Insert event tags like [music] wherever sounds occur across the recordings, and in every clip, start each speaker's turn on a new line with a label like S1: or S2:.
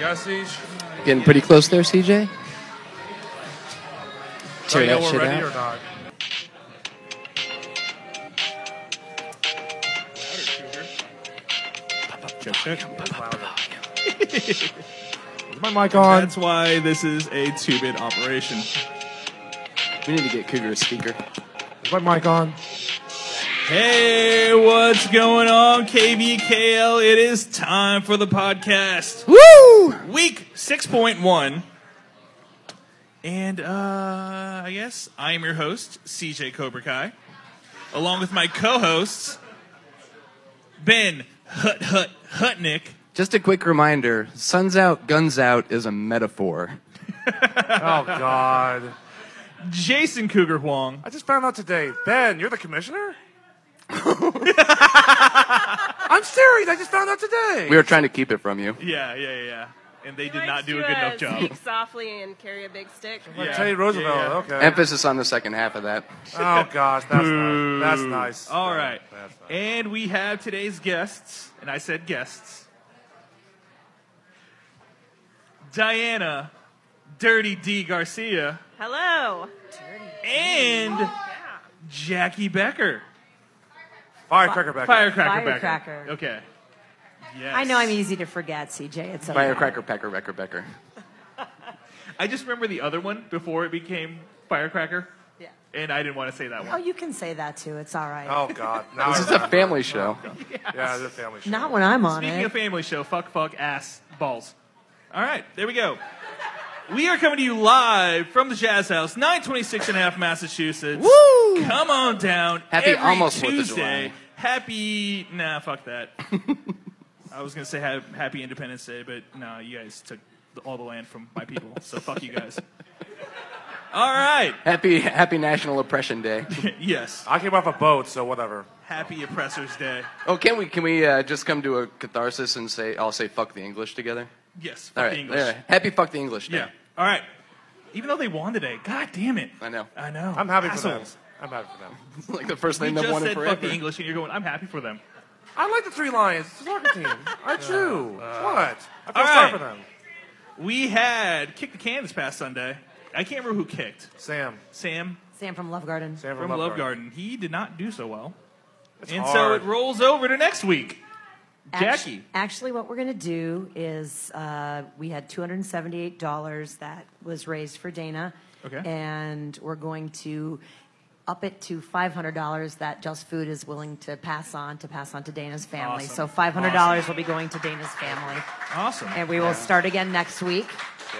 S1: Yeah, Siege.
S2: Getting pretty close there, CJ.
S1: Let
S2: Tear
S1: me know
S2: that
S1: we're
S2: shit
S1: ready or
S2: out.
S1: not. Is my mic on?
S3: That's why this is a two-bit operation.
S2: We need to get Cougar a speaker.
S1: Is my mic on?
S3: Hey, what's going on, KVKL? It is time for the podcast.
S2: Woo!
S3: Week 6.1. And uh, I guess I am your host, CJ Cobra Kai, along with my co-hosts, Ben Hut Hut Hutnick.
S2: Just a quick reminder: "Suns out, guns out" is a metaphor.
S1: Oh God!
S3: Jason Cougar Huang.
S1: I just found out today. Ben, you're
S3: [laughs]
S1: the commissioner. I'm serious. I just found out today.
S2: We were trying to keep it from you.
S3: Yeah, yeah, yeah, yeah. And they did
S4: He
S3: not
S4: likes
S3: do a
S4: to,
S3: good
S4: uh,
S3: enough job.
S4: Speak softly and carry a big stick.
S3: Yeah.
S1: Teddy Roosevelt.
S3: Yeah.
S1: Okay.
S2: Emphasis on the second half of that. Hmm.
S1: Oh gosh, that's
S3: Boo.
S2: Mm.
S1: nice. That's nice.
S3: All
S1: Yeah,
S3: right.
S1: that's nice.
S3: And we have today's guests, and I said guests. Diana Dirty D Garcia
S4: Hello.
S3: and Jackie Becker.
S1: Firecracker back.
S3: Firecracker
S5: Firecracker.
S3: Becker. Okay. Yes.
S5: I know I'm easy to forget, CJ. It's okay.
S2: Firecracker, pecker, wrecker, becker.
S3: I just remember the other one before it became Firecracker,
S5: Yeah.
S3: and I didn't want to say that
S5: Oh,
S3: one.
S5: you can say that too. It's all right.
S1: Oh god. Now
S2: This
S1: I
S2: is a
S1: remember.
S2: family show.
S1: Yeah, it's a family show.
S5: Not when I'm on
S3: Speaking
S5: it.
S3: of family show, fuck, fuck, ass, balls. All right, there we go. We are coming to you live from the Jazz House, 926 and a half, Massachusetts.
S2: Woo!
S3: Come on down.
S2: Happy
S3: every
S2: almost Fourth of
S3: Tuesday.
S2: July.
S3: Happy. Nah, fuck that. [laughs] I was going to say ha- happy Independence Day, but no, you guys took the- all the land from my people, so fuck you
S2: [laughs]
S3: guys. All right.
S2: Happy, happy National Oppression
S1: [laughs]
S2: Day.
S3: Yes.
S1: I came off a boat, so whatever.
S3: Happy Oppressors Day.
S2: Oh, can we can we uh, just come to a catharsis and say I'll say fuck the English together?
S3: Yes. Fuck
S2: All right,
S3: the English.
S2: all right. Happy fuck the English Day.
S3: Yeah. All right. Even though they won today, god damn it.
S2: I know.
S3: I know.
S1: I'm happy for them.
S3: Assholes.
S1: I'm happy for
S2: [laughs]
S1: them.
S2: like the first
S3: We
S2: thing that
S3: just
S2: won in
S3: said
S2: forever.
S3: fuck the English, and you're going. I'm happy for them.
S1: I like the Three Lions. It's a soccer team.
S3: [laughs]
S1: I do. what? I feel
S3: Uh, all
S1: sorry
S3: right.
S1: for them.
S3: We had kick the can this past Sunday. I can't remember who kicked.
S1: Sam.
S3: Sam
S5: Sam from Love Garden.
S1: Sam
S3: from, Love Garden. He did not do so well, and so
S1: hard.
S3: it rolls over to next week.
S5: Actu-
S3: Jackie.
S5: Actually, what we're going to do is uh, we had $278 that was raised for Dana.
S3: Okay.
S5: And we're going to up it to $500 that Just Food is willing to pass on to pass on to Dana's family.
S3: Awesome.
S5: So $500
S3: Awesome.
S5: will be going to Dana's family.
S3: Awesome.
S5: And we will start again next week.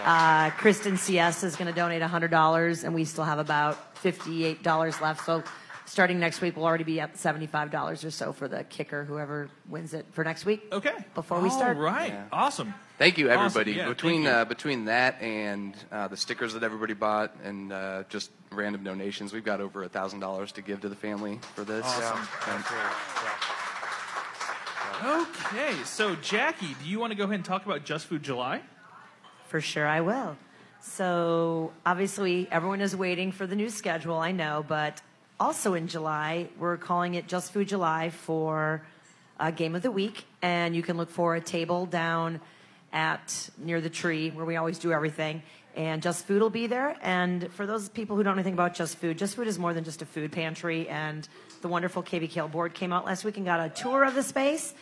S5: Uh, Kristen CS is going to donate $100, and we still have about $58 left. So starting next week, we'll already be at $75 or so for the kicker, whoever wins it for next week.
S3: okay.
S5: Before we start.
S3: All right.
S2: Yeah.
S3: Awesome.
S2: Thank you,
S3: Awesome,
S2: everybody.
S3: yeah,
S2: between
S3: thank you.
S2: Uh, between that and uh, the stickers that everybody bought, and uh, just random donations, we've got over a thousand dollars to give to the family for this.
S1: Yeah.
S2: And-
S3: Okay. So Jackie, do you want to go ahead and talk about Just Food July?
S5: For sure, I will. So, obviously, everyone is waiting for the new schedule, I know, but also in July, we're calling it Just Food July for uh, Game of the Week. And you can look for a table down at near the tree where we always do everything. And Just Food will be there. And for those people who don't know anything about Just Food, Just Food is more than just a food pantry. And the wonderful KBKL board came out last week and got a tour of the space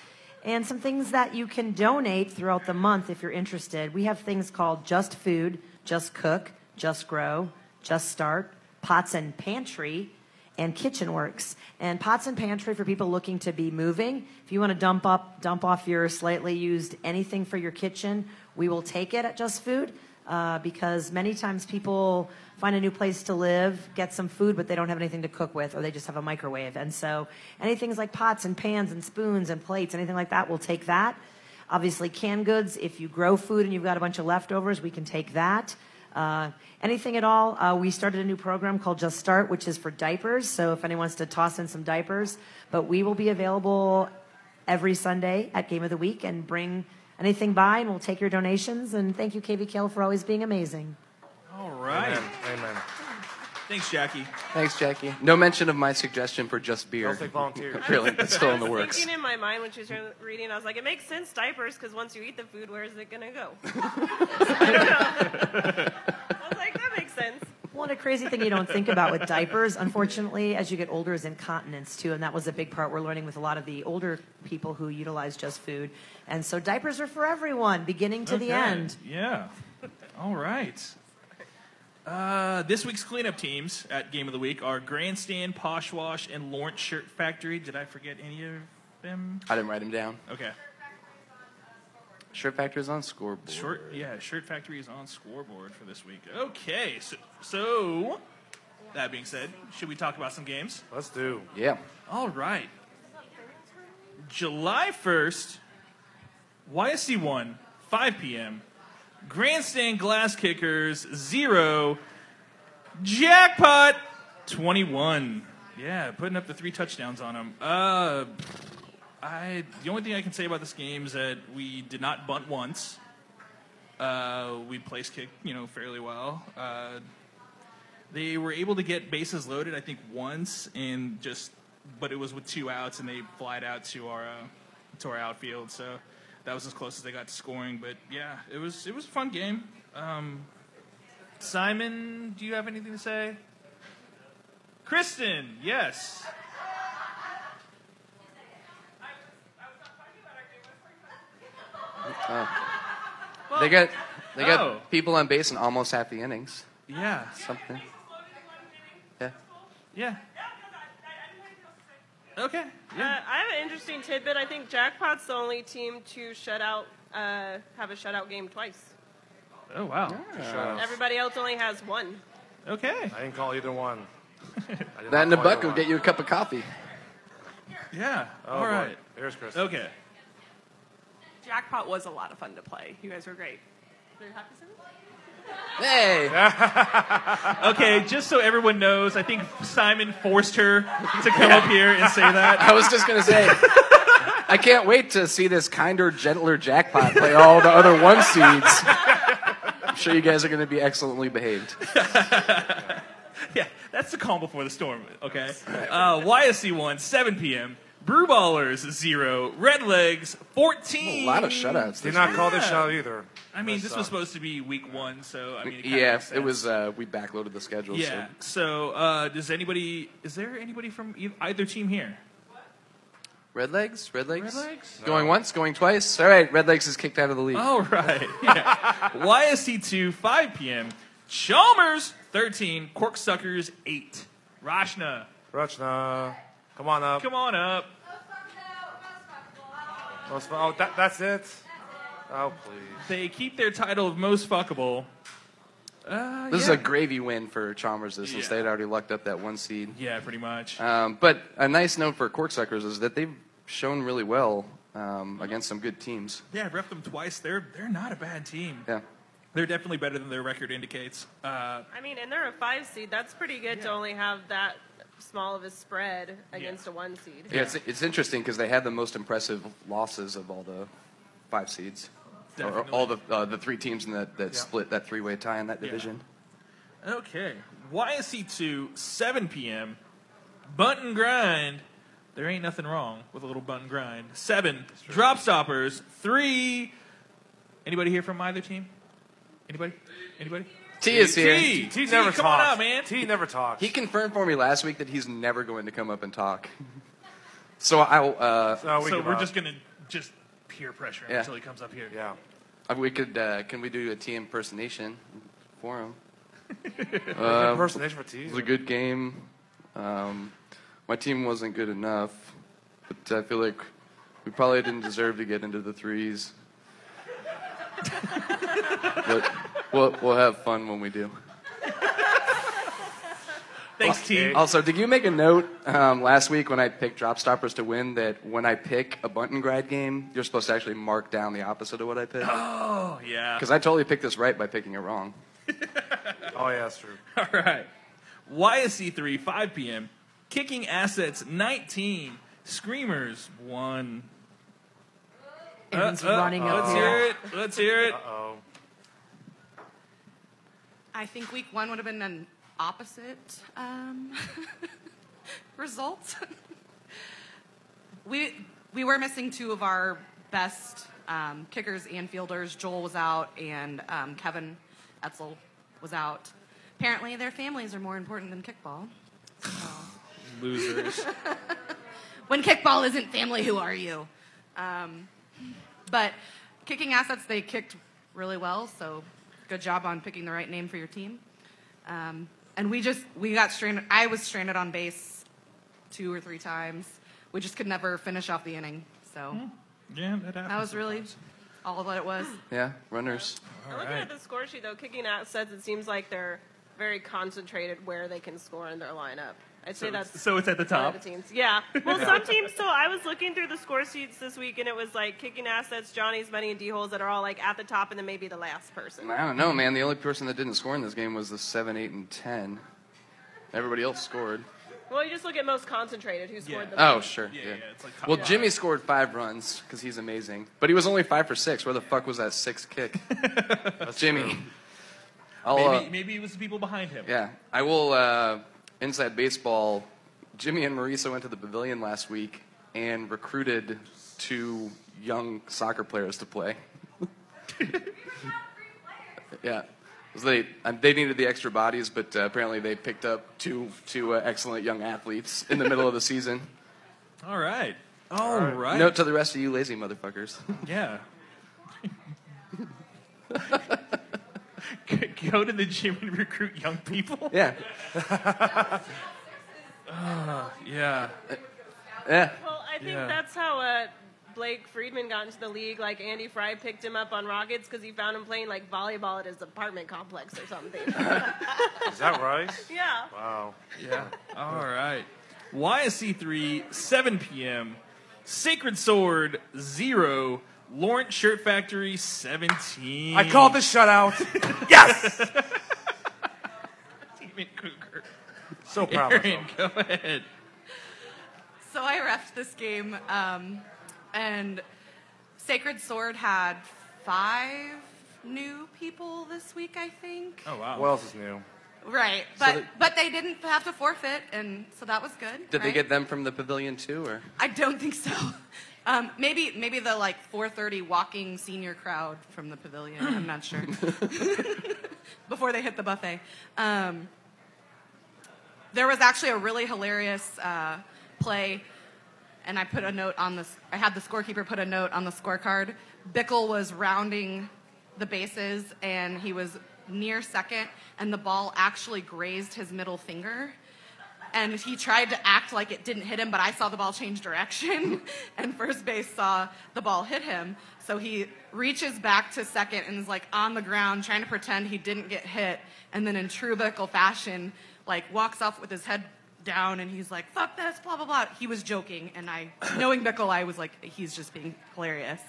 S5: and some things that you can donate throughout the month if you're interested. We have things called Just Food, Just Cook, Just Grow, Just Start, Pots and Pantry, and Kitchen Works. And Pots and Pantry for people looking to be moving. If you want to dump up, dump off your slightly used anything for your kitchen, we will take it at Just Food. Uh, because many times people find a new place to live, get some food, but they don't have anything to cook with, or they just have a microwave. And so, anything like pots and pans and spoons and plates, anything like that, we'll take that. Obviously, canned goods. If you grow food and you've got a bunch of leftovers, we can take that. Uh, anything at all. Uh, we started a new program called Just Start, which is for diapers. So if anyone wants to toss in some diapers, but we will be available every Sunday at Game of the Week and bring anything by, and we'll take your donations. And thank you, KVKL, for always being amazing.
S3: All right.
S1: Amen.
S3: Thanks, Jackie.
S2: Thanks, Jackie. No mention of my suggestion for just beer.
S1: I'll take
S2: [laughs]
S1: volunteers.
S2: Apparently, it's
S3: [laughs]
S2: still in the works.
S4: Thinking in my mind when she was reading, I was like, it makes sense diapers because once you eat the food, where is it gonna go? [laughs] I don't know. I was like, that makes sense.
S5: Well, and a crazy thing you don't think about with diapers, unfortunately, as you get older, is incontinence too, and that was a big part we're learning with a lot of the older people who utilize just food. And so diapers are for everyone, beginning to the
S3: Okay,
S5: end.
S3: Yeah. All right. Uh, this week's cleanup teams at Game of the Week are Grandstand, Poshwash, and Lawrence Shirt Factory. Did I forget any of them?
S2: I didn't write him down.
S3: Okay.
S2: Shirt Factory's on scoreboard.
S3: Short, yeah, Shirt Factory is on scoreboard for this week. Okay, so, so that being said, should we talk about some games?
S1: Let's do.
S2: Yeah.
S3: All right. July 1st, YSC 1, 5 p.m., Grandstand Glass Kickers 0, Jackpot 21. Yeah, putting up the three touchdowns on them. Uh, I, the only thing I can say about this game is that we did not bunt once. Uh, we place kicked, you know, fairly well. Uh, they were able to get bases loaded, I think, once, and just but it was with two outs, and they flied out to our uh, to our outfield. So that was as close as they got to scoring. But yeah, it was it was a fun game. Um, Simon, do you have anything to say? Kristen, yes.
S2: They got they got
S3: Oh.
S2: people on base in almost half the innings.
S3: Yeah,
S2: Something. Yeah.
S3: yeah. Okay.
S4: Uh,
S3: Yeah.
S4: I have an interesting tidbit. I think Jackpot's the only team to shut out, uh, have a shutout game twice.
S3: Oh wow.
S4: Everybody else only has one.
S3: Okay.
S1: I didn't call
S3: [laughs]
S1: either one. I did not
S2: That and a
S1: call either
S2: buck will
S1: one.
S2: get you a cup of coffee.
S3: Yeah.
S1: Oh,
S3: All
S1: boy.
S3: right.
S1: Here's Chris.
S3: Okay.
S6: Jackpot was a lot of fun to play. You guys were great.
S2: Hey.
S3: [laughs] Okay, just so everyone knows, I think Simon forced her to come up here and say that.
S2: I was just gonna say, [laughs] I can't wait to see this kinder, gentler jackpot play all the other one seeds. I'm sure you guys are gonna be excellently behaved.
S3: Yeah, that's the calm before the storm, okay? Uh, YSC 1, 7 p.m. Brewballers, 0. Red Legs, 14.
S2: A lot of shutouts.
S1: Did
S2: This
S1: not
S2: week.
S1: call this shot either. uh,
S3: I mean,
S1: That
S3: this
S1: sucked.
S3: was supposed to be week one, so I mean, it kinda
S2: Yeah,
S3: makes
S2: it
S3: sense.
S2: was. Uh, we backloaded the schedule.
S3: Yeah, so uh, does anybody, is there anybody from e- either team here?
S2: So. Red legs. Red legs.
S3: Red Legs?
S2: Going once. Going twice. All right. Red legs is kicked out of the league.
S3: All right. [laughs] Yeah. YSC 2, 5 p.m. Chalmers, 13. Corksuckers, 8. Rashna,
S1: Rachna, come on up.
S3: come on up.
S1: Let's- Oh, that, that's it. Oh please.
S3: They keep their title of most fuckable. Uh,
S2: This is
S3: yeah.
S2: a gravy win for Chalmers, though, since
S3: Yeah.
S2: they had already lucked up that one seed.
S3: Yeah, pretty much.
S2: Um, but a nice note for Corksuckers is that they've shown really well um, against some good teams.
S3: Yeah, I've rep them twice. They're they're not a bad team.
S2: Yeah.
S3: They're definitely better than their record indicates. Uh,
S4: I mean, and they're a five seed. That's pretty good to
S3: Yeah.
S4: only have that small of a spread against a one seed.
S2: Yeah, it's, it's interesting because they had the most impressive losses of all the five seeds, or
S3: Definitely.
S2: all the uh, the three teams in that, that split that three way tie in that
S3: Yeah.
S2: division.
S3: okay, YSC two seven p.m. Bunt and grind. There ain't nothing wrong with a little bunt and grind. Seven drop stoppers. Three. Anybody here from either team? Anybody? Anybody?
S2: T is here.
S3: T,
S1: T
S3: T,
S1: never
S3: come
S1: talks.
S3: on out, man.
S1: T never talks.
S2: He confirmed for me last week that he's never going to come up and talk. So I uh,
S1: so we
S3: so
S1: give
S3: we're
S1: up.
S3: just gonna just peer pressure him
S2: Yeah.
S3: until he comes up here.
S1: yeah.
S2: we could uh, can we do a T impersonation for
S1: [laughs]
S2: him? Um,
S1: Impersonation for T.
S2: It was a good game. Um, my team wasn't good enough, but I feel like we probably didn't deserve to get into the
S1: [laughs]
S2: threes. but we'll, we'll have fun when we do.
S3: Thanks, T.
S2: Also, did you make a note um, last week when I picked Drop Stoppers to win that when I pick a bunt and grad game, you're supposed to actually mark down the opposite of what I
S1: [gasps]
S2: picked?
S3: [gasps] Oh yeah.
S2: Because I totally picked this right by picking it wrong.
S1: Oh yeah, that's true.
S3: [laughs] All right. YSC 3, 5 p.m. Kicking Assets 19. Screamers 1.
S5: Everyone's running up
S3: Uh, let's
S5: here.
S3: hear
S1: [laughs]
S3: it. Let's hear it.
S1: Oh,
S6: I think week one would have been an
S7: opposite um, [laughs] results. we we were missing two of our best um, kickers and fielders. Joel was out, and um, Kevin Etzel was out. Apparently, their families are more important than kickball.
S3: Losers.
S7: [laughs] When kickball isn't family, who are you? Um, but kicking assets, they kicked really well, so good job on picking the right name for your team. Um, and we just we got stranded. I was stranded on base two or three times. We just could never finish off the inning. So
S3: Mm, yeah, that happens.
S7: that was really all that it was.
S2: Yeah, runners.
S4: I'm looking at the score sheet though. Kicking out sets, it seems like they're very concentrated where they can score in their lineup. I'd say that's
S3: so it's at the
S4: one
S3: top.
S4: of the teams. Yeah.
S3: [laughs]
S4: Well, some teams. So I was looking through the score sheets this week, and it was like kicking assets, Johnny's, Benny, and D holes that are all like at the top, and then maybe the last person.
S2: I don't know, man. The only person that didn't score in this game was the seven, eight, and ten. Everybody else scored.
S4: Well, you just look at most concentrated who scored
S3: Yeah.
S4: the
S2: Oh, sure.
S3: Yeah,
S2: Yeah.
S3: yeah, it's like top
S2: well,
S3: five.
S2: Jimmy scored five runs because he's amazing, but he was only five for six. Where the fuck was that
S3: [laughs]
S2: sixth kick, Jimmy? I'll, uh,
S3: Maybe, maybe it was the people behind him.
S2: yeah, I will. Uh, inside baseball, Jimmy and Marisa went to the pavilion last week and recruited two young soccer players to play. [laughs] yeah. So They, um, they needed the extra bodies, but uh, apparently they picked up two, two uh, excellent young athletes in the middle of the season.
S3: All right. All right.
S2: Note to the rest of you lazy motherfuckers.
S3: Yeah. [laughs] Go to the gym and recruit young people. [laughs] Uh,
S2: Yeah.
S3: Yeah.
S2: Yeah.
S4: Well, I think
S3: Yeah.
S4: that's how uh, Blake Friedman got into the league. Like Andy Fry picked him up on Rockets because he found him playing like volleyball at his apartment complex or something.
S2: [laughs]
S1: Is that right?
S4: yeah.
S1: Wow.
S3: Yeah. All right. YSC 3, 7 p.m. Sacred Sword, 0. Lawrence Shirt Factory, 17.
S1: I called
S3: [laughs]
S1: the shutout.
S3: Steven Cougar.
S1: So proud of
S3: Aaron,
S1: myself.
S3: go ahead.
S7: So I refed this game, um, and Sacred Sword had five new people this week, I think.
S3: Oh, wow.
S1: What else is new?
S7: Right, but
S2: they-
S7: but they didn't have to forfeit, and so that was good.
S2: Did they
S7: right?
S2: get them from the pavilion too, or?
S7: I don't think so. Um, maybe maybe the like 4:30 walking senior crowd from the pavilion. I'm not sure. Before they hit the buffet, um, there was actually a really hilarious uh, play, and I put a note on this. I had the scorekeeper put a note on the scorecard. Bickle was rounding the bases, and he was near second, and the ball actually grazed his middle finger and he tried to act like it didn't hit him, but I saw the ball change direction, [laughs] and first base saw the ball hit him. So he reaches back to second and is like on the ground trying to pretend he didn't get hit, and then in true bickle fashion, like walks off with his head down and he's like, fuck this, blah, blah, blah. He was joking, and I, knowing Bickle, I was like, he's just being hilarious.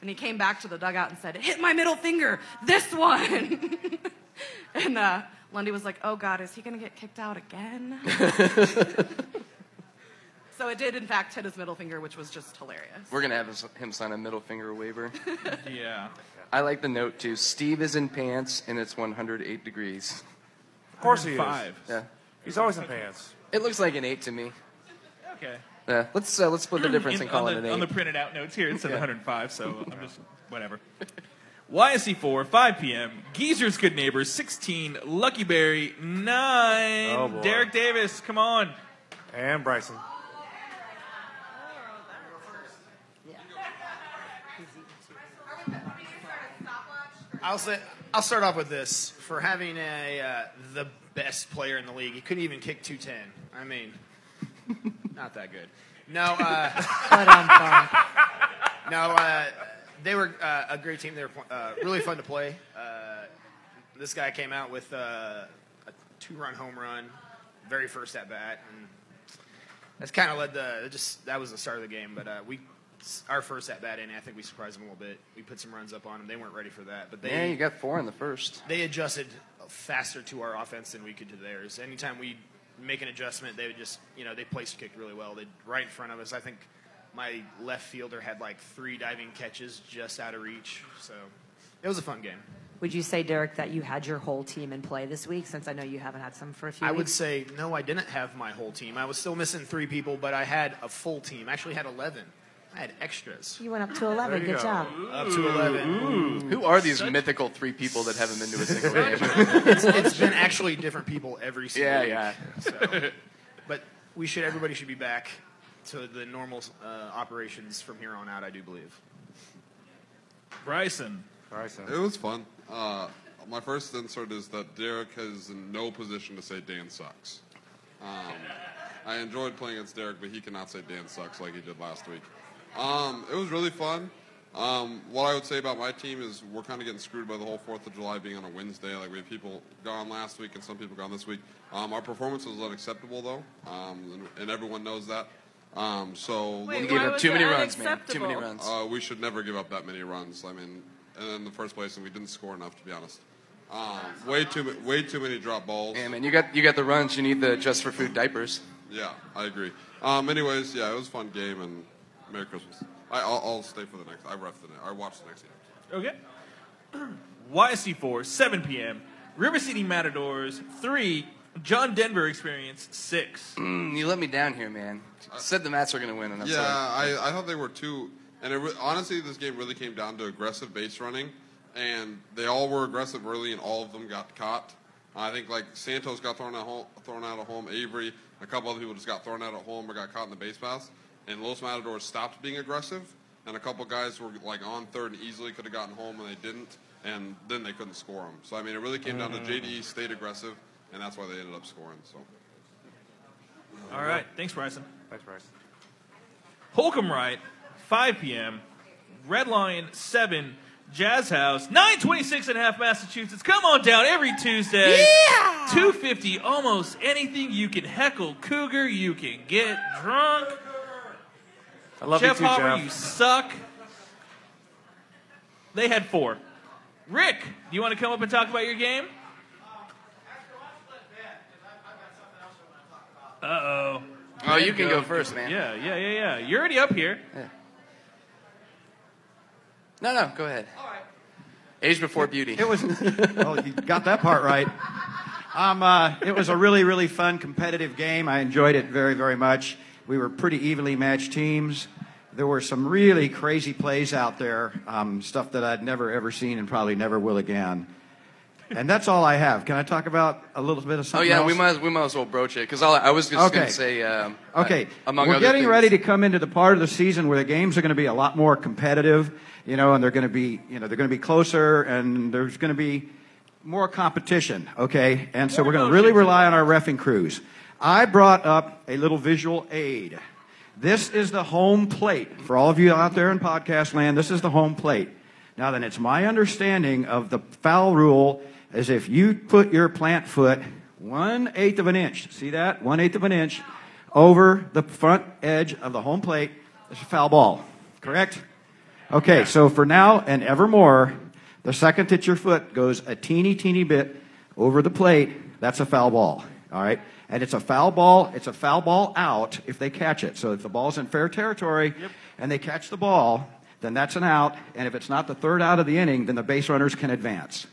S7: And he came back to the dugout and said, hit my middle finger, this one. [laughs] and uh, Lundy was like, oh God, is he going to get kicked out again?
S2: [laughs]
S7: So it did, in fact, hit his middle finger, which was just hilarious.
S2: We're gonna have his- him sign a middle finger waiver.
S3: [laughs] Yeah.
S2: I like the note too. Steve is in pants and it's 108 degrees.
S1: Of course he is.
S3: Five.
S2: Yeah,
S1: He's always in pants.
S2: it looks like an eight to me.
S3: Okay.
S2: Yeah, let's uh, let's split the difference
S3: In-
S2: and call
S3: on
S2: it
S3: the,
S2: an
S3: on the
S2: eight.
S3: printed out notes here, it said
S2: Yeah.
S3: 105, so I'm just whatever. YSC 4, 5 p.m. Geezer's Good Neighbor, 16. Lucky Berry, 9.
S1: Oh, boy.
S3: Derek Davis, come on.
S1: And Bryson.
S8: I'll say I'll start off with this for having a uh, the best player in the league. He couldn't even kick 210. I mean, [laughs] not that good. No, uh,
S5: But um, uh,
S8: no, uh, they were uh, a great team. They were uh, really fun to play. Uh, this guy came out with uh, a two-run home run, very first at bat, and that's kind of led the it just that was the start of the game. But uh, we. Our first at bat in, I think we surprised them a little bit. We put some runs up on them. They weren't ready for that, but they
S2: Yeah, you got four in the first.
S8: they adjusted faster to our offense than we could to theirs. Anytime we make an adjustment, they would just, you know, they place kicked really well. They right in front of us. I think my left fielder had like three diving catches just out of reach. So it was a fun game.
S5: Would you say, Derek, that you had your whole team in play this week? Since I know you haven't had some for a few.
S8: I
S5: weeks?
S8: would say no. I didn't have my whole team. I was still missing three people, but I had a full team. I actually had eleven. I had extras
S5: You went up to 11.
S1: you
S5: Good
S1: go.
S5: job.
S8: up to eleven.
S2: Who are these mythical three people that haven't been to a single game?
S8: It's,
S2: [laughs]
S8: it's been actually different people every single
S2: yeah,
S8: week.
S2: yeah.
S8: But we should. Everybody should be back to the normal uh, operations from here on out. I do believe.
S3: Bryson.
S1: All right, so.
S9: It was fun. Uh, my first insert is that Derek is in no position to say Dan sucks. Um, I enjoyed playing against Derek, but he cannot say Dan sucks like he did last week. Um, it was really fun. Um, what I would say about my team is we're kind of getting screwed by the whole 4th of July being on a Wednesday. Like, we had people gone last week and some people gone this week. Um, our performance was unacceptable, though, um, and, and everyone knows that. Um, so,
S6: Wait,
S2: You
S6: why
S2: gave up
S6: was
S2: too
S6: it
S2: many runs, man. Too
S6: unacceptable?
S2: many runs.
S9: uh, we should never give up that many runs. I mean, and in the first place, and we didn't score enough, to be honest. Um, way too ma- way too many drop balls.
S2: yeah, man. You got you got the runs. You need the just for food diapers.
S9: Yeah, I agree. Um, anyways, yeah, it was a fun game, and Merry Christmas. I, I'll, I'll stay for the next. I ref the. ne- I watched the next game.
S3: Okay. YSC4, 7 p.m. River City Matadors, 3. John Denver Experience, 6.
S2: Mm, you let me down here, man. Said the Mets are gonna win, and I'm
S9: Yeah,
S2: sorry.
S9: I, I thought they were two. And it re- honestly, this game really came down to aggressive base running, and they all were aggressive early, and all of them got caught. I think like Santos got thrown out home, thrown out of home. Avery, a couple other people just got thrown out at home or got caught in the base pass. And Los Matadors stopped being aggressive, and a couple guys were like on third and easily could have gotten home, and they didn't. And then they couldn't score them. So I mean, it really came down to JDE stayed aggressive, and that's why they ended up scoring. So
S3: All right. Thanks, Bryson.
S1: Thanks, Bryce.
S3: Holcomb Wright, 5 p.m. Red Lion, 7. Jazz House, 926 and a half Massachusetts. Come on down every Tuesday. Yeah! 250, almost anything you can heckle Cougar, you can get drunk.
S1: I love
S3: Jeff
S1: you too,
S3: Hopper,
S1: Jeff.
S3: you suck. They had four. Rick, do you want to come up and talk about your game? Uh oh.
S2: oh, you can go first, man.
S3: Yeah, yeah, yeah, yeah. You're already up here.
S2: No, no. Go ahead. Age before beauty.
S10: It was. well, you got that part right. Um, uh, it was a really, really fun competitive game. I enjoyed it very, very much. We were pretty evenly matched teams. There were some really crazy plays out there, um, stuff that I'd never ever seen and probably never will again. And that's all I have. Can I talk about a little bit of
S2: Oh
S10: something?
S2: yeah,
S10: else?
S2: we might we might as well broach it because I was just gonna
S10: Okay.
S2: say um,
S10: Okay.
S2: uh, among
S10: We're
S2: other
S10: getting
S2: things.
S10: ready to come into the part of the season where the games are going to be a lot more competitive, you know, and they're going to be, you know, they're going to be closer and there's going to be more competition, okay? And so we're going to really rely on our refing crews. I brought up a little visual aid. This is the home plate. For all of you out there in podcast land, this is the home plate. Now then, it's my understanding of the foul rule is if you put your plant foot one eighth of an inch, see that? One eighth of an inch over the front edge of the home plate, it's a foul ball, correct? Okay, so for now and evermore, the second that your foot goes a teeny, teeny bit over the plate, that's a foul ball. All right? And it's a foul ball. It's a foul ball out if they catch it. So if the ball's in fair territory and they catch the ball, then that's an out. And if it's not the third out of the inning, then the base runners can advance.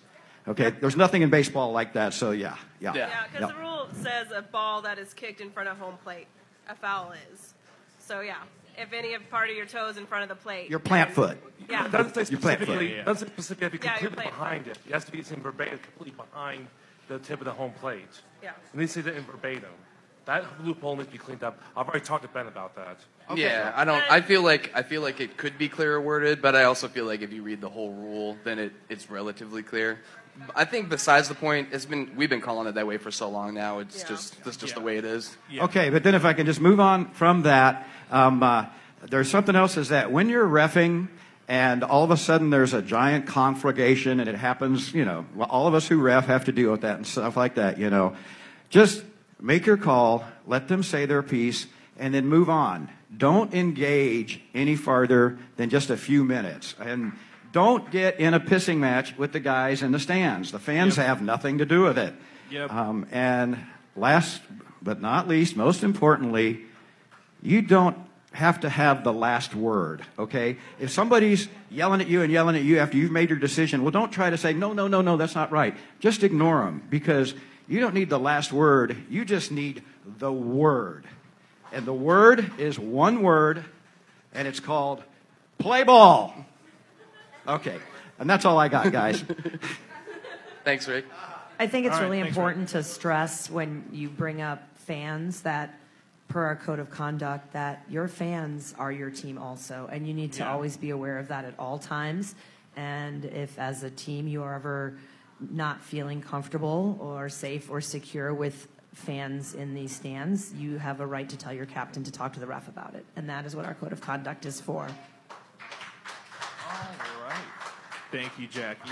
S10: Okay? There's nothing in baseball like that. So yeah, yeah.
S2: Yeah.
S4: Yeah, because the rule says a ball that is kicked in front of home plate, a foul is. So yeah, if any of part of your toes in front of the plate,
S10: Your plant foot.
S4: Yeah.
S1: Doesn't say
S10: Your plant
S1: specifically.
S3: foot.
S1: Doesn't specifically have
S4: Yeah,
S1: to be
S4: your
S1: completely
S4: plant
S1: behind it. It has to be it's in verbatim, completely behind the tip of the home plate.
S4: Yeah.
S1: And they say that in verbatim. That loophole needs to be cleaned up. I've already talked to Ben about that.
S2: Yeah, I don't. I feel like I feel like it could be clearer worded, but I also feel like if you read the whole rule, then it, it's relatively clear. I think besides the point, it's been we've been calling it that way for so long now. It's
S4: Yeah.
S2: just that's just
S3: Yeah.
S2: the way it is.
S10: Okay, but then if I can just move on from that, um, uh, there's something else is that when you're refing and all of a sudden there's a giant conflagration and it happens, you know, well, all of us who ref have to deal with that and stuff like that, you know. Just make your call, let them say their piece, and then move on. Don't engage any farther than just a few minutes. And don't get in a pissing match with the guys in the stands. The fans have nothing to do with it.
S3: Yep.
S10: Um, and last but not least, most importantly, you don't have to have the last word, okay? If somebody's yelling at you and yelling at you after you've made your decision, well, don't try to say, no, no, no, no, that's not right. Just ignore them because you don't need the last word. You just need the word. And the word is one word, and it's called play ball. Okay. And that's all I got, guys.
S2: Thanks, Rick.
S5: I think it's
S10: All right,
S5: really
S10: thanks,
S5: important to stress when you bring up fans that, per our code of conduct, that your fans are your team also, and you need to
S11: Yeah.
S5: always be aware of that at all times. And if, as a team, you are ever not feeling comfortable or safe or secure with fans in these stands, you have a right to tell your captain to talk to the ref about it, and that is what our code of conduct is for.
S3: Thank you, Jackie.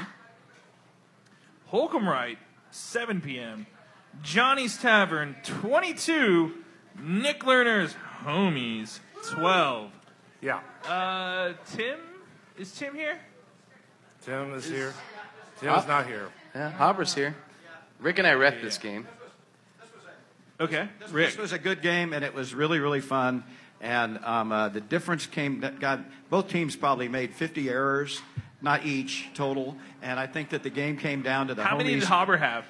S3: Holcomb Wright, 7 p.m. Johnny's Tavern, 22. Nick Lerner's Homies, 12.
S1: Yeah.
S3: Uh, Tim? Is Tim here?
S1: Tim is here. Tim
S2: Tim's
S1: is not here.
S2: Yeah, Hopper's here. Rick and I ref this game.
S3: Okay.
S10: This, this was a good game, and it was really, really fun. And um, uh, the difference came that God, both teams probably made 50 errors, not each total. And I think that the game came down to the
S3: How many did
S10: homies-
S3: Hopper have?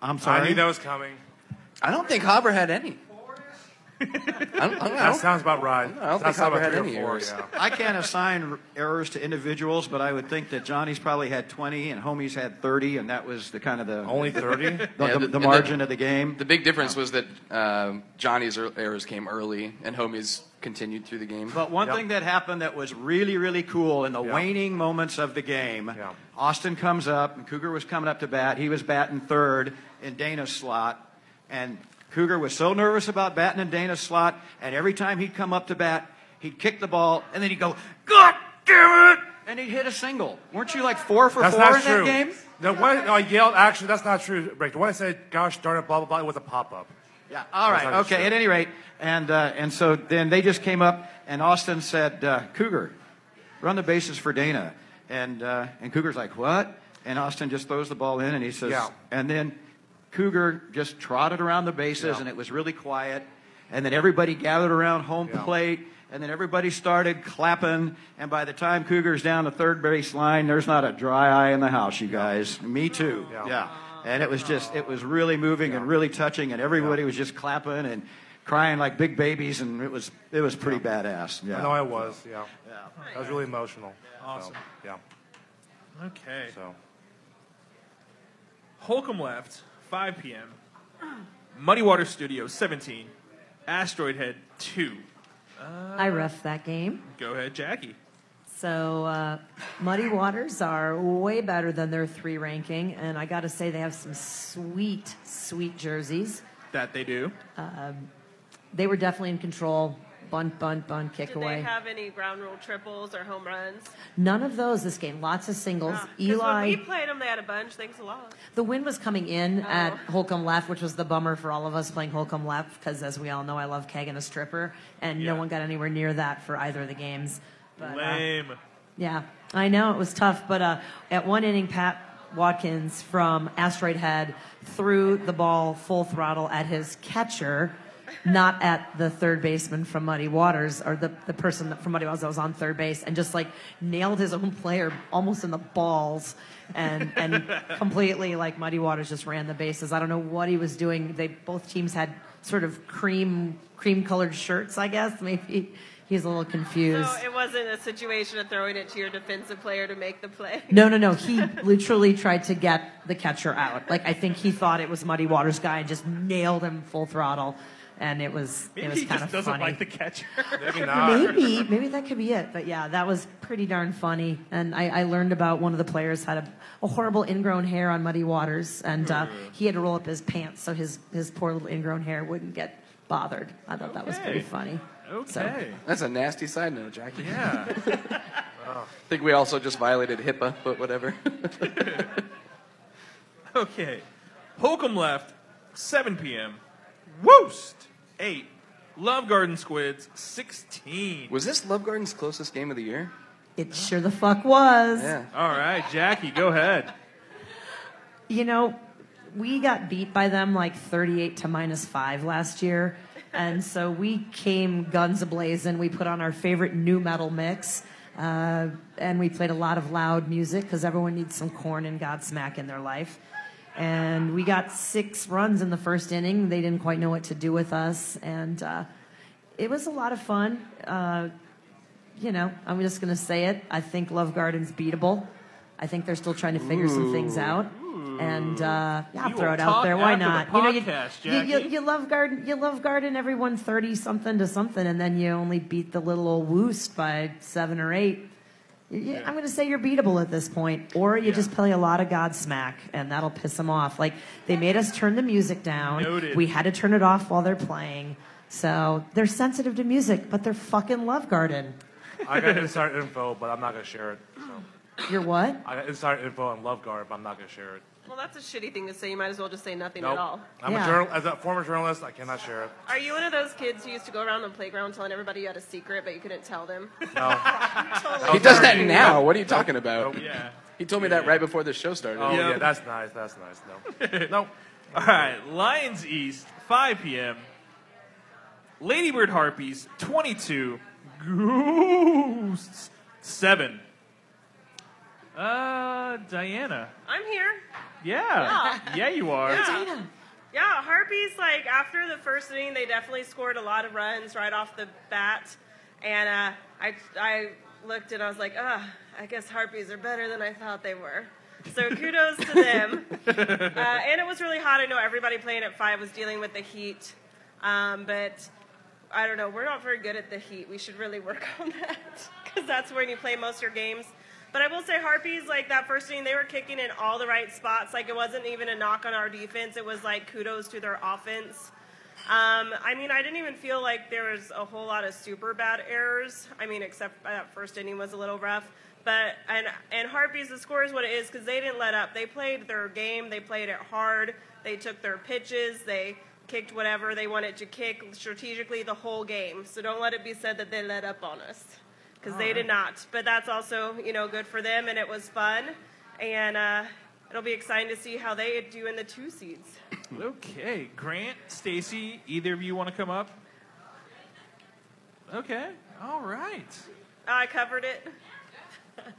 S10: I'm sorry.
S1: I knew that was coming.
S2: I don't think Hopper had any. [laughs] I don't, I don't
S1: That
S2: know.
S1: sounds about right.
S2: I don't
S1: That
S2: think
S1: sounds
S2: Hopper had
S1: about three or
S2: any
S1: four,
S2: errors.
S1: yeah.
S10: I can't assign errors to individuals, but I would think that Johnny's probably had 20 and Homie's had 30, and that was the kind of the
S2: [laughs]
S1: Only 30?
S10: [laughs] the,
S2: Yeah,
S10: the,
S2: the-
S10: the
S2: and
S10: margin of the game.
S2: The big difference was that um, Johnny's er- errors came early and Homie's continued through the game.
S10: But one thing that happened that was really, really cool in the waning moments of the game, Austin comes up, and Cougar was coming up to bat. He was batting third in Dana's slot, and Cougar was so nervous about batting in Dana's slot, and every time he'd come up to bat, he'd kick the ball, and then he'd go, God damn it! And he'd hit a single. Weren't you like four for
S1: That's
S10: four
S1: not
S10: in
S1: true.
S10: that game?
S1: The one no, I yelled, actually, that's not true, Rick. The one I said, gosh darn it, blah, blah, blah, it was a pop up.
S10: Yeah. All
S1: That's
S10: right.
S1: not
S10: Okay.
S1: true.
S10: At any rate, and uh, and so then they just came up, and Austin said, uh, "Cougar, run the bases for Dana," and uh, and Cougar's like, "What?" And Austin just throws the ball in, and he says,
S1: Yeah.
S10: and then Cougar just trotted around the bases,
S1: Yeah.
S10: and it was really quiet, and then everybody gathered around home plate. And then everybody started clapping, and by the time Cougar's down the third base line, there's not a dry eye in the house, you guys. Me too. yeah. And it was just, it was really moving and really touching, and everybody was just clapping and crying like big babies, and it was, it was pretty badass. Yeah.
S1: I know I was, yeah. That was really emotional.
S3: Awesome.
S1: So, yeah.
S3: Okay.
S1: So.
S3: Holcomb left, 5 p.m. Muddy Water Studio, 17. Asteroid Head, 2. Uh,
S5: I ref that game.
S3: Go ahead, Jackie.
S5: So uh, Muddy Waters are way better than their three ranking, and I got to say they have some sweet, sweet jerseys.
S3: That they do.
S5: Um, they were definitely in control. Bunt, bunt, bunt, kick
S4: Did
S5: away.
S4: they have any ground rule triples or home runs?
S5: None of those this game. Lots of singles.
S4: Ah, 'Cause
S5: Eli,
S4: when we Oh. played them, they had a bunch. Thanks a lot.
S5: the wind was coming in at Holcomb Left, which was the bummer for all of us playing Holcomb Left, because as we all know, I love keg and a stripper, and no one got anywhere near that for either of the games. But, uh,
S3: Lame. [laughs]
S5: Yeah, I know it was tough, but uh, at one inning, Pat Watkins from Asteroid Head threw the ball full throttle at his catcher, not at the third baseman from Muddy Waters or the, the person that- from Muddy Waters that was on third base, and just like nailed his own player almost in the balls, and and completely like Muddy Waters just ran the bases. I don't know what he was doing. They both teams had sort of cream cream colored shirts, I guess. Maybe he's a little confused.
S4: So it wasn't a situation of throwing it to your defensive player to make the play.
S5: No, no, no. He literally tried to get the catcher out. Like I think he thought it was Muddy Waters guy and just nailed him full throttle, and it was
S3: Maybe
S5: it was
S3: he
S5: kind
S3: just
S5: of
S3: doesn't
S5: funny.
S3: like the catcher. [laughs]
S5: Maybe maybe that could be it. But yeah, that was pretty darn funny. And I, I learned about one of the players had a, a horrible ingrown hair on Muddy Waters, and uh, he had to roll up his pants so his his poor little ingrown hair wouldn't get bothered. I thought that was pretty
S2: Okay.
S5: funny. So-
S2: Okay. That's a nasty side note, Jackie.
S3: Yeah.
S2: [laughs] I think we also just violated HIPAA, but whatever. [laughs]
S3: Okay. Holcomb left, 7 p.m. Woost, 8. Love Garden Squids, 16.
S2: Was this Love Garden's closest game of the year?
S5: It sure the fuck was.
S3: All right, Jackie, go ahead.
S5: You know, we got beat by them like 38 to minus five last year. and so we came guns ablazing. We put on our favorite new metal mix, uh, and we played a lot of loud music because everyone needs some corn and Godsmack in their life. And we got six runs in the first inning. They didn't quite know what to do with us, and uh, it was a lot of fun. Uh, you know, I'm just going to say it. I think Love Garden's beatable. I think they're still trying to figure some things
S11: Ooh.
S5: out. And uh, yeah, I'll
S11: You
S5: throw
S11: will
S5: it out
S11: talk
S5: there. Why not?
S11: after the podcast,
S5: you, know, you, you,
S11: Jackie.
S5: you, you love garden. You love garden. Everyone thirty something to something, and then you only beat the little old woost by seven or eight. You- you- I'm going to say you're beatable at this point, or you just play a lot of Godsmack, and that'll piss them off. Like they made us turn the music down.
S11: Noted.
S5: We had to turn it off while they're playing. So they're sensitive to music, but they're fucking Love Garden.
S1: I got inside info, but I'm not gonna share it.
S5: You're what?
S1: I got inside info on Love Guard, but I'm not gonna share it.
S4: Well, that's a shitty thing to say. You might as well just say nothing
S1: Nope.
S4: at all.
S1: I'm a journal as a former journalist. I cannot share it.
S4: Are you one of those kids who used to go around the playground telling everybody you had a secret, but you couldn't tell them? [laughs]
S1: No.
S4: Oh.
S2: He does that now. What are you talking about?
S3: Yeah.
S2: He told me that right before the show started.
S1: Oh yeah, that's nice. That's nice. No.
S3: [laughs] nope. All right, Lions East, 5 p.m. Ladybird Harpies, 22. Ghosts, 7. Uh, Diana.
S4: I'm here.
S3: Yeah. Yeah, you are.
S4: Yeah. Yeah, Harpies, like, after the first inning, they definitely scored a lot of runs right off the bat. And uh, I, I looked and I was like, ah, I guess Harpies are better than I thought they were. So kudos to
S3: [laughs]
S4: them. uh, and it was really hot. I know everybody playing at five was dealing with the heat. Um, but I don't know. We're not very good at the heat. We should really work [laughs] on that because that's when you play most of your games. But I will say, Harpies, like that first inning, they were kicking in all the right spots. Like it wasn't even a knock on our defense. It was like kudos to their offense. Um, I mean, I didn't even feel like there was a whole lot of super bad errors. I mean, except that first inning was a little rough. But and and Harpies, the score is what it is because they didn't let up. They played their game. They played it hard. They took their pitches. They kicked whatever they wanted to kick strategically the whole game. So don't let it be said that they let up on us because they
S11: Alright.
S4: did not. But that's also you know good for them and it was fun and uh, it'll be exciting to see how they do in the two seeds.
S3: Okay, Grant, Stacy, either of you want to come up? Okay, all right.
S4: Oh, I covered it. [laughs]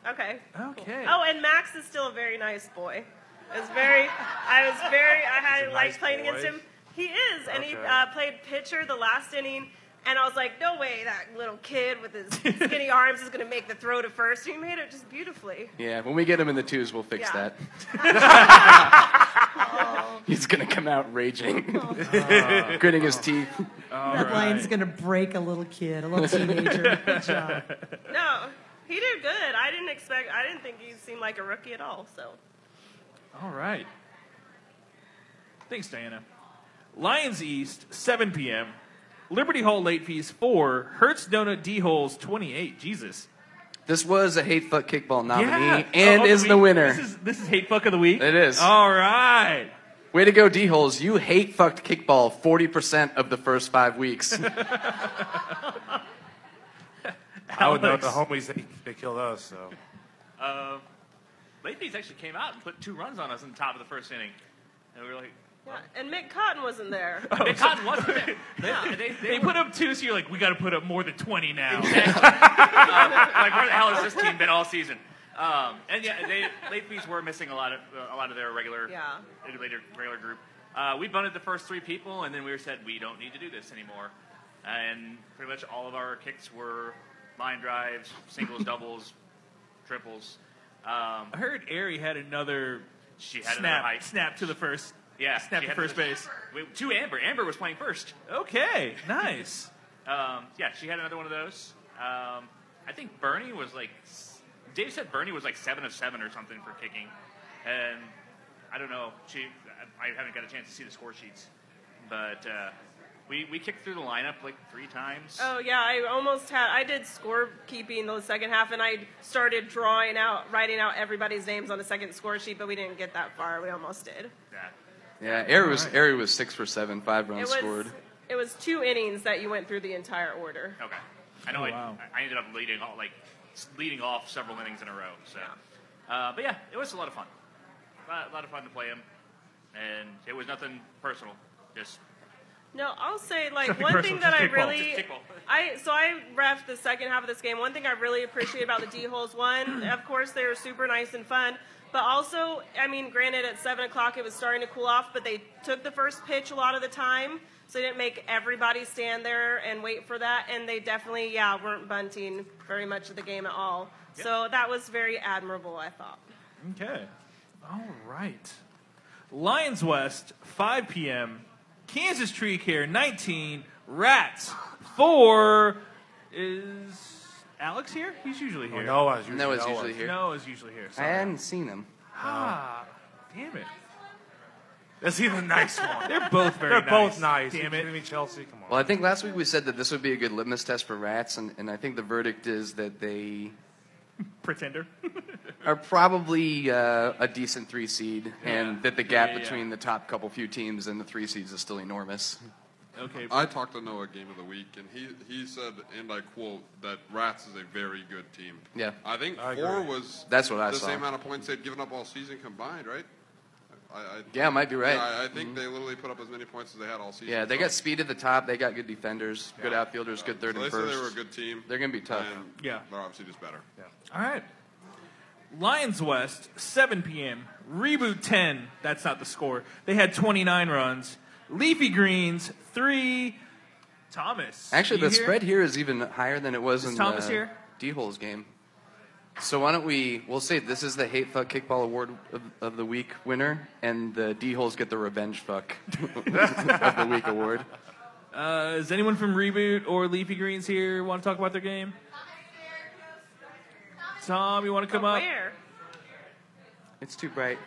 S4: Okay.
S3: Okay.
S4: Oh, and Max is still a very nice boy. I was very, I was very, I had
S11: He's a
S4: liked
S11: nice
S4: playing
S11: boy.
S4: against him. He is, and he
S11: Okay.
S4: uh, played pitcher the last inning, and I was like, no way, that little kid with
S3: [laughs]
S4: his skinny arms is going to make the throw to first. He made it just beautifully.
S2: Yeah, when we get him in the twos, we'll fix
S4: Yeah.
S5: [laughs]
S2: that. [laughs] He's gonna come out raging, gritting his teeth.
S5: that line's going to break a little kid, a little
S11: [laughs]
S5: teenager. Good job.
S4: No, he did good. I didn't expect, I didn't think he seemed like a rookie at all. So
S3: All right. Thanks, Diana. Lions East, 7 p.m. Liberty Hall late fees, 4. Hertz Donut D Holes, 28. Jesus.
S2: This was a hate fuck kickball nominee
S3: Yeah.
S2: and
S3: Oh,
S2: is
S3: we-
S2: the winner.
S3: This is, this is hate fuck of the week.
S2: it is.
S3: All right.
S2: Way to go, D holes. You hate fucked kickball 40% of the first five
S3: [laughs]
S2: weeks.
S1: I would know if the
S3: Alex.
S1: homies they, they killed us. So
S12: Um, late fees actually came out and put two runs on us in the top of the first inning, and we were like,
S4: yeah. And Mick Cotton wasn't
S12: [laughs]
S4: there.
S12: "They caught one." Oh, [laughs]
S3: [laughs]
S12: They, they,
S3: They, put up two, so you're like, we got to put up more than 20 now. [laughs]
S12: um, like, where the hell has this team been all season? Um, and yeah, they, late fees were missing a lot of a lot of their regular
S4: Yeah.
S12: later regular group. Uh, we bunted the first three people, and then we were said we don't need to do this anymore. And pretty much all of our kicks were line drives, singles, doubles, triples. Um,
S3: I heard Ari had another
S12: she had another
S3: snap,
S12: hike.
S3: snap to the first.
S12: Yeah,
S3: [laughs] Snap
S12: she
S3: to
S12: had
S3: first
S12: another-
S3: base.
S12: Wait, to Amber. Amber was playing first. [laughs]
S3: Okay, nice.
S12: Um, yeah, she had another one of those. Um, I think Bernie was like, s- Dave said Bernie was like seven of seven or something for kicking, and I don't know. She, I I haven't got a chance to see the score sheets, but uh, we we kicked through the lineup like three times.
S4: Oh yeah, I almost had. I did score keeping the second half, and I started drawing out, writing out everybody's names on the second score sheet, but we didn't get that far. We almost did.
S2: yeah, Ari was, Ari was 6 for 7, 5 runs scored.
S4: It was two innings that you went through the entire order.
S12: Okay, I know
S2: Oh,
S12: I,
S2: wow.
S12: I ended up leading all like s- leading off several innings in a row. So, uh, but yeah, it was a lot of fun. A lot, a lot of fun to play him, and it was nothing personal. Just
S4: No, I'll say like
S12: Sorry,
S4: one
S12: Russell,
S4: thing that
S12: just
S4: I
S12: kickball,
S4: really
S12: just kickball.
S4: I so I ref the second half of this game. One thing I really appreciate about the D holes,
S12: [clears throat]
S4: one, of course they were super nice and fun, but also, I mean, granted at seven o'clock it was starting to cool off, but they took the first pitch a lot of the time, so they didn't make everybody stand there and wait for that, and they definitely, yeah, weren't bunting very much of the game at all. So that was very admirable, I thought.
S3: Okay. All right. Lions West, 5 p.m. Kansas Tree Care, 19. Rats, 4. Is Alex here? He's usually here.
S2: Oh, Noah's usually- Noah's usually here.
S3: Noah's usually here.
S2: I
S3: Sorry.
S2: hadn't seen him.
S3: Ah, damn it.
S1: Is he the [laughs] nice one?
S3: They're both very
S1: They're both
S2: nice.
S1: nice. Damn it. Me, Chelsea. Come on.
S2: Well, I think last week we said that this would be a good litmus test for rats, and, and I think the verdict is that they
S3: Pretender. [laughs]
S2: are probably uh, a decent three seed,
S3: Yeah.
S2: and that the gap
S3: Yeah, yeah, yeah.
S2: between the top couple few teams and the three seeds is still enormous.
S3: Okay.
S9: I talked to Noah game of the week, and he he said, and I quote, that Rats is a very good team.
S2: Yeah.
S9: I think
S2: I
S9: four
S2: agree.
S9: was
S2: That's what I
S9: the
S2: saw.
S9: same amount of points they'd given up all season combined, right? I, I,
S2: Yeah, might be right.
S9: Yeah, I, I think
S2: Mhm.
S9: they literally put up as many points as they had all season.
S2: Yeah, they
S9: so-
S2: got speed at the top. They got good defenders, good outfielders, good third
S9: so
S2: and
S9: they said
S2: first.
S9: they were a good team.
S2: They're going to be tough.
S9: and
S3: Yeah.
S9: they're obviously just better. Yeah.
S3: All right. Lions West, 7 p.m. Reboot 10. That's not the score. They had 29 runs. Leafy Greens, 3. Thomas.
S2: Actually,
S3: you
S2: the spread here is even higher than it was
S3: Is
S2: in
S3: Thomas
S2: the
S3: here?
S2: D-Holes game. So why don't we? We'll say this is the hate fuck kickball award of, of the week winner, and the D-Holes get the revenge fuck [laughs] of the week award.
S3: Uh, is anyone from Reboot or Leafy Greens here want to talk about their game? Tom, you want to come up?
S4: Where?
S2: It's too bright.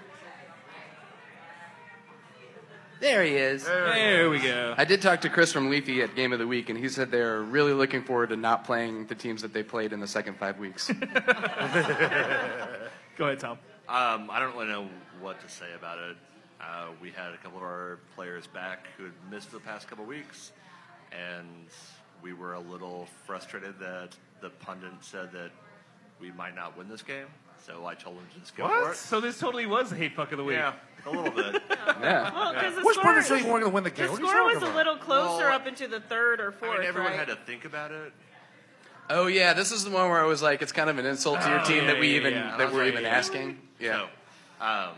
S2: There he is.
S3: There we go.
S2: I did talk to Chris from Leafy at Game of the Week, and he said they're really looking forward to not playing the teams that they played in the second five weeks.
S3: Go ahead, Tom.
S11: Um, I don't really know what to say about it. Uh, we had a couple of our players back who had missed the past couple of weeks, and we were a little frustrated that the pundit said that we might not win this game. So I told him to just go for it.
S3: So this totally was the hate fuck of the week.
S11: Yeah, a little
S3: [laughs]
S11: bit.
S2: yeah.
S4: Well, because the
S1: Which
S4: score,
S1: part of the state weren't gonna win the game?
S4: The
S1: What are you
S4: score was
S1: talking
S4: a
S1: about?
S4: little closer
S2: Well,
S4: up into the third or fourth.
S11: I mean, everyone
S4: right?
S11: had to think about it.
S2: oh yeah, this is the one where I was like, it's kind of an insult to your
S11: Oh,
S2: team
S11: yeah,
S2: that we
S11: yeah,
S2: even
S11: yeah.
S2: that
S11: That's
S2: we're
S11: right,
S2: even
S11: yeah.
S2: asking. Yeah.
S11: So, um,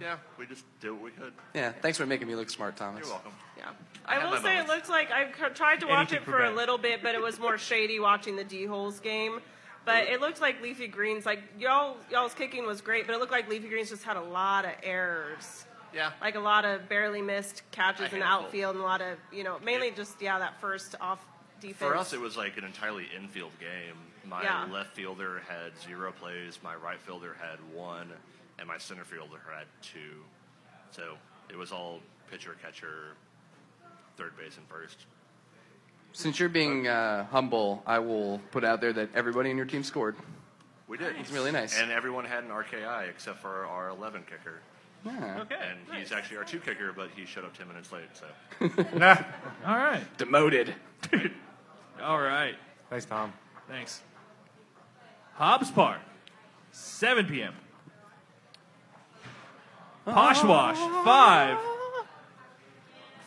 S11: yeah, we just did what we could.
S2: Yeah, thanks for making me look smart, Thomas.
S11: You're welcome.
S4: Yeah.
S11: had
S4: I will
S11: my
S4: say it
S11: moments.
S4: looked like I c- tried to watch
S11: Anything
S4: it for a
S11: prevent.
S4: little bit, but it was more shady watching the D holes game. But it looked like Leafy Greens, like y'all y'all's kicking was great, but it looked like Leafy Greens just had a lot of errors.
S11: Yeah.
S4: Like a lot of barely missed
S11: A
S4: catches in the
S11: handful.
S4: outfield and a lot of you know mainly just yeah that first off defense.
S11: For us, it was like an entirely infield game. My
S4: Yeah.
S11: left fielder had zero plays, my right fielder had one, and my center fielder had two. So it was all pitcher, catcher, third base, and first.
S2: Since you're being uh, humble, I will put out there that everybody in your team scored.
S11: We did.
S2: It's really nice.
S11: And everyone had an RKI except for our 11 kicker.
S2: Yeah.
S3: Okay,
S11: And he's actually our two kicker, but he showed up 10 minutes late. So
S1: [laughs]
S3: All right.
S2: [laughs] Demoted.
S3: All right.
S1: Thanks, Tom.
S3: Thanks. [laughs] Hobbs Park, 7 p.m. Poshwash, 5.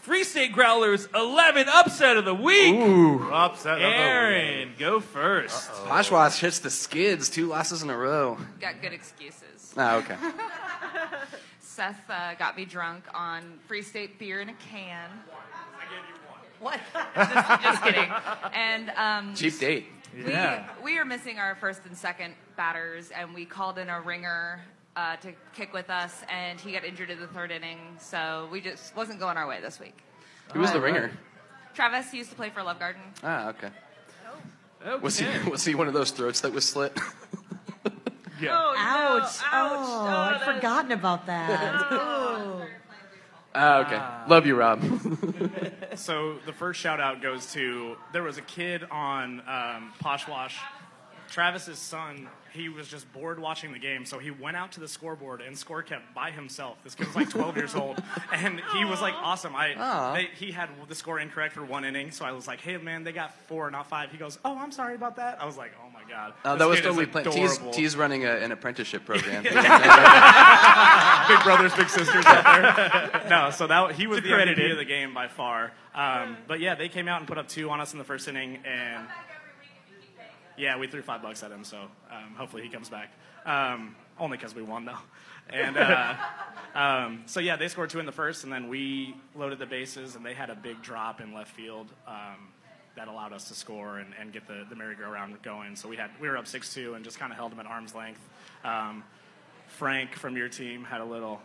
S3: Free State Growlers, 11. Upset of the week.
S2: Ooh.
S1: Upset
S2: of the week.
S3: Aaron, go first.
S2: Poshwash hits the skids, two losses in a row.
S13: Got good excuses.
S2: Ah, okay.
S13: [laughs] Seth uh, got me drunk on Free State beer in a can. What? [laughs] just, just kidding. And um,
S2: Cheap date.
S13: We, we are missing our first and second batters, and we called in a ringer uh, to kick with us, and he got injured in the third inning, so we just wasn't going our way this week.
S2: Who was the
S13: But
S2: ringer?
S13: Travis used to play for Love Garden.
S2: Ah, okay. Was he was he one of those throats that was slit?
S4: Oh,
S5: ouch! Oh, I'd forgotten about [laughs] that.
S4: Oh.
S14: [laughs]
S2: Ah, okay. Love you, Rob.
S14: so the first shout out goes to there was a kid on um, Poshwash Travis's son, he was just bored watching the game, so he went out to the scoreboard and score kept by himself. This kid was like 12 years old, and he was like awesome. I
S12: Aw.
S14: they, he had the score incorrect for one inning, so I was like, "Hey man, they got four, not five. He goes, "Oh, I'm sorry about that." I was like, "Oh my god."
S2: Uh,
S14: This
S2: that was
S14: kid is
S2: totally planned. T's,
S14: adorable.
S2: T's running a, an apprenticeship
S14: [laughs]
S2: program. [laughs]
S14: big brothers, big sisters out there. [laughs] No, so that he was the MVP of the game by far. Um, but yeah, they came out and put up two on us in the first inning, and yeah, we threw five bucks at him. So um, hopefully he comes back. Um, only because we won though. And [laughs] uh, um, so yeah, they scored two in the first, and then we loaded the bases, and they had a big drop in left field. Um, that allowed us to score and, and get the, the merry-go-round going. So we had we were up six-two and just kind of held them at arm's length. Um, Frank from your team had a little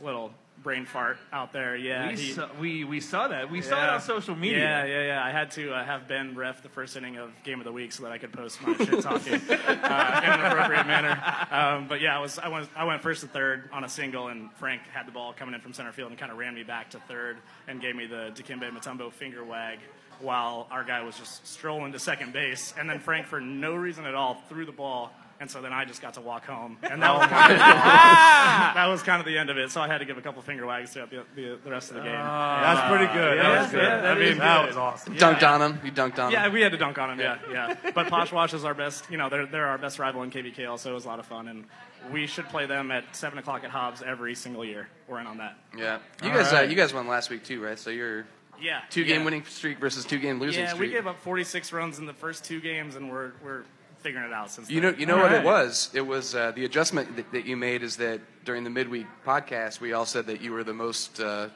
S14: little brain fart out there. Yeah,
S3: We
S14: he-
S3: saw- we we saw that. We saw it on social media.
S14: Yeah, yeah, yeah. I had to uh, have Ben ref the first inning of Game of the Week so that I could post my shit talking uh,
S3: [laughs]
S14: in an appropriate manner. Um, but yeah, I was I was I went first to third on a single, and Frank had the ball coming in from center field and kind of ran me back to third and gave me the Dikembe Mutombo finger wag. While our guy was just strolling to second base, and then Frank, for no reason at all, threw the ball, and so then I just got to walk home, and
S3: Oh
S14: that was kind of, [laughs] that was kind of the end of it. So I had to give a couple finger wags throughout the, the, the rest of the game.
S15: That's pretty good. That was good. I mean, that was awesome.
S2: Dunked on him. You dunked on him.
S14: Yeah, we had to dunk on him. Yeah, yeah.
S15: [laughs]
S14: But Poshwash is our best. You know, they're they're our best rival in KBKL, so it was a lot of fun, and we should play them at seven o'clock at Hobbs every single year. We're in on that.
S2: Yeah. You
S14: All
S2: guys, uh,
S14: right.
S2: you guys won last week too, right? So you're
S14: Yeah,
S2: two game
S14: yeah.
S2: winning streak versus two game losing
S14: yeah,
S2: streak.
S14: we gave up 46 runs in the first two games, and we're we're figuring it out since.
S2: You know,
S14: then.
S2: you know what it was. It was uh, the adjustment that, that you made is that during the midweek podcast, we all said that you were the most uh,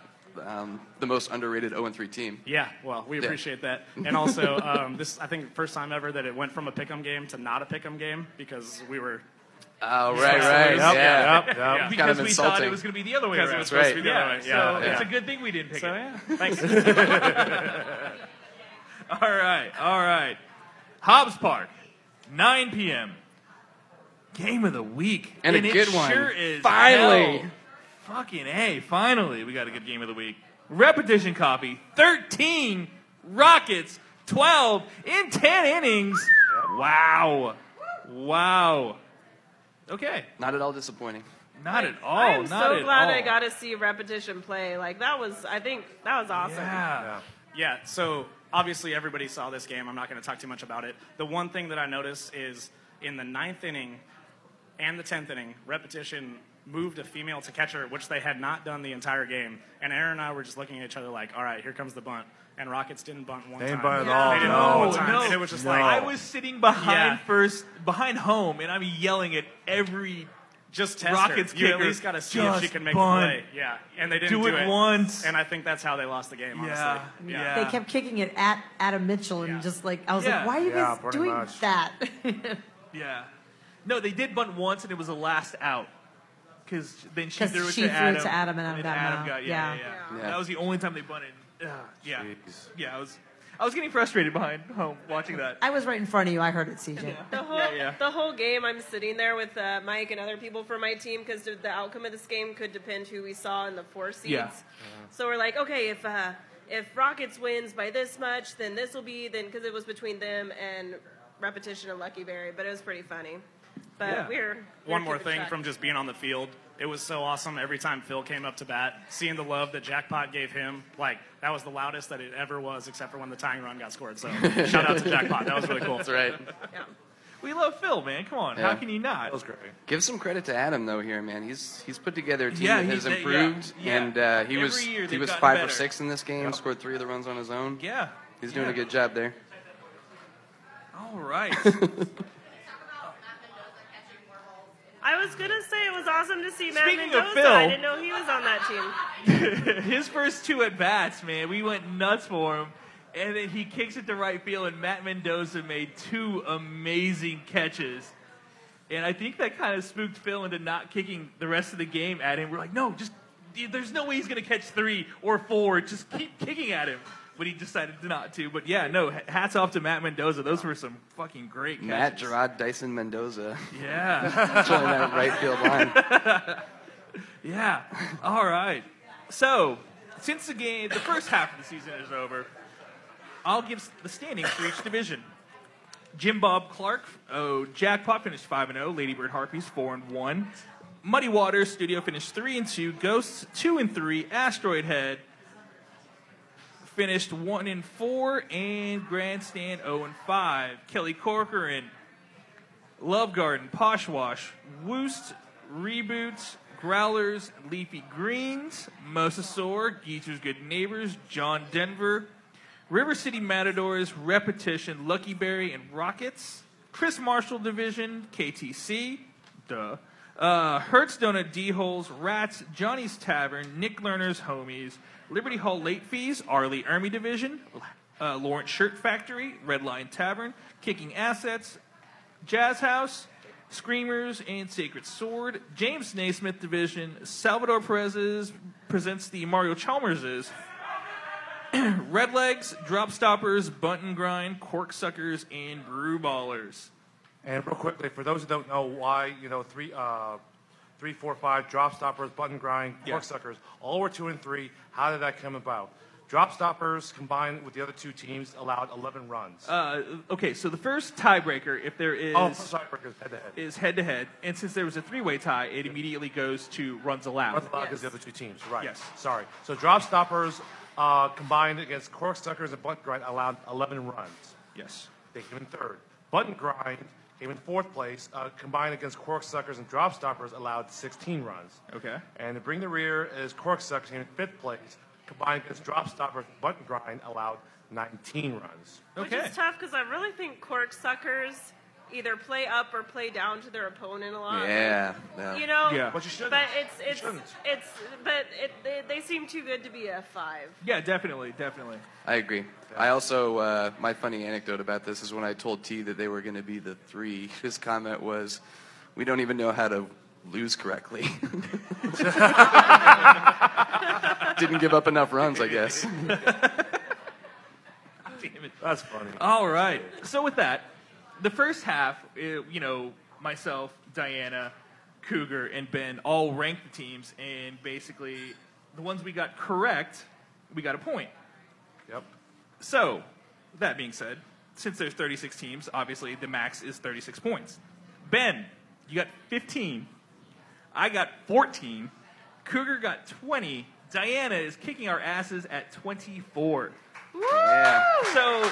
S2: um, the most underrated 0 3 team.
S14: Yeah, well, we
S2: Yeah.
S14: appreciate
S2: [laughs]
S14: that, and also um, this I think first time ever that it went from a pick'em game to not a pick'em game because we were.
S2: Oh, right, right, Yep, yeah. yep, yep. It's
S3: Because we thought it was going to be the other way
S14: Because
S3: around.
S14: it was supposed to be the
S3: yeah,
S14: other way.
S3: So
S14: Yeah,
S3: it's a
S14: yeah.
S3: good thing we didn't pick
S14: So,
S3: it.
S14: yeah.
S3: [laughs]
S14: [laughs] Thanks.
S3: all right, all right. Hobbs Park, 9 p.m. Game of the week.
S2: And a
S3: it
S2: good one.
S3: sure is.
S2: Finally.
S3: hell. Fucking A, finally, we got a good game of the week. Repetition copy 13, Rockets 12 in 10 innings. Wow. Wow. Oh. Okay.
S2: Not at all disappointing.
S3: Not at all.
S1: Oh,
S4: I'm
S3: not
S4: so
S3: at
S4: glad
S3: all.
S4: I got to see repetition play. Like that was, I think that was awesome.
S14: Yeah. Yeah. So obviously everybody saw this game. I'm not going to talk too much about it. The one thing that I noticed is in the ninth inning and the tenth inning, repetition moved a female to catcher, which they had not done the entire game. And Aaron and I were just looking at each other like, "All right, here comes the bunt." And Rockets didn't bunt one
S15: They
S14: time.
S15: didn't bunt at all,
S14: They didn't
S15: no.
S14: bunt one time.
S15: No,
S14: and it was just
S15: no.
S14: like "Oh."
S15: I
S3: I was sitting behind
S14: Yeah.
S3: first, behind home, and I'm yelling at every
S14: just test her.
S3: Rockets
S14: You
S3: kicker.
S14: at least got to see if she
S3: "Just
S14: can make
S3: bunt."
S14: the play. Yeah, and they didn't
S3: Do
S14: do,
S3: it once.
S14: And I think that's how they lost the game. Honestly,
S5: They kept kicking it at Adam Mitchell and just like I was
S3: Yeah.
S5: like, why are you
S3: Yeah,
S5: guys
S3: pretty
S5: doing
S3: much.
S5: that?
S3: Yeah. No, they did bunt once, and it was a last out. Because then she
S5: 'Cause
S3: threw it
S5: she
S3: to
S5: threw it
S3: Adam.
S5: to Adam, and Adam got an out.
S3: got yeah,
S5: Yeah.
S3: yeah, yeah.
S5: Yeah.
S3: That was the only time they bunted. Ugh, yeah. Yeah, I was, I was getting frustrated behind home watching that.
S5: I was right in front of you. I heard it, CJ.
S4: The whole
S3: Yeah, yeah.
S4: the whole game, I'm sitting there with uh, Mike and other people from my team because the outcome of this game could depend who we saw in the four seeds.
S7: Yeah.
S4: So we're like, okay, if uh, if Rockets wins by this much, then this will be then because it was between them and repetition and Lucky Berry, but it was pretty funny. But
S14: Yeah.
S4: we're, we're
S14: One more
S4: keeping
S14: thing
S4: track.
S14: from just being on the field. It was so awesome every time Phil came up to bat, seeing the love that Jackpot gave him. Like that was the loudest that it ever was, except for when the tying run got
S2: [laughs]
S14: scored. So shout out to Jackpot. That was really cool.
S2: That's right.
S3: We love Phil, man. Come on.
S2: Yeah.
S3: How can you not? That was great.
S2: Give some credit to Adam though here, man. He's he's put together a team
S3: Yeah,
S2: that
S3: he-
S2: has
S3: they- yeah,
S2: improved,
S3: yeah.
S2: and uh, he
S3: Every
S2: was
S3: year
S2: he
S3: they've
S2: was
S3: gotten
S2: five or
S3: better.
S2: six in this game. Scored three of the runs on his own.
S3: Yeah.
S2: he's doing
S3: Yeah.
S2: a good job there.
S3: All right.
S4: I was gonna say it was awesome to see Matt
S3: Speaking of
S4: Mendoza.
S3: Phil-
S4: I didn't know he was on that
S3: [laughs]
S4: team.
S3: His first two at bats, man, we went nuts for him. And then he kicks it to right field, and Matt Mendoza made two amazing catches. And I think that kind of spooked Phil into not kicking the rest of the game at him. We're like, no, just there's no way he's going to catch three or four. Just keep kicking at him. But he decided not to. But yeah, no, hats off to Matt Mendoza. Those were some fucking great catches.
S2: Matt Gerard Dyson Mendoza. [laughs]
S3: Yeah.
S2: Throwing that right field line.
S3: [laughs] yeah. All right. So, since the game, the first half of the season is over, I'll give the standings for each division. Jim Bob Clark, oh Jackpot finished five and zero. Ladybird Harpies four and one. Muddy Waters Studio finished three and two. Ghosts two and three. Asteroid Head finished one and four, and Grandstand zero and five. Kelly Corcoran, Love Garden, Poshwash, Woost, Reboots, Growlers, Leafy Greens, Mosasaur, Geezer's Good Neighbors, John Denver, River City Matadors, Repetition, Lucky Berry, and Rockets, Chris Marshall Division, KTC, duh, uh, Hertz Donut D Holes, Rats, Johnny's Tavern, Nick Lerner's Homies, Liberty Hall Late Fees, Arlie Army Division, uh, Lawrence Shirt Factory, Red Lion Tavern, Kicking Assets, Jazz House, Screamers, and Sacred Sword. James Naismith Division, Salvador Perez's presents the Mario Chalmers's. [clears throat] Red Legs, Drop Stoppers, Button Grind, Cork Suckers, and Brew Ballers.
S1: And real quickly, for those who don't know why, you know, three, uh, three, four, five, drop stoppers, button grind,
S3: Yeah.
S1: cork suckers, all were two and three. How did that come about? Drop stoppers combined with the other two teams allowed 11 runs.
S3: Uh, okay, so the first tiebreaker, if there is.
S1: oh, sorry, Breakers, head to head.
S3: Is head to head, and since there was a three way tie, it immediately goes to runs allowed.
S1: Runs allowed 'cause the other two teams, right?
S3: Yes.
S1: Sorry. So drop stoppers uh, combined against cork suckers and button grind allowed 11 runs.
S3: Yes.
S1: They came in third. Button grind came in fourth place. Uh, combined against cork suckers and drop stoppers allowed 16 runs.
S3: Okay.
S1: And to bring the rear is cork suckers came in fifth place. Combined against drop stoppers and button grind allowed 19 runs.
S4: Which is tough because I really think cork suckers either play up or play down to their opponent a lot.
S2: Yeah,
S4: Like,
S2: yeah.
S4: You know,
S2: Yeah.
S1: But you shouldn't.
S4: But it's it's
S1: shouldn't.
S4: it's but it, they, they seem too good to be a five.
S3: Yeah, definitely, definitely.
S2: I agree. I also uh, my funny anecdote about this is when I told T that they were going to be the three. His comment was, "We don't even know how to lose correctly." Didn't give up enough runs, I guess.
S3: [laughs]
S1: That's funny.
S3: All right. So with that, the first half, uh, you know, myself, Diana, Cougar, and Ben all ranked the teams, and basically, the ones we got correct, we got a point.
S1: Yep.
S3: So, that being said, since there's 36 teams, obviously the max is 36 points. Ben, you got 15. I got 14. Cougar got 20. Diana is kicking our asses at 24.
S2: Yeah.
S3: So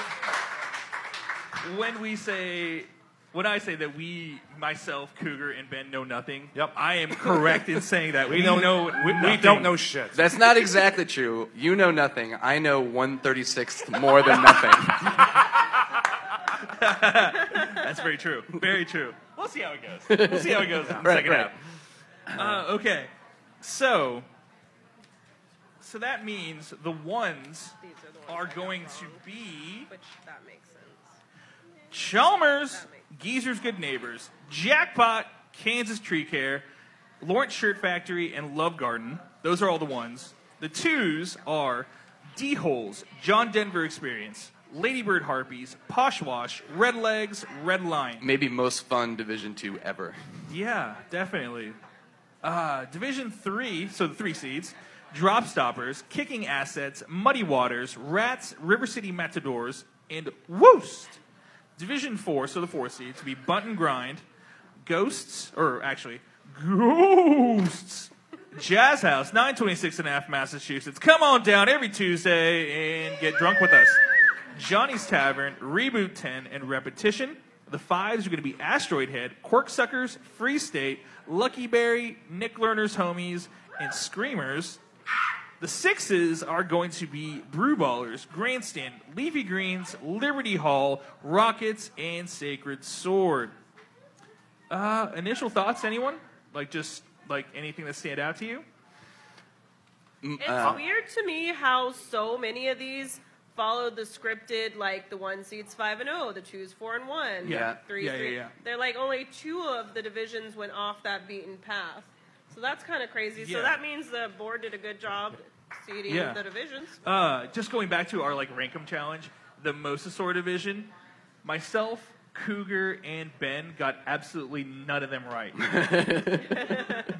S3: when we say when I say that we, myself, Cougar, and Ben know nothing, yep. I am correct in saying that. We,
S2: We know-
S3: know
S2: we- we
S3: nothing.
S2: don't know shit. That's not exactly true. You know nothing. I know one thirty sixth more than nothing.
S3: That's very true. Very true. We'll see how it goes.
S2: [laughs]
S3: We'll see how it goes in the
S2: Right,
S3: second
S2: right.
S3: half. Uh, okay. So so that means the ones, are, going to be
S4: Which that makes sense.
S3: Chalmers, Geezer's Good Neighbors, Jackpot, Kansas Tree Care, Lawrence Shirt Factory, and Love Garden. Those are all the ones. The twos are D Holes, John Denver Experience, Ladybird Harpies, Poshwash, Red Legs, Red Lion.
S2: Maybe most fun Division Two ever.
S3: Yeah, definitely. Uh, Division three, so the three seeds: Drop Stoppers, Kicking Assets, Muddy Waters, Rats, River City Matadors, and Woost. Division four, so the four seeds would be Bunt and Grind, Ghosts, or actually Ghosts, Jazz House, nine twenty six and a half, Massachusetts. Come on down every Tuesday and get drunk with us. Johnny's Tavern, Reboot 10, and Repetition. The fives are going to be Asteroid Head, Corksuckers, Free State, Lucky Berry, Nick Lerner's Homies, and Screamers. The sixes are going to be Brewballers, Grandstand, Leafy Greens, Liberty Hall, Rockets, and Sacred Sword. Uh, initial thoughts, anyone? Like just like anything that stand out to you?
S4: It's
S2: Uh,
S4: weird to me how so many of these followed the scripted, like the one seeds five and zero, the two's four and one,
S3: Yeah.
S4: three,
S3: Yeah, yeah,
S4: three.
S3: yeah.
S4: They're like only two of the divisions went off that beaten path, so that's kind of crazy.
S3: Yeah.
S4: So that means the board did a good job seeding
S3: Yeah.
S4: the divisions.
S3: Uh, just going back to our like rank 'em challenge, the Mosasaur division, myself, Cougar, and Ben got absolutely none of them
S2: [laughs]
S3: right.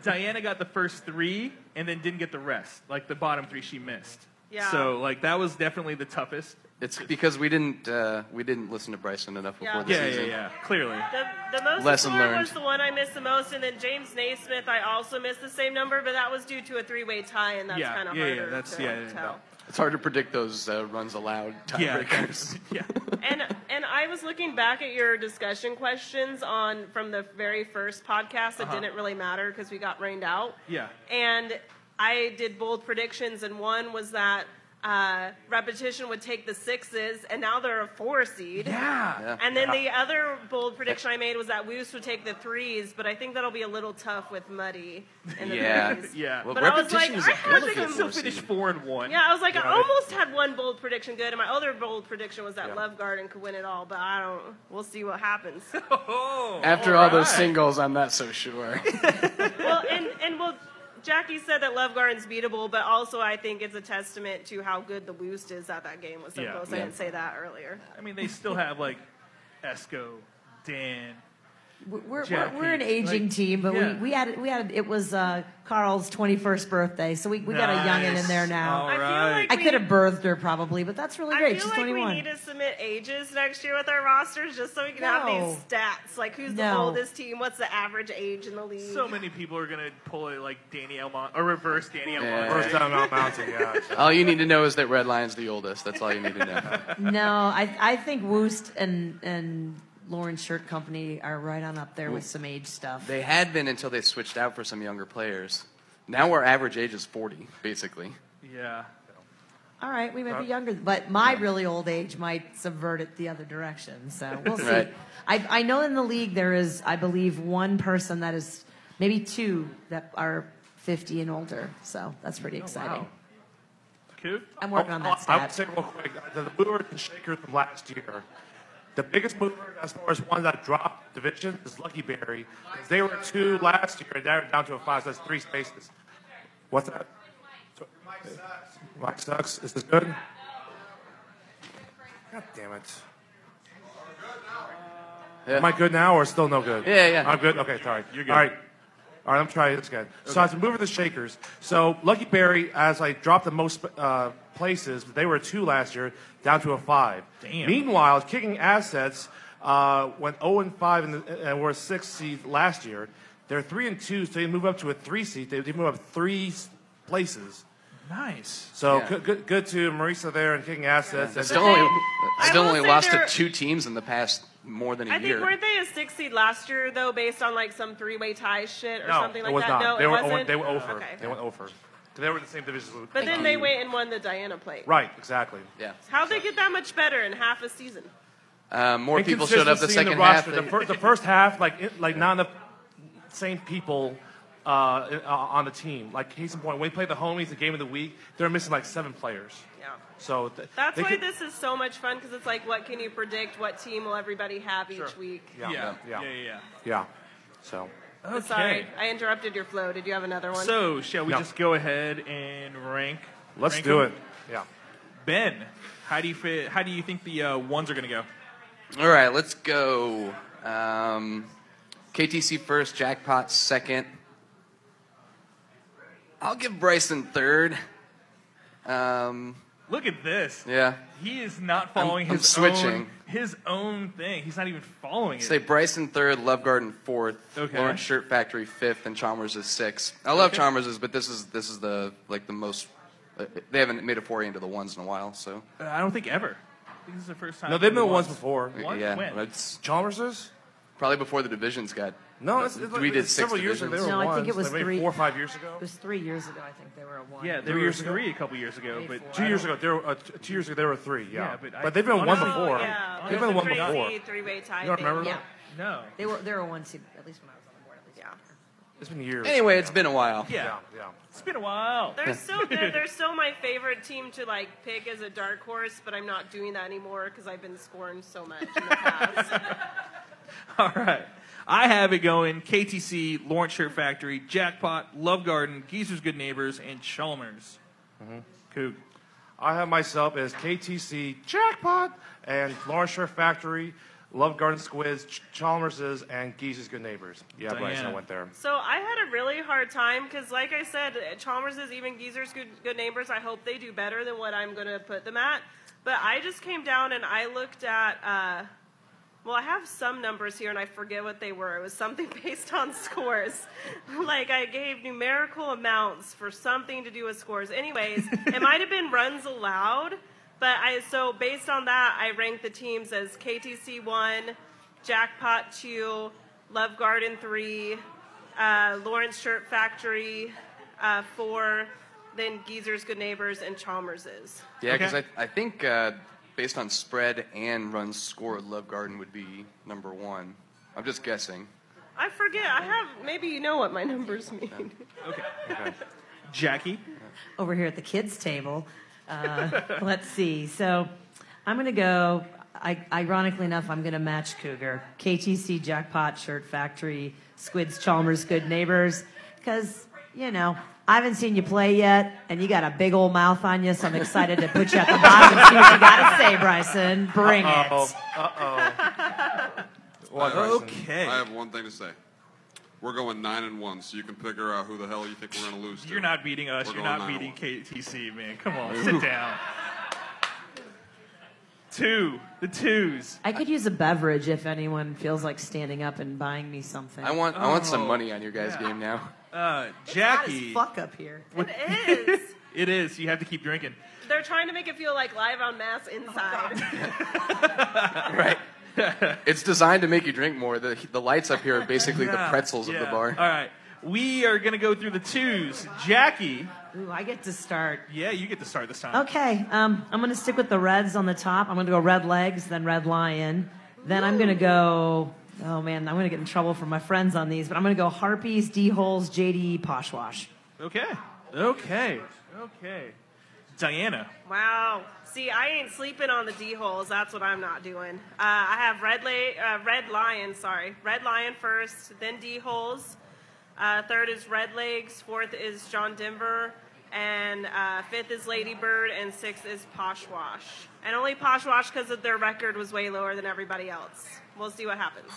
S3: Diana got the first three and then didn't get the rest. Like the bottom three she missed.
S4: Yeah.
S3: So like that was definitely the toughest.
S2: It's because we didn't uh, we didn't listen to Bryson enough
S4: Yeah.
S2: before the
S4: Yeah, yeah,
S2: season.
S4: yeah.
S16: Clearly.
S4: The, the most
S2: Lesson
S4: score
S2: learned.
S4: was the one I missed the most, and then James Naismith, I also missed the same number, but that was due to a three-way tie, and that's
S2: Yeah,
S4: kind of
S2: yeah, yeah,
S4: harder
S2: that's-
S4: to
S2: yeah, yeah,
S4: tell.
S2: It's hard to predict those uh, runs allowed
S16: Yeah,
S2: tiebreakers.
S16: Yeah.
S4: and and I was looking back at your discussion questions on from the very first podcast. It
S16: Uh-huh.
S4: didn't really matter because we got rained out.
S16: Yeah.
S4: And I did bold predictions, and one was that uh, repetition would take the sixes, and now they're a four seed.
S16: Yeah. Yeah.
S4: And then
S16: Yeah.
S4: the other bold prediction I made was that Woos would take the threes, but I think that'll be a little tough with Muddy. In the
S3: [laughs]
S2: Yeah.
S4: threes.
S2: Yeah. Well,
S4: But I was like,
S2: repetition is
S4: I
S2: a
S4: had
S2: hell of a
S4: some-
S2: four seed.
S16: Finish four and one.
S4: yeah, I was like,
S16: Got
S4: I
S16: it.
S4: almost had one bold prediction good, and my other bold prediction was that
S2: Yeah.
S4: Love Garden could win it all, but I don't. We'll see what
S16: [laughs]
S4: happens.
S16: Oh,
S4: Oh,
S2: After all those singles, I'm not so sure.
S4: [laughs] well, and and well, Jackie said that Love Garden's beatable, but also I think it's a testament to how good the Woost is that that game was so
S16: Yeah.
S4: close. I
S16: Yeah.
S4: didn't say that earlier.
S16: I mean, they still have like Esco, Dan.
S5: We're, we're,
S16: Jackie.
S5: we're an aging
S16: Like,
S5: team, but
S16: yeah.
S5: we, we had we had it was uh, Carl's 21st birthday, so we, we got a youngin in there now.
S16: All I feel right. like
S5: I
S4: we-
S5: could have birthed her probably, but that's really great.
S4: I
S5: She's
S4: feel like
S5: 21.
S4: we need to submit ages next year with our rosters just so we can have
S5: No.
S4: these stats. Like, who's the
S16: No.
S4: oldest team? What's the average age in the league?
S16: So many people are gonna pull it like Danny Elmont or reverse Danny Elmont.
S2: Yeah. Reverse Danny Almonte, [laughs] all you need to know is that Red Lion's the oldest. That's all you need to
S5: [laughs]
S2: know.
S5: no, I I think Woost and and Lauren Shirt Company are right on up there with some age stuff.
S2: They had been until they switched out for some younger players. Now our average age is 40, basically.
S16: Yeah.
S5: All right, we might be
S2: Uh,
S5: younger, but my really old age might subvert it the other direction. So
S1: [laughs]
S5: we'll see.
S2: Right.
S5: I, I know in the league there is, I believe, one person that is maybe two that are 50 and older. So that's
S1: Oh,
S5: pretty exciting. I'm working on that
S1: I
S5: stat.
S1: would say real quick, uh, the movers and shakers from last year. The biggest mover as far as one that dropped division is Lucky Berry. They were two last year, and now they're down to a five, so that's three spaces. What's that? Mike sucks. Is this good? God damn it. Am I good now or still no good?
S2: Yeah, yeah.
S1: I'm good. Okay, sorry.
S2: You're good.
S1: All right. All right, I'm trying this again. So I was moving the shakers. So Lucky Berry, as I dropped the most uh, places, they were a two last year, down to a five.
S16: Damn.
S1: Meanwhile, kicking assets uh, went 0 and five and, and were a six seed last year. They're three and two, so they move up to a three seed. They, they move up three s- places.
S16: Nice.
S1: So
S2: Yeah.
S1: good, good, good to Marisa there and kicking assets.
S2: They
S1: And-
S2: still only, still
S4: will
S2: only
S4: say
S2: lost to
S4: they're-
S2: two teams in the past more than a
S4: I
S2: year.
S4: think weren't they a six seed last year though, based on like some three way tie shit or
S1: no,
S4: something like
S1: it was
S4: that?
S1: not.
S4: No,
S1: they
S4: it
S1: were
S4: wasn't.
S1: they were over.
S4: Okay.
S1: They went over. They were in the same division. as-
S4: But then they went and won the Diana Plate.
S1: Right, exactly.
S2: Yeah.
S4: How'd they get that much better in half a season?
S2: Uh, more people showed up the
S1: Inconsistency in
S2: second half.
S1: roster. The, fir- the first half, like it, like not enough same people uh, uh, on the team. Like case in point, when we played the homies, the game of the week, they're missing like seven players.
S4: Yeah.
S1: So th-
S4: That's
S1: they
S4: why
S1: could-
S4: this is so much fun because it's like, what can you predict? What team will everybody have each week?
S1: Yeah. Yeah. Yeah.
S16: Yeah. Yeah.
S1: Yeah. So.
S4: But Sorry, I interrupted your flow. Did you have another one?
S16: So shall we
S1: No.
S16: just go ahead and rank?
S1: Let's
S16: rank
S1: do
S16: them?
S1: it. Yeah.
S16: Ben, how do you fit, how do you think the uh, ones are gonna go?
S2: [laughs] All right, let's go. Um, KTC first, Jackpot second. I'll give Bryson third. Um,
S16: Look at this.
S2: yeah.
S16: He is not following
S2: I'm
S16: his
S2: switching.
S16: own his own thing. He's not even following it.
S2: Say Bryson third, Love Garden fourth,
S16: Okay.
S2: Lawrence Shirt Factory fifth, and Chalmers is sixth. I love
S16: Okay.
S2: Chalmers, but this is this is the like the most. Uh, they haven't made a foray into the ones in a while, so
S16: Uh, I don't think ever. I think this is the first time.
S1: No, they've
S16: for the
S1: been ones
S16: ones.
S1: before.
S16: What?
S2: yeah,
S16: When?
S2: it's
S1: Chalmers's.
S2: Probably before the divisions got.
S1: No, it's-
S2: we
S1: it's like-
S2: did
S1: it's
S2: six
S1: several years ago,
S2: divisions.
S1: they were
S5: No, I think it was
S1: Like maybe
S5: three,
S1: four or five years ago.
S5: It was three years ago. I think they were a one.
S16: Yeah, they
S1: Three
S16: were
S1: years ago?
S16: three a couple years ago, but
S1: Two years ago, there were, uh, t- two years ago there were three. Yeah,
S16: Yeah, but
S1: but,
S16: I-
S1: they've been
S16: Oh,
S1: one
S16: no,
S1: before.
S16: yeah.
S1: They've been one before.
S4: three-way tie.
S1: You don't remember
S5: Yeah.
S1: that?
S16: No.
S5: They were they were a one seed at least when I was on the board. At least. Yeah.
S1: It's been years.
S2: Anyway, it's been a while.
S1: Yeah, yeah.
S16: It's been a while.
S4: They're still they're, they're still my favorite team to like pick as a dark horse, but I'm not doing that anymore because I've been scorned so much. In the past.
S3: [laughs]
S16: All right. I have it going KTC, Lawrence Shirt Factory, Jackpot, Love Garden, Geezer's Good Neighbors, and Chalmers.
S2: Mm-hmm.
S16: Coog.
S1: I have myself as KTC Jackpot and Lawrence Shore Factory, Love Garden Squids, Ch- Chalmers's, and Geese's Good Neighbors. Yeah, Bryson, I
S3: Diana.
S1: went there.
S4: So I had a really hard time because, like I said, Chalmers is even Geezer's good, good neighbors. I hope they do better than what I'm going to put them at. But I just came down and I looked at, uh, well, I have some numbers here and I forget what they were. It was something [laughs] based on scores. [laughs] like I gave numerical amounts for something to do with scores. Anyways, it might have been runs allowed. But I, so based on that, I ranked the teams as KTC 1, Jackpot 2, Love Garden 3, uh, Lawrence Shirt Factory uh, four, then Geezer's Good Neighbors and Chalmers's.
S2: Yeah, because I, I think uh, based on spread and runs scored, Love Garden would be number one. I'm just guessing.
S4: I forget. I have maybe you know what my numbers mean.
S2: Okay.
S16: Jackie?
S5: over here at the kids' table. Uh, [laughs] let's see. So I'm going to go. I, ironically enough, I'm going to match Cougar. KTC Jackpot Shirt Factory, Squids Chalmers Good Neighbors. Because, you know, I haven't seen you play yet, and you got a big old mouth on you, so I'm excited to put you at the bottom and see what you got to say, Bryson. Bring it.
S9: Uh oh.
S3: Okay.
S9: I have one thing to say. We're going nine and one, so you can figure out who the hell you think we're going to lose. to.
S3: You're not beating us.
S9: We're
S3: You're
S9: going
S3: not
S9: nine
S3: beating
S9: and
S3: KTC, man. Come
S2: [laughs]
S3: on,
S9: Ooh.
S3: sit down. Two. The twos.
S5: I could use a beverage if anyone feels like standing up and buying me something.
S2: I want I want some
S3: Oh,
S2: money on your guys' game now.
S3: Uh, Jackie.
S5: Fuck up here.
S3: [laughs]
S4: It is.
S3: It is. You have to keep drinking.
S4: They're trying to make it feel like live on mass inside.
S2: it's designed to make you drink more. The the lights up here are basically
S1: [laughs]
S2: the
S3: Yeah,
S2: pretzels of
S3: yeah.
S2: the bar.
S3: All right. We are going to go through the twos. Jackie.
S5: Ooh, I get to start.
S3: Yeah, you get to start this time.
S5: Okay, um, I'm going to stick with the Reds on the top. I'm going to go Red Legs, then Red Lion. Then I'm going to go, oh man, I'm going to get in trouble from my friends on these, but I'm going to go Harpies, D E, Holes, JDE, Poshwash.
S3: Okay. Okay.
S4: [laughs]
S3: Okay. Diana.
S4: wow. See, I ain't sleeping on the D holes. That's what I'm not doing. Uh, I have red, La- uh, red lion. Sorry, red lion first, then D holes. Uh, third is red legs. Fourth is John Denver. And uh, fifth is Ladybird, and sixth is Poshwash. And only Poshwash because their record was way lower than everybody else. We'll see what happens.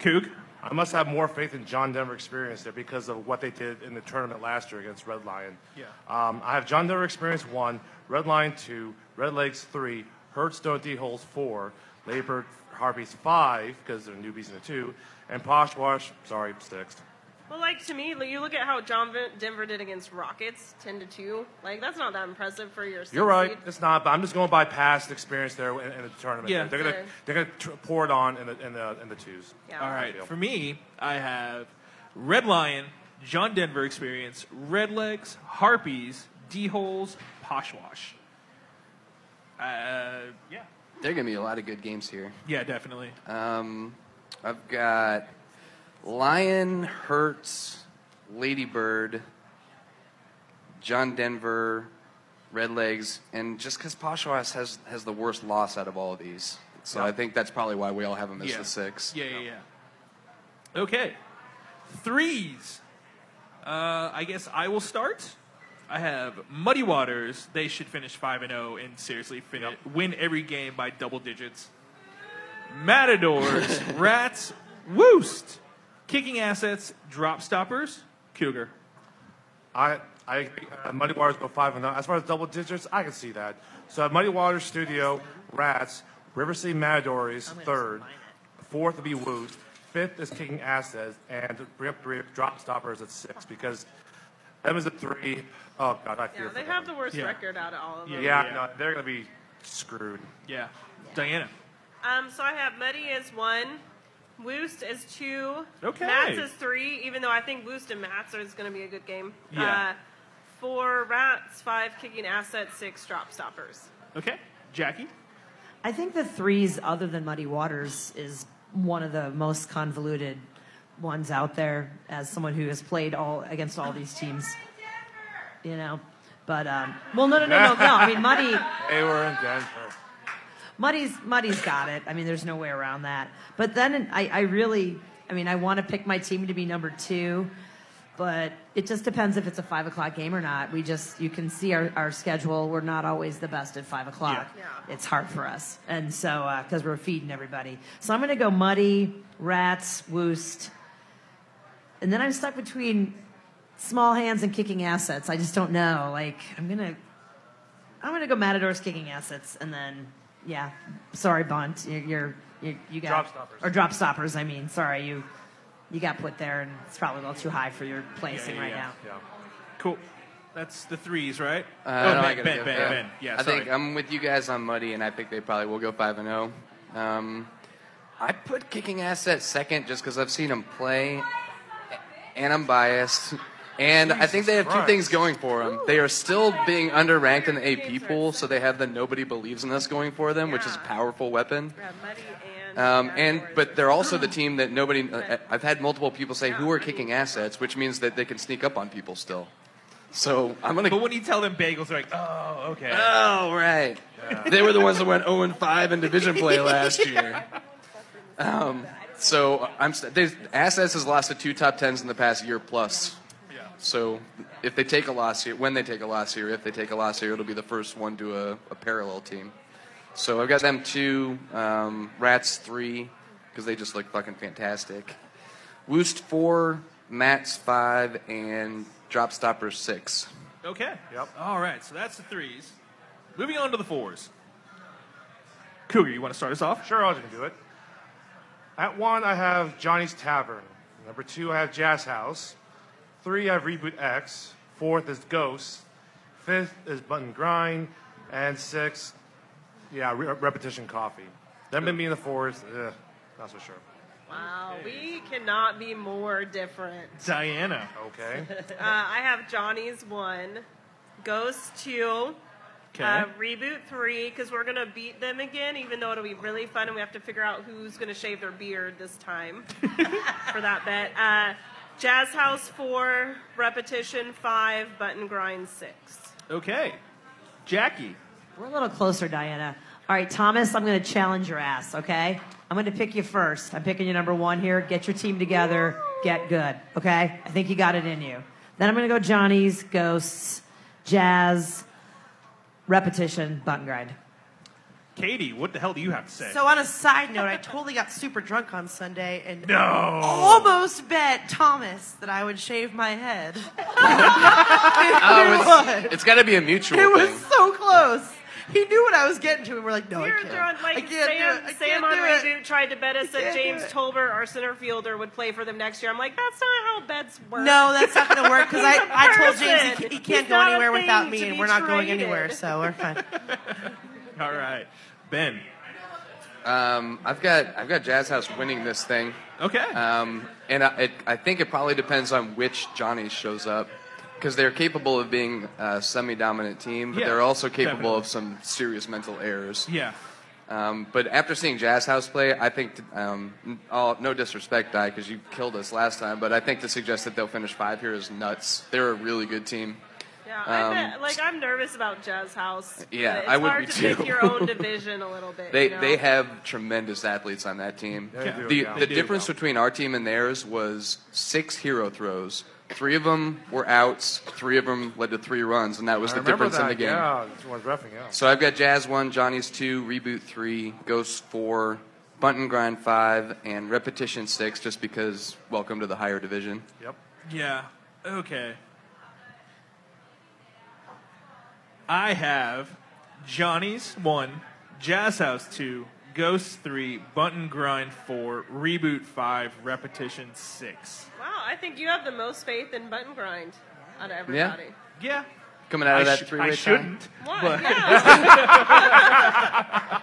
S3: Coog?
S1: I must have more faith in John Denver experience there because of what they did in the tournament last year against Red Lion.
S3: Yeah.
S1: Um, I have John Denver experience one, Red Lion two, Red Legs three, Herdstone D holes four, Labor Harpies five because they're newbies in the two, and Posh Wash, sorry, sixth.
S4: Well, like to me, you look at how John Vin- Denver did against Rockets, ten to two. Like that's not that impressive for your. sixth
S1: You're right.
S4: seed.
S1: It's not, but I'm just going by past experience there in, in the tournament.
S3: Yeah.
S1: They're gonna
S4: Fair.
S1: they're gonna tr- pour it on in the in the in the twos.
S4: Yeah.
S3: All
S1: I
S3: right.
S1: feel.
S3: For me, I have Red Lion, John Denver Experience, Red Legs, Harpies, D Holes, Poshwash. Uh, yeah.
S2: There are gonna be a lot of good games here.
S3: Yeah, definitely.
S2: Um, I've got Lion, Hertz, Ladybird, John Denver, Red Legs, and just because Poshwas has, has the worst loss out of all of these. So I think that's probably why we all have him as
S3: yeah.
S2: the six.
S3: Yeah, yeah, yeah. Okay. Threes. Uh, I guess I will start. I have Muddy Waters. They should finish 5 and 0 and seriously fin- win every game by double digits.
S2: [laughs]
S3: Matadors, Rats, Woost. Kicking assets, Drop Stoppers, Cougar.
S1: I I agree. Uh, Muddy Waters go five and oh. As far as double digits, I can see that. So Muddy Waters Studio, Rats, River City Matador is third. Fourth would be Woos. Fifth is Kicking Assets, and Rip Rip Drop Stoppers at six because them is at three. Oh God, I fear
S4: Yeah,
S1: for
S4: they
S1: them.
S4: have the worst
S1: Yeah.
S4: record out of all of
S1: Yeah,
S4: them.
S1: no, they're gonna be screwed.
S3: Yeah. Diana.
S4: Um, so I have Muddy as one, Woost as two,
S3: Okay.
S4: Mats as three. Even though I think Woost and Mats is going to be a good game.
S3: Yeah.
S4: Uh, four rats, five kicking assets, six drop stoppers.
S3: Okay. Jackie?
S5: I think the threes, other than Muddy Waters, is one of the most convoluted ones out there. As someone who has played all against all these teams, you know. But um, well, no, no, no, no, no. I mean,
S1: [laughs]
S5: Muddy,
S1: They were in Denver.
S5: Muddy's Muddy's got it. I mean, there's no way around that. But then I, I really, I mean, I want to pick my team to be number two, But it just depends if it's a five o'clock game or not. We just you can see our, our schedule. We're not always the best at five o'clock.
S17: Yeah.
S5: It's hard for us, and so because we're feeding everybody. So I'm going to go muddy, rats, woost, and then I'm stuck between small hands and kicking assets. I just don't know. Like I'm gonna, I'm gonna go Matadors kicking assets, and then yeah, sorry Bunt, you're, you're you, you got
S1: Drop stoppers.
S5: or drop stoppers. I mean, sorry you, you got put there, and it's probably a little too high for your placing
S3: yeah,
S5: right
S3: yeah.
S5: now.
S3: Cool. That's the threes, right?
S2: Uh,
S3: oh,
S2: no, I
S3: ben,
S2: gotta
S3: ben,
S2: go.
S3: ben,
S2: yeah.
S3: Ben. Yeah,
S2: I
S3: sorry.
S2: think uh, I'm with you guys on Muddy, and I think they probably will go five and zero. Um, I put kicking ass at second just because I've seen them play, and I'm biased. And I think they have two Christ. things going for them. They are still being underranked in the AP pool, so they have the nobody believes in us going for them, which is a powerful weapon. Um, and but they're also the team that nobody. Uh, I've had multiple people say who are kicking assets, which means that they can sneak up on people still. So I'm gonna.
S3: But when you tell them bagels, they're like, oh, okay.
S2: Oh, right. They were the ones that went 0 and 5 in division
S3: [laughs]
S2: play last year. Um, so I'm st- they've- assets has lost to two top tens in the past year plus. So if they take a loss here, when they take a loss here, if they take a loss here, it'll be the first one to a, a parallel team. So I've got them two, um, Rats three, because they just look fucking fantastic. Woost four, Mats five, and Drop Stoppers six.
S3: Okay. Yep. All right. So that's the threes. Moving on to the fours. Cougar, you want to start us off?
S1: Sure, I was going to do it. At one, I have Johnny's Tavern. Number two, I have Jazz House. Three, I have Reboot X. Fourth is Ghost. Fifth is Button Grind. And sixth, yeah, re- Repetition Coffee. Then me in the fours, ugh, not so sure.
S4: Wow, we cannot be more different.
S1: Diana. Okay.
S4: uh, I have Johnny's one, Ghost two,
S1: Okay.
S4: uh, Reboot three, because we're gonna beat them again. Even though it'll be really fun, and we have to figure out who's gonna shave their beard
S3: [laughs]
S4: this time for that bet. Uh, Jazz House four, Repetition five, Button Grind six.
S3: Okay. Jackie.
S5: We're a little closer, Diana. All right, Thomas, I'm going to challenge your ass, okay? I'm going to pick you first. I'm picking you number one here. Get your team together. Get good, okay? I think you got it in you. Then I'm going to go Johnny's, Ghosts, Jazz, Repetition, Button Grind.
S3: Katie, what the hell do you have to say?
S17: So on a side note, I totally got super drunk on Sunday and
S3: No.
S17: almost bet Thomas that I would shave my
S2: [laughs]
S17: head.
S5: [laughs]
S2: Oh, it's, it's got to be a mutual
S17: It was
S2: thing.
S17: so close. He knew what I was getting to, and we're like, no, I
S4: We're
S17: can't.
S4: throwing,
S17: I
S4: like,
S17: can't do
S4: Sam,
S17: it. I
S4: Sam
S17: can't
S4: on
S17: do it.
S4: Reboot tried to bet us that
S17: can't do
S4: James
S17: it.
S4: Tolbert, our center fielder, would play for them next year. I'm like, that's not how bets work.
S17: No, that's not going to work
S5: [laughs]
S17: because I,
S4: [laughs] He's a
S17: I told James he,
S4: person.
S17: ca- he can't
S4: He's
S17: go
S4: not a
S17: anywhere without
S4: thing
S17: me,
S4: to
S17: and
S4: be
S17: we're not going
S4: traded.
S17: anywhere, so we're
S5: [laughs]
S17: fine.
S3: [laughs] All right. Ben.
S2: Um, I've got I've got Jazz House winning this thing.
S3: Okay.
S2: Um, and I, it, I think it probably depends on which Johnny shows up, because they're capable of being a semi-dominant team, but
S3: Yeah,
S2: they're also capable
S3: definitely.
S2: of some serious mental errors.
S3: Yeah.
S2: Um, but after seeing Jazz House play, I think um, n- all, no disrespect, Di, because you killed us last time, but I think to suggest that they'll finish five here is nuts. They're a really good team.
S4: Yeah, I
S2: Um,
S4: bet, like I'm nervous about Jazz
S2: [laughs]
S4: House.
S2: Yeah,
S4: it's
S2: I would
S4: hard
S2: be
S4: to
S2: too.
S4: pick your
S2: [laughs]
S4: own division a little bit.
S2: They
S4: you know?
S2: they have tremendous athletes on that team.
S1: They do,
S2: the
S1: yeah.
S2: the
S1: They do.
S2: difference between our team and theirs was six hero throws. Three of them were outs. Three of them led to three runs, and that was
S1: I
S2: the
S1: remember
S2: difference in
S1: that,
S2: the game.
S1: Yeah, it's when I was roughing out.
S2: So I've got Jazz one, Johnny's two, Reboot three, Ghost four, Bunt and Grind five, and Repetition six. Just because welcome to the
S4: [laughs]
S2: higher division.
S1: Yep.
S3: Yeah. Okay. I have Johnny's one, Jazz House two, Ghost three, Button Grind four, Reboot five, Repetition six.
S4: Wow, I think you have the most faith in Button Grind out of everybody.
S3: Yeah.
S2: Coming out of
S3: I
S2: that
S3: sh-
S2: three-way
S3: I
S2: tie.
S3: shouldn't.
S4: Why?
S3: but-
S4: Yeah.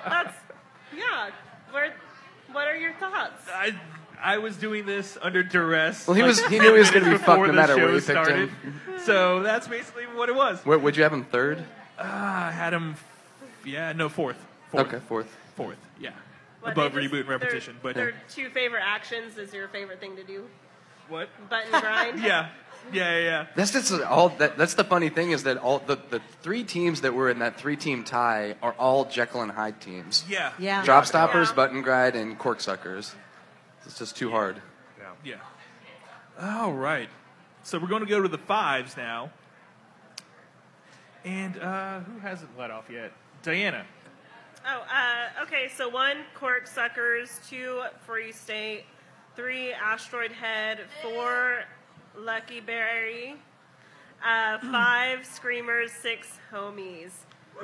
S4: [laughs] that's
S3: [laughs]
S4: yeah. Where, what are your thoughts?
S3: I I was doing this under duress.
S2: Well, he
S3: [laughs] like,
S2: was- he
S3: 10
S2: knew he was gonna be
S3: minutes
S2: fucked
S3: before
S2: no
S3: the
S2: matter where
S3: show
S2: you picked
S3: started.
S2: him.
S3: So that's basically what it was.
S2: Where, would you have him third?
S3: Uh, I had him. Yeah, no, fourth. Fourth.
S2: Okay, fourth.
S3: Fourth. Yeah.
S4: What,
S3: Above
S4: they just-
S3: reboot and repetition,
S4: Their,
S3: but
S4: their two favorite actions is your favorite thing to do.
S3: What?
S4: Button
S1: [laughs]
S4: grind.
S3: yeah, yeah, yeah, yeah.
S2: That's just all. That, that's the funny thing is that all the, the three teams that were in that three-team tie are all Jekyll and Hyde teams.
S3: Yeah.
S5: Yeah.
S2: Drop stoppers, button grind, and corksuckers. It's just too hard.
S3: Yeah. All right.
S18: So we're going to go to the fives now. And uh, who hasn't let off yet? Diana.
S4: Oh, uh, okay. So one corpse suckers, two free state, three asteroid head, four lucky berry, uh,
S1: Hmm.
S4: five screamers, six homies.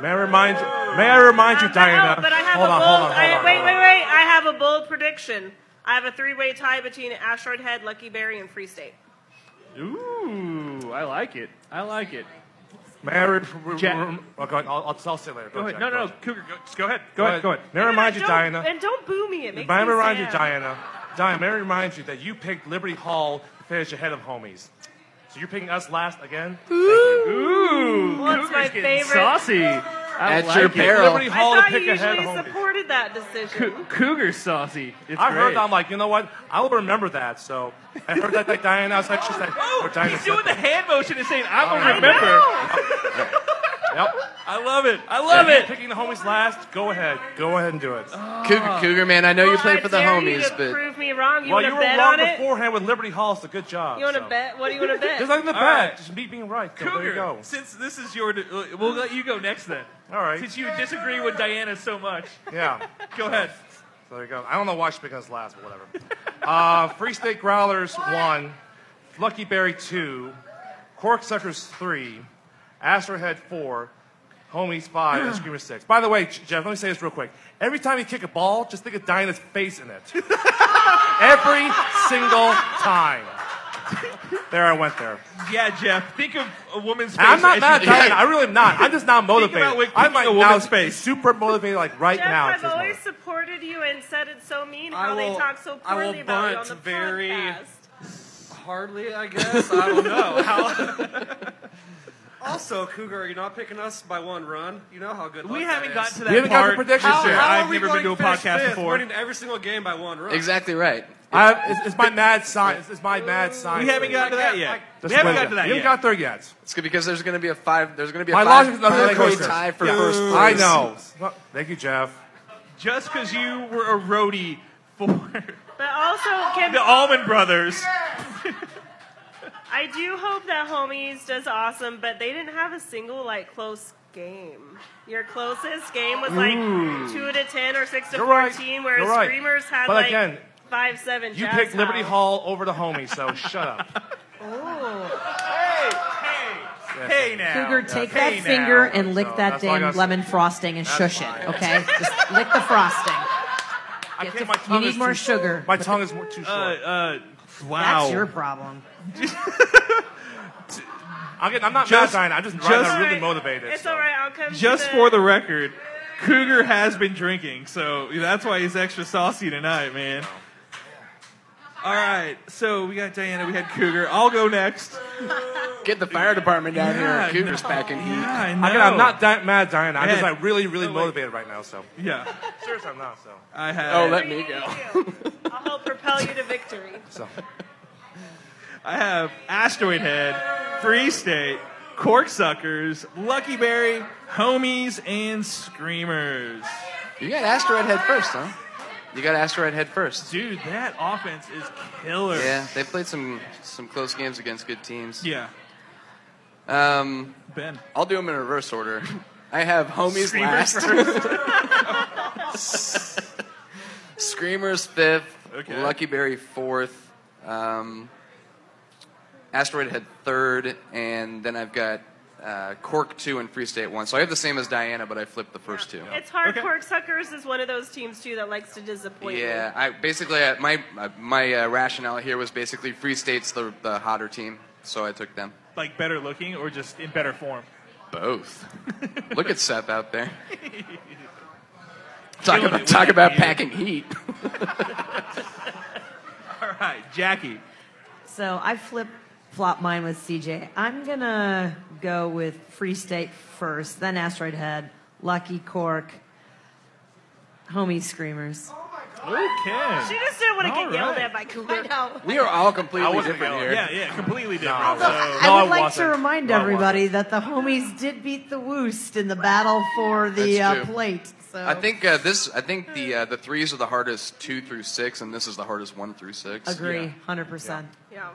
S1: May I remind you, may I remind you, Diana?
S4: Oh, but I have
S1: hold
S4: a
S1: on,
S4: bold.
S1: hold on, hold
S4: I,
S1: on.
S4: wait, wait, wait! I have a bold prediction. I have a three-way tie between asteroid head, lucky berry, and free state.
S3: Ooh, I like it. I like it.
S1: May I re- re-
S3: Jack-
S1: re- oh, go ahead. I'll, I'll, I'll say it later.
S3: Go ahead.
S1: Jack,
S3: No,
S1: go
S3: no, no.
S1: ahead.
S3: Cougar, go, just go ahead. Go ahead. Go ahead.
S1: May I remind you,
S4: Don't-
S1: Diana?
S4: And don't boo me. It makes
S1: May I
S4: me
S1: remind you,
S4: sad.
S1: Diana? Diana, may I remind you that you picked Liberty Hall to finish ahead of homies. So you're picking us last again?
S3: Ooh,
S4: Well, it's
S3: Cougar's
S4: my
S3: getting
S4: favorite.
S3: Saucy. I
S1: At
S3: like
S1: your
S3: it.
S1: peril. Liberty Hall
S4: I
S1: to
S4: thought
S1: pick
S4: you
S1: ahead
S4: usually
S1: homies.
S4: supported that decision.
S3: Cougar saucy. It's
S1: I heard
S3: great.
S1: that. I'm like, you know what? I will remember that. So I heard that, that Diana. I was like, she's like, or Diana
S3: Oh, He's
S1: said
S3: doing the
S1: that.
S3: hand motion and saying, "I'm
S1: I
S3: gonna remember."
S1: Yep.
S3: I love it. I love
S1: If you're
S3: it. Ah.
S1: Picking the homies last. Go ahead. Go ahead and do it.
S2: Cougar, Cougar man, I know you
S4: Oh. I
S2: play for the
S4: dare you
S2: homies,
S4: to
S2: but
S4: prove me wrong. You
S1: well,
S4: want
S1: you
S4: to
S1: were
S4: bet
S1: wrong
S4: on it?
S1: beforehand with Liberty Hall. It's a good job.
S4: You want to
S1: so.
S4: bet? What do you
S2: [laughs]
S4: want to bet?
S1: There's nothing to
S4: All
S1: bet.
S4: right.
S1: Just me being right. So there you
S3: Cougar,
S1: go.
S3: since this is your, uh, we'll let you go next then.
S1: All right.
S3: Since you disagree with Diana so much,
S1: Yeah.
S3: [laughs] go ahead.
S1: So there you go. I don't know why she picked us last, but whatever. Uh, Free State Growlers one, Lucky Berry two, Corksuckers three, Astrohead four, Homies five, and Screamer six. By the way, J- Jeff, let me say this real quick. Every time you kick a ball, just think of Dinah's face
S3: [laughs]
S1: in it. Every single time. There I went there.
S3: Yeah, Jeff. Think of a woman's face.
S1: And I'm not
S3: as
S1: mad at
S3: you [laughs]
S1: Diana. I really am not. I'm just not motivated.
S3: about when
S1: I'm
S3: kicking
S1: like
S3: a
S1: now
S3: woman's face.
S1: super motivated, like right
S4: Jeff,
S1: now.
S4: I've
S1: to this
S4: always
S1: moment.
S4: supported you and said it's so mean
S7: I
S4: how they
S7: will-
S4: talk so
S7: I will
S4: poorly about you on
S7: bunt
S4: the
S7: very-
S4: podcast.
S7: Hardly, I guess. I don't know. How... [laughs] also, Cougar, are you not picking us by one run? You know how good
S3: We
S7: luck
S3: haven't
S7: is.
S3: gotten to that We haven't gotten part. to predictions
S7: How,
S1: yet.
S7: how
S1: I've
S7: are we
S1: never
S7: going
S1: been
S7: to
S1: to a
S7: finish
S1: podcast
S7: fifth,
S1: before.
S7: Winning every single game by one run.
S2: exactly right.
S1: I, it's, it's my mad science. It's my mad science. Just wait. You haven't got there yet.
S2: It's good because there's going to be a five. There's going to be a
S1: My
S2: five,
S1: logic is not
S2: five
S1: really
S2: way
S1: coaster.
S2: tie for
S1: Yeah.
S2: first place.
S1: I know. Well, Thank you, Jeff.
S3: Just because you were a roadie for
S4: But also, can
S3: the Almond Brothers,
S4: I do hope that homies does awesome, but they didn't have a single like close game. Your closest game was like
S1: Ooh.
S4: two to ten or six to
S1: You're right.
S4: fourteen, whereas
S1: You're right.
S4: Screamers had
S1: But
S4: like
S1: again,
S4: five seven.
S1: You
S4: Jazz
S1: picked Liberty
S4: House.
S1: Hall over the homie, so
S5: [laughs]
S1: shut up.
S3: Hey, hey now.
S5: Cougar, take
S3: Hey
S5: that
S3: now.
S5: finger and lick
S1: So
S5: that
S1: that's all I
S5: damn
S1: gotta
S5: lemon frosting and shush it, okay? Just lick the frosting.
S1: I
S5: Get
S1: can't,
S5: to-
S1: my tongue
S5: you
S1: is
S5: need more
S1: too-
S5: sugar.
S1: My tongue is more too short.
S3: uh,
S5: That's your problem.
S1: [laughs] I'm, getting, I'm not
S3: Just-
S1: mad, Diana. I'm just,
S3: just-
S1: I'm really motivated.
S4: It's all right. I'll come. to
S3: just for the record, Cougar has been drinking, so that's why he's extra saucy tonight, man. All right, so we got Diana, we had Cougar. I'll go next.
S2: Get the fire department down
S3: Yeah,
S2: here. Cougar's back in heat.
S3: Yeah, I know.
S1: Again, I'm not di- mad, Diana. I'm just
S3: Man.
S1: like really, really motivated right now. So
S3: Yeah.
S1: seriously, I'm not. So
S3: I had.
S2: Oh, let me go.
S4: [laughs] I'll help propel you to victory.
S1: So.
S3: I have Asteroid Head, Free State, Corksuckers, Lucky Berry, Homies, and Screamers.
S2: You got Asteroid Head first, huh? You got Asteroid Head first.
S3: Dude, that offense is killer.
S2: Yeah, they played some some close games against good teams.
S3: Yeah.
S2: Um,
S3: ben.
S2: I'll do them in reverse order. I have homies
S3: Screamers
S2: last. [laughs] Screamers fifth.
S3: Okay.
S2: Lucky Berry fourth. Um, Asteroid Head third, and then I've got uh, Cork two and Free State one. So I have the same as Diana, but I flipped the first two.
S4: It's hard. Corksuckers is one of those teams too that likes to disappoint. me.
S2: Yeah, I basically uh, my uh, my uh, rationale here was basically Free State's the, the hotter team, so I took them
S3: Like better looking or just in better form? [laughs]
S2: both. [laughs] Look at Seth out there. Talk
S3: Killing it
S2: about
S3: with
S2: talk
S3: that
S2: about
S3: beard.
S2: packing heat.
S3: [laughs] All right, Jackie.
S5: So I flip flop mine with CJ. I'm gonna go with Free State first, then Asteroid Head, Lucky Cork, Homie Screamers.
S3: Okay.
S4: She just didn't want to get
S5: All
S4: yelled
S5: right.
S4: at by Cougar.
S2: We are all
S3: I
S2: completely
S3: wasn't
S2: different
S3: going-
S2: here.
S3: Yeah, yeah, completely different.
S5: Although I would like to remind everybody that the homies did beat the Woost in the battle for the
S2: That's
S5: uh,
S2: true.
S5: plate.
S7: So
S2: I think uh, this. I think the uh, the threes are the hardest two through six, and this is the hardest one through six.
S5: Agree, hundred percent.
S4: Yeah.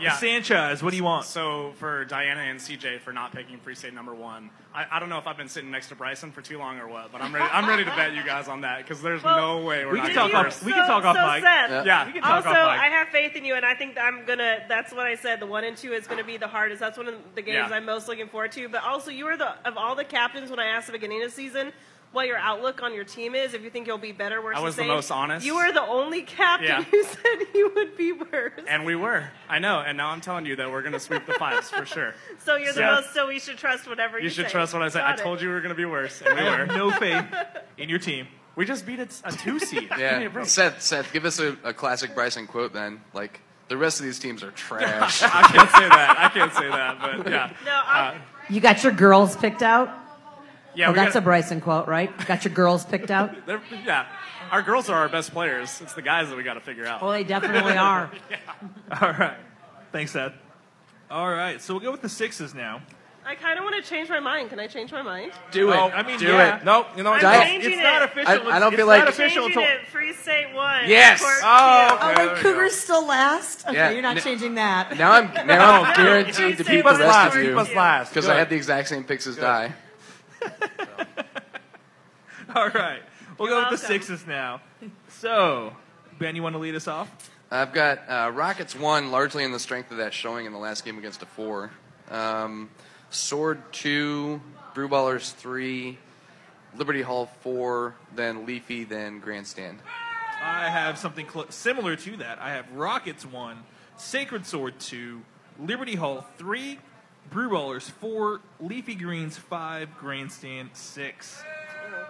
S3: Yeah. Sanchez, what do you want?
S14: So for Diana and CJ for not picking Free State number one, I, I don't know if I've been sitting next to Bryson for too long or what, but I'm ready. I'm ready to bet you guys on that because there's
S4: Well,
S14: no way we're
S3: we
S14: not
S3: can
S14: gonna
S3: talk
S14: first.
S3: off- we can talk off
S4: so
S3: mic.
S4: Seth,
S14: Yeah. Yeah, we can talk
S4: also,
S14: off mic.
S4: I have faith in you, and I think that I'm gonna. That's what I said. The one and two is gonna be the hardest. That's one of the games
S14: Yeah.
S4: I'm most looking forward to. But also, you were the of all the captains when I asked at the beginning of the season what your outlook on your team is. If you think you'll be better, worse,
S14: I
S4: or
S14: was the
S4: same,
S14: most honest.
S4: You were the only captain
S14: Yeah.
S4: who said [laughs] you would be worse.
S14: And we were. I know. And now I'm telling you that we're gonna sweep the fives for sure.
S4: [laughs] So you're the
S14: Yeah.
S4: most. So we should trust whatever you,
S14: You should
S4: say.
S14: trust what I said. I
S4: Got it.
S14: told you we were going to be worse, and we
S4: I
S14: were.
S4: have no
S3: faith
S14: [laughs] in your team. We just beat a, [laughs] a two seed. Give me a
S2: Yeah.
S14: break.
S2: Seth, Seth, give us a, a classic Bryson quote then. Like the rest of these teams are trash.
S14: [laughs] I can't say that. I can't say that. But yeah. Uh,
S5: You got your girls picked out.
S14: Yeah,
S5: Oh,
S14: we
S5: that's
S14: got-
S5: a Bryson quote, right? Got your girls picked out.
S14: [laughs]
S2: [laughs]
S14: they're- yeah. Our girls are our best players. It's the guys that we got to figure out.
S5: Well, they definitely
S14: [laughs]
S5: are.
S3: All right. Thanks, Seth. All right. So we'll go with the sixes now.
S4: [laughs] I kind of want to change my mind. Can I change my mind?
S3: Do it.
S16: Oh,
S3: I mean,
S16: do
S3: yeah.
S16: it. Nope. You know what?
S3: I'm
S16: Don't-
S4: changing
S16: it's not
S4: it.
S16: official.
S2: I- I don't
S16: it's
S2: feel
S16: it's
S2: like-
S16: not official.
S4: Changing
S16: Until,
S4: it. Free State one.
S2: Yes.
S4: Court
S2: Oh,
S4: two.
S2: okay.
S5: Oh, wait, Cougars still last? Okay,
S2: Yeah,
S5: you're not
S2: n-
S5: changing that.
S2: now I'm
S3: [laughs]
S2: now I'm guaranteed to beat the rest of you
S3: Keep us last.
S2: because
S3: Good.
S2: I had the exact same picks as Die.
S3: [laughs] all right. We'll
S4: You're
S3: go with the
S4: welcome.
S3: sixes now. So, Ben, you want to lead us off?
S2: I've got uh, Rockets one largely in the strength of that showing in the last game against a four. Um, Sword two, Brewballers three, Liberty Hall four, then Leafy, then Grandstand.
S3: I have something cl- similar to that. I have Rockets 1, Sacred Sword 2, Liberty Hall 3, Brew Ballers 4, Leafy Greens 5, Grandstand 6.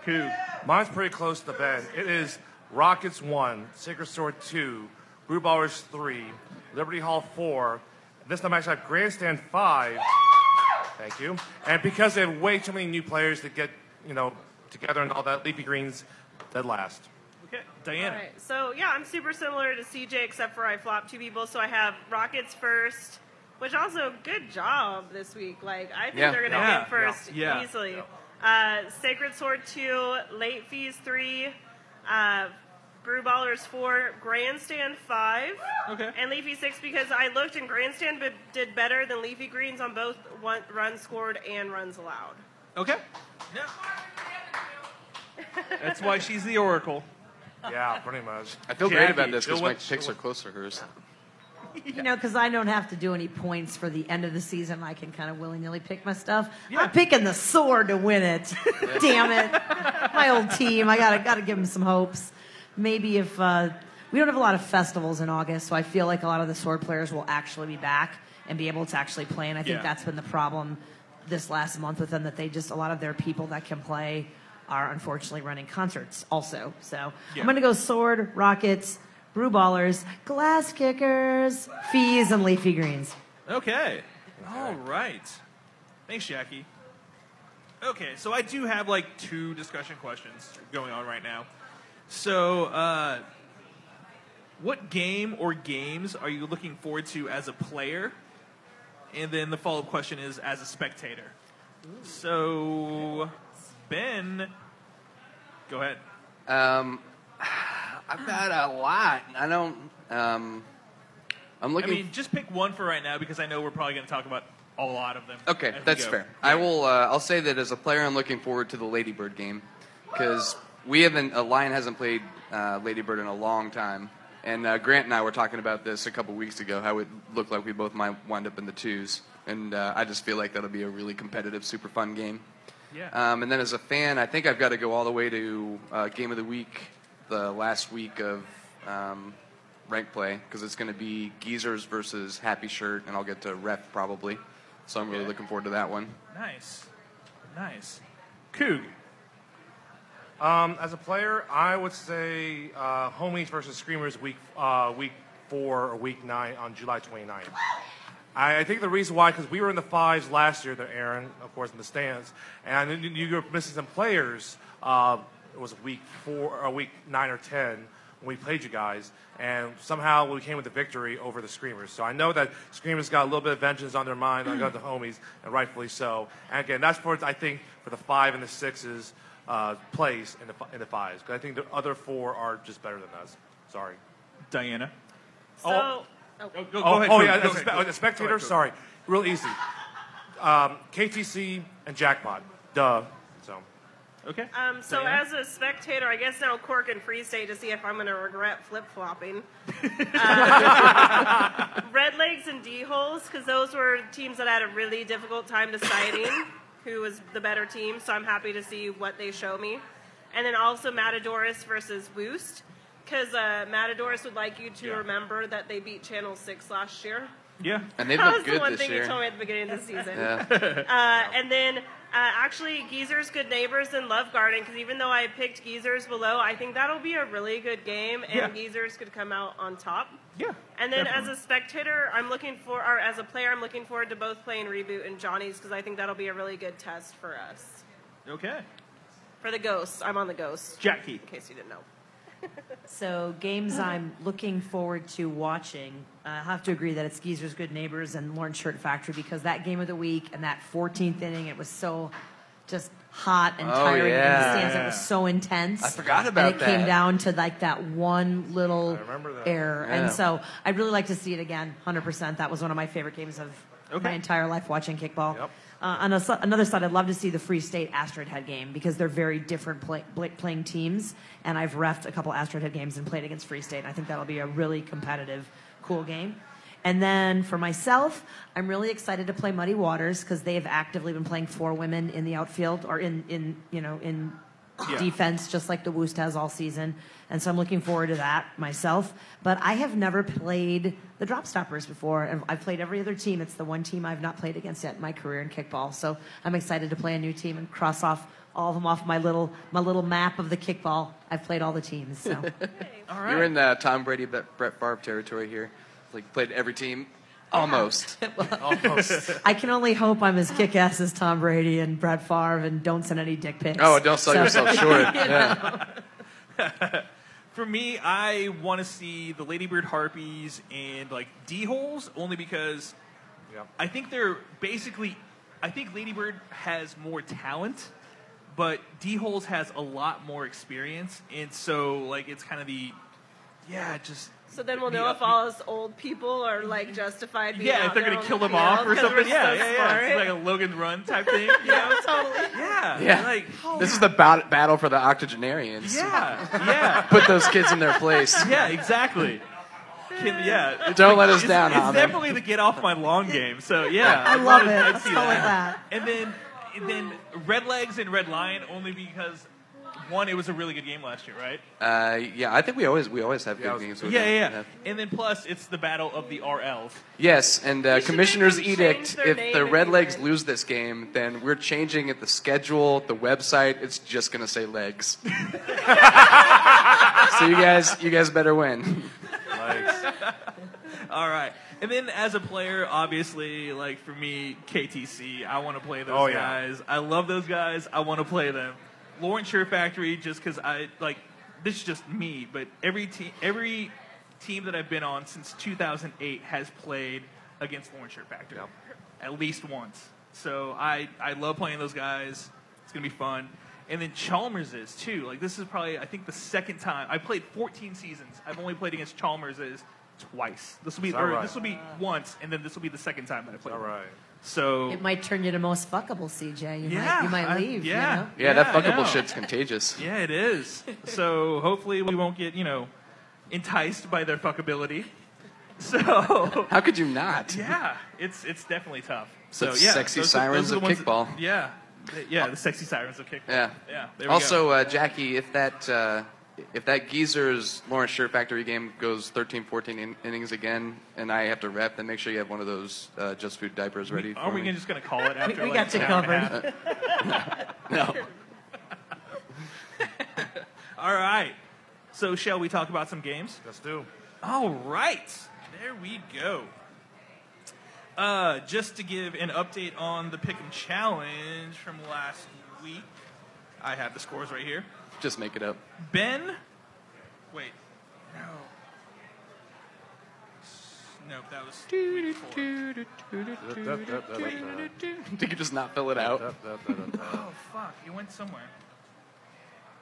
S1: Coog. Mine's pretty close to Ben. It is Rockets 1, Sacred Sword 2, Brew Ballers 3, Liberty Hall 4. This time I actually have Grandstand 5. Thank you. And because they have way too many new players to get, you know, together and all that, Leafy Greens dead last.
S3: Okay, Diana.
S4: All right. So yeah, I'm super similar to CJ except for I flopped two people. So I have Rockets first, which also good job this week. Like I think
S19: Yeah.
S4: they're gonna
S19: Yeah.
S4: get first
S19: Yeah. Yeah.
S4: easily. Uh, Sacred Sword two, late fees three, uh, Brew Ballers four, Grandstand five, okay. and Leafy six because I looked and Grandstand b- did better than Leafy Greens on both one, runs scored and runs allowed.
S3: Okay. That's why
S4: [laughs]
S3: she's the Oracle.
S1: Yeah, pretty much.
S2: I feel great about this because my picks are close to hers.
S5: You know, because I don't have to do any points for the end of the season. I can kind of willy nilly pick my stuff. I'm picking the sword to win it. Damn it, my old team. I gotta gotta give them some hopes. Maybe if uh, we don't have a lot of festivals in August, so I feel like a lot of the sword players will actually be back and be able to actually play. And I think
S19: Yeah.
S5: that's been the problem this last month with them that they just a lot of their people that can play are unfortunately running concerts also. So
S19: Yeah.
S5: I'm gonna go sword, rockets, brew ballers, glass kickers, fees, and leafy greens.
S3: Okay. All right. Thanks, Jackie. Okay, so I do have like two discussion questions going on right now. So, uh, what game or games are you looking forward to as a player? And then the follow up question is as a spectator. So, Ben, go ahead.
S2: Um, [sighs] I've got a lot. I don't. Um, I'm looking.
S3: I mean, just pick one for right now because I know we're probably going to talk about a lot of them.
S2: Okay,
S3: as we
S2: that's
S3: go.
S2: fair. I will. Uh, I'll say that as a player, I'm looking forward to the Ladybird game because we haven't. A lion hasn't played uh, Ladybird in a long time. And uh, Grant and I were talking about this a couple weeks ago. How it looked like we both might wind up in the twos, and uh, I just feel like that'll be a really competitive, super fun game.
S3: Yeah.
S2: Um, and then as a fan, I think I've got to go all the way to uh, game of the week, the last week of um, rank play, because it's going to be Geezers versus Happy Shirt, and I'll get to ref probably. So I'm really looking forward to that one.
S3: Nice. Nice. Coog.
S1: Um, as a player, I would say uh, Homies versus Screamers week uh, week four or week nine on July 29th. I, I think the reason why because we were in the fives last year, there, Aaron, of course, in the stands, and then you, you were missing some players. Uh, it was week four or week nine or ten when we played you guys, and somehow we came with the victory over the Screamers. So I know that Screamers got a little bit of vengeance on their mind. I got the homies, and rightfully so. And again, that's for I think for the five and the sixes uh, place in the fi- in the fives. 'Cause I think the other four are just better than us. Sorry,
S3: Diana.
S4: So,
S1: Oh.
S4: oh.
S1: oh,
S3: go ahead,
S1: oh
S3: Coop, go
S1: yeah, the,
S3: ahead,
S1: spe-
S3: Coop.
S1: oh, the spectator.
S3: Go ahead, Coop.
S1: sorry, real easy. Um, KTC and jackpot. Duh. So.
S3: Okay.
S4: Um, so
S1: Diana?
S4: as a spectator, I guess now Cork and Free State to see if I'm going to regret flip flopping. Red Legs and D holes because those were teams that had a really difficult time deciding who was the better team. So I'm happy to see what they show me, and then also Matadorus versus Woost because uh, Matadorus would like you to remember that they beat Channel Six last year.
S3: Yeah.
S2: And
S4: [laughs]
S2: they've
S4: that
S2: looked
S4: was the
S2: good
S4: one
S2: this
S4: thing
S2: year.
S4: you told me at the beginning of the season.
S2: Yeah.
S4: [laughs] uh, and then uh, actually, Geezer's Good Neighbors and Love Garden, because even though I picked Geezer's below, I think that'll be a really good game, and
S3: Yeah.
S4: Geezer's could come out on top.
S3: Yeah.
S4: And then
S3: definitely.
S4: as a spectator, I'm looking for, or as a player, I'm looking forward to both playing Reboot and Johnny's, because I think that'll be a really good test for us.
S3: Okay.
S4: For the Ghosts, I'm on the Ghosts.
S3: Jackie.
S4: In case you didn't know.
S5: So games I'm looking forward to watching. uh, I have to agree that it's Geezer's Good Neighbors and Lawrence Shirt Factory because that game of the week and that 14th inning, it was so just hot and
S2: Oh,
S5: tiring in the
S2: yeah.
S5: stands. It was so intense.
S2: I forgot about
S5: and it came
S2: that.
S5: down to like that one little error.
S2: Yeah.
S5: And so I'd really like to see it again, 100%. That was one of my favorite games of my entire life watching kickball. Uh, on a, s- another side, I'd love to see the Free State Asteroid Head game because they're very different play, bla- playing teams. And I've refed a couple Asteroid Head games and played against Free State. And I think that'll be a really competitive, cool game. And then for myself, I'm really excited to play Muddy Waters because they have actively been playing four women in the outfield or in, in you know in
S17: Yeah.
S5: defense, just like the Woost has all season. And so I'm looking forward to that myself. But I have never played the Drop Stoppers before. and I've played every other team. It's the one team I've not played against yet in my career in kickball. So I'm excited to play a new team and cross off all of them off my little my little map of the kickball. I've played all the teams. So
S2: You're in the Tom Brady, Brett Brett Favre territory here. Like played every team,
S3: [laughs]
S2: almost. almost.
S5: I can only hope I'm as kick ass as Tom Brady and Brett Favre and don't send any dick pics.
S2: Oh, don't sell
S5: So-
S2: yourself
S5: [laughs]
S2: short.
S5: You
S2: Yeah.
S3: [laughs] For me, I want to see the Ladybird Harpies and like D holes only because I think they're basically. I think Ladybird has more talent, but D holes has a lot more experience, and so like it's kind of the yeah, just
S4: So then we'll know
S3: The-
S4: if all us old people are like justified. Being
S3: yeah,
S4: out
S3: if they're
S4: there
S3: gonna
S4: on
S3: kill
S4: the
S3: them off
S4: field
S3: or
S4: 'cause we're
S3: something. Yeah,
S4: so
S3: yeah, yeah. It's
S4: smart.
S3: like a Logan Run type thing.
S4: [laughs] yeah, totally.
S3: Yeah,
S2: [laughs] Yeah.
S3: like
S2: this is the bat- battle for the octogenarians.
S3: yeah, yeah.
S2: Put those kids in their place.
S3: [laughs] Yeah, exactly. Can- yeah, it's
S2: Don't
S3: like-
S2: let us
S3: it's-
S2: down,
S3: It's
S2: Hamid.
S3: definitely the get off my lawn game. So yeah,
S5: [laughs] I
S3: I'd
S5: love
S3: wanna-
S5: it.
S3: I'd
S5: Let's
S3: see
S5: go with
S3: And then, and then Red Legs and Red Lion only because one, it was a really good game last year, right?
S2: Uh, yeah, I think we always we always have good games.
S3: Yeah,
S2: with
S3: yeah,
S2: them.
S3: yeah, And then plus, it's the battle of the RLs.
S2: Yes, and
S3: should
S2: uh,
S3: make
S2: Commissioner's
S3: them change
S2: Edict.
S3: their
S2: If
S3: name
S2: the
S3: and
S2: Red
S3: be
S2: Legs lose this game, then we're changing it. The schedule, the website. It's just gonna say
S3: [laughs]
S2: legs. so you guys, you guys better win.
S3: [laughs] All right. And then as a player, obviously, like for me, KTC, I want to play those
S16: Oh, yeah.
S3: guys. I love those guys. I want to play them. Lawrence Shirt Factory, just because I like this is just me, but every team, every team that I've been on since 2008 has played against Lawrence Shirt Factory at least once. So I I love playing those guys. It's gonna be fun. And then Chalmers is too. Like this is probably I think the second time I played 14 seasons. I've only played against Chalmers is twice. This will be
S1: Is that
S3: or
S1: right?
S3: this will be once, and then this will be the second time that I play. All
S1: right.
S3: So
S5: It might turn you to most fuckable, CJ. You
S3: Yeah,
S5: might you
S3: I-
S5: might leave. you
S3: yeah.
S5: know?
S2: Yeah, that
S3: Yeah, I know.
S2: fuckable shit's contagious.
S3: yeah, it is. So hopefully we won't get you know enticed by their fuckability. [laughs] So
S2: how could you not?
S3: Yeah, it's it's definitely tough. So
S2: Such
S3: yeah,
S2: sexy
S3: those are-
S2: sirens
S3: those are the
S2: of
S3: ones
S2: kickball.
S3: That, yeah, Th- yeah, the sexy sirens of kickball.
S2: Yeah.
S3: yeah. There we
S2: also,
S3: go.
S2: Uh, Jackie, if that uh, if that geezer's Lawrence Shirt Factory game goes 13, 14 in- innings again, and I have to rep, then make sure you have one of those uh, just food diapers ready.
S3: are
S2: for
S3: we
S2: me.
S3: just gonna call it after?
S5: [laughs] we
S3: like,
S5: got you
S3: an hour and a
S5: covered.
S3: half?
S2: [laughs]
S5: [laughs]
S2: No.
S3: [laughs] All right. So shall we talk about some games?
S1: Let's do.
S3: All right. There we go. Uh, just to give an update on the Pick'em Challenge from last week, I have the scores right here.
S2: Just make it up.
S3: Ben, wait, no, nope, that was.
S2: Did you just not fill it out?
S3: Oh fuck! You went somewhere.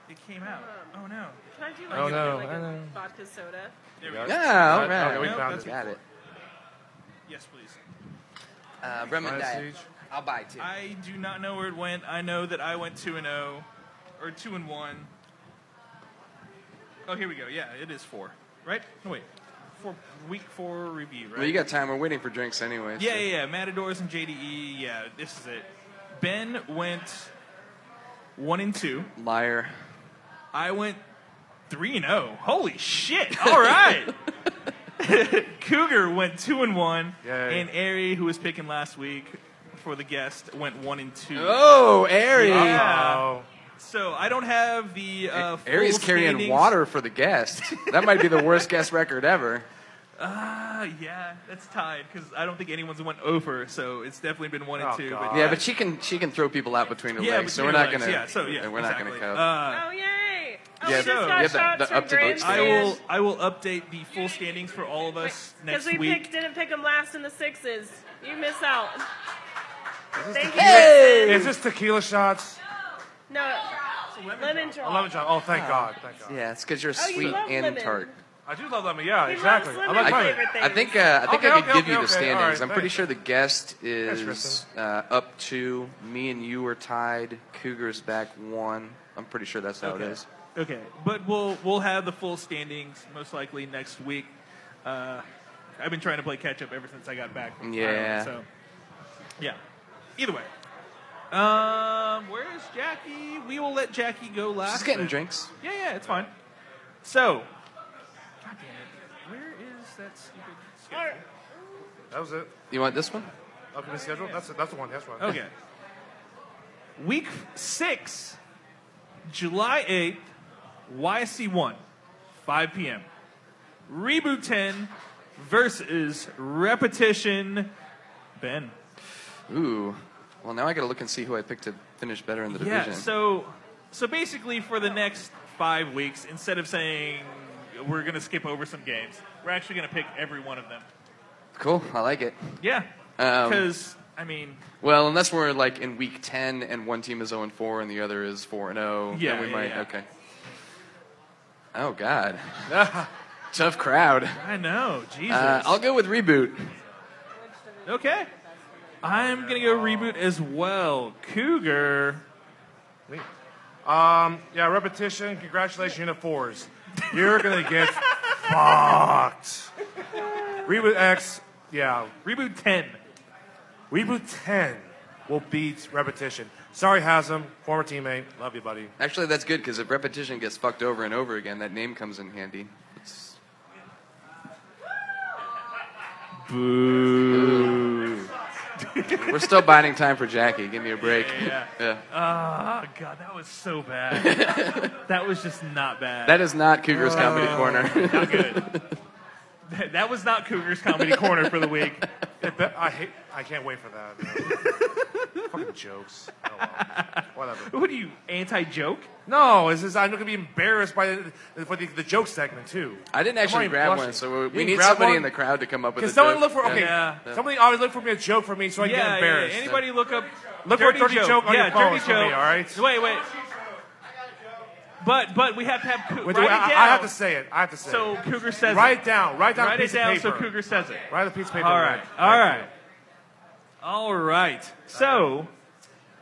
S3: It came out. Oh no.
S4: Um, Can I do like,
S3: Oh,
S4: a,
S3: no,
S4: like
S3: I
S4: a
S3: know.
S4: vodka soda?
S3: There we
S2: [laughs] Yeah,
S3: go.
S2: all right.
S3: Okay, we
S2: Nope,
S3: found
S2: that's
S3: it.
S2: Got it.
S3: Yes, please.
S2: Uh, rum and diet. I'll buy two.
S3: I do not know where it went. I know that I went two and zero, or two and one. Oh, here we go. Yeah, it is four. Right? No, wait. For week four review. Right.
S2: Well, you got time. We're waiting for drinks anyway.
S3: Yeah,
S2: so-
S3: yeah, yeah. Matadors and JDE. Yeah, this is it. Ben went one and two.
S2: Liar.
S3: I went three and zero. Holy shit! All right.
S2: [laughs]
S3: Cougar went two and one,
S16: Yay.
S3: and Ari, who was picking last week for the guest, went one and two.
S2: Oh, Ari.
S3: Yeah.
S2: Uh-oh.
S3: So I don't have the uh, full
S2: Aries carrying
S3: standings.
S2: water for
S3: [laughs]
S2: the guest. That might be the worst guest record ever.
S3: Ah, yeah, that's tied because I don't think anyone's went over, so it's definitely been one
S2: Oh,
S3: and two. But
S2: Yeah, but she can she can throw people out between her
S3: Yeah,
S2: legs, so we're
S3: between
S2: not
S3: her legs,
S2: gonna
S3: yeah, so, yeah,
S2: we're not
S3: exactly.
S2: gonna count.
S3: Uh,
S4: oh yay! Oh,
S2: yeah,
S4: we
S2: so-
S4: just got
S2: yeah, the-
S4: shots
S2: the
S4: from
S2: up to date
S4: Grand
S3: I will
S4: Stand
S3: I will update the full standings for all of us
S4: because
S3: next
S4: we
S3: week.
S4: picked, didn't pick them last in the sixes. You miss out. Thank you.
S1: Is this tequila shots?
S4: No, lemon drop.
S1: Oh, lemon drop. Oh, thank
S2: Oh.
S1: God. Thank God.
S2: Yeah, it's because you're
S4: Oh, you
S2: sweet
S4: love
S2: and
S4: lemon.
S2: tart.
S1: I do love lemon. Yeah,
S4: He
S1: exactly.
S4: loves
S1: I
S4: lemon
S1: like lemon.
S4: flavored
S2: I think uh, I think
S1: Okay,
S2: I could
S1: okay,
S2: give you the
S1: okay, okay. All
S2: standings.
S1: right,
S2: I'm pretty
S1: thanks.
S2: sure the guest is
S1: Kristen.
S2: uh, up two. Me and you are tied. Cougars back one. I'm pretty sure that's how
S3: okay.
S2: it is.
S3: Okay, but we'll we'll have the full standings most likely next week. Uh, I've been trying to play catch up ever since I got back. From
S2: Yeah.
S3: Ireland, so yeah. Either way, um, where is Jackie? We will let Jackie go last.
S2: She's getting
S3: then.
S2: drinks.
S3: Yeah, yeah, it's fine. So, God damn it, where is that stupid schedule?
S1: That was it.
S2: You want this one?
S1: Upcoming schedule? That's, that's the one. That's right.
S3: Okay. Week six, July 8th, YC1, 5 p.m. Reboot 10 versus Repetition Ben.
S2: Ooh. Well, now I gotta look and see who I picked to finish better in the
S3: Yeah,
S2: division.
S3: so so basically for the next five weeks, instead of saying we're gonna skip over some games, we're actually gonna pick every one of them.
S2: cool. I like it.
S3: Yeah.
S2: Um,
S3: Because I mean
S2: Well, unless we're like in week ten and one team is zero and four and the other is four and zero,
S3: Yeah,
S2: then we
S3: yeah,
S2: might.
S3: yeah.
S2: Okay.
S3: [laughs]
S2: Oh God. Tough crowd.
S3: I know, Jesus.
S2: Uh, I'll go with reboot.
S3: Okay. I'm gonna go reboot as well. Cougar.
S1: Um, yeah, repetition. Congratulations, Unit 4s. You're going to get fucked. Reboot X, yeah.
S3: Reboot 10.
S1: Reboot 10 will beat repetition. Sorry, Hasm, former teammate. Love you, buddy.
S2: Actually, that's good because if repetition gets fucked over and over again, that name comes in handy. It's...
S3: Boo.
S2: [laughs] We're still biding time for Jackie. Give me a break.
S3: Yeah,
S2: Yeah.
S3: Oh god, that was so
S2: [laughs]
S3: bad. that was just not bad. Oh,
S2: That is not Cougar's Comedy Corner.
S3: not
S2: [laughs]
S3: good. That- That was not Cougars Comedy Corner for the week.
S1: I hate. I can't wait for that. Fucking jokes. Oh, well. Whatever.
S3: What are you anti joke?
S1: No, it's just, I'm going to be embarrassed by the, uh, for the, the joke segment too.
S2: I didn't
S1: I'm
S2: actually
S1: already
S2: grab
S1: blushing.
S2: one, so we,
S1: You
S2: we
S1: didn't
S2: need
S1: grab
S2: somebody
S1: one?
S2: in the crowd to come up with
S1: Can
S2: a
S1: someone
S2: joke.
S1: look for
S2: Yeah.
S1: okay?
S2: Yeah.
S1: Somebody always look for me a joke for me so I
S3: yeah,
S1: get
S3: yeah,
S1: embarrassed.
S3: yeah. Anybody look up
S1: Look for
S3: dirty
S1: Dirty
S3: joke.
S1: Joke on
S3: yeah,
S1: your phone
S3: dirty
S1: for me,
S3: joke.
S1: all right?
S3: Wait, wait. But but we have to have Cou-
S1: Wait,
S3: write
S1: wait, I,
S3: it down.
S1: I have to say it. I have to say
S3: So
S1: it.
S3: Cougar says
S1: Write
S3: it.
S1: it down. Write down. a
S3: Write
S1: piece
S3: it down
S1: of paper.
S3: so Cougar says it.
S1: Write a piece of paper.
S3: All
S1: Ryan.
S3: right. All right. All right. So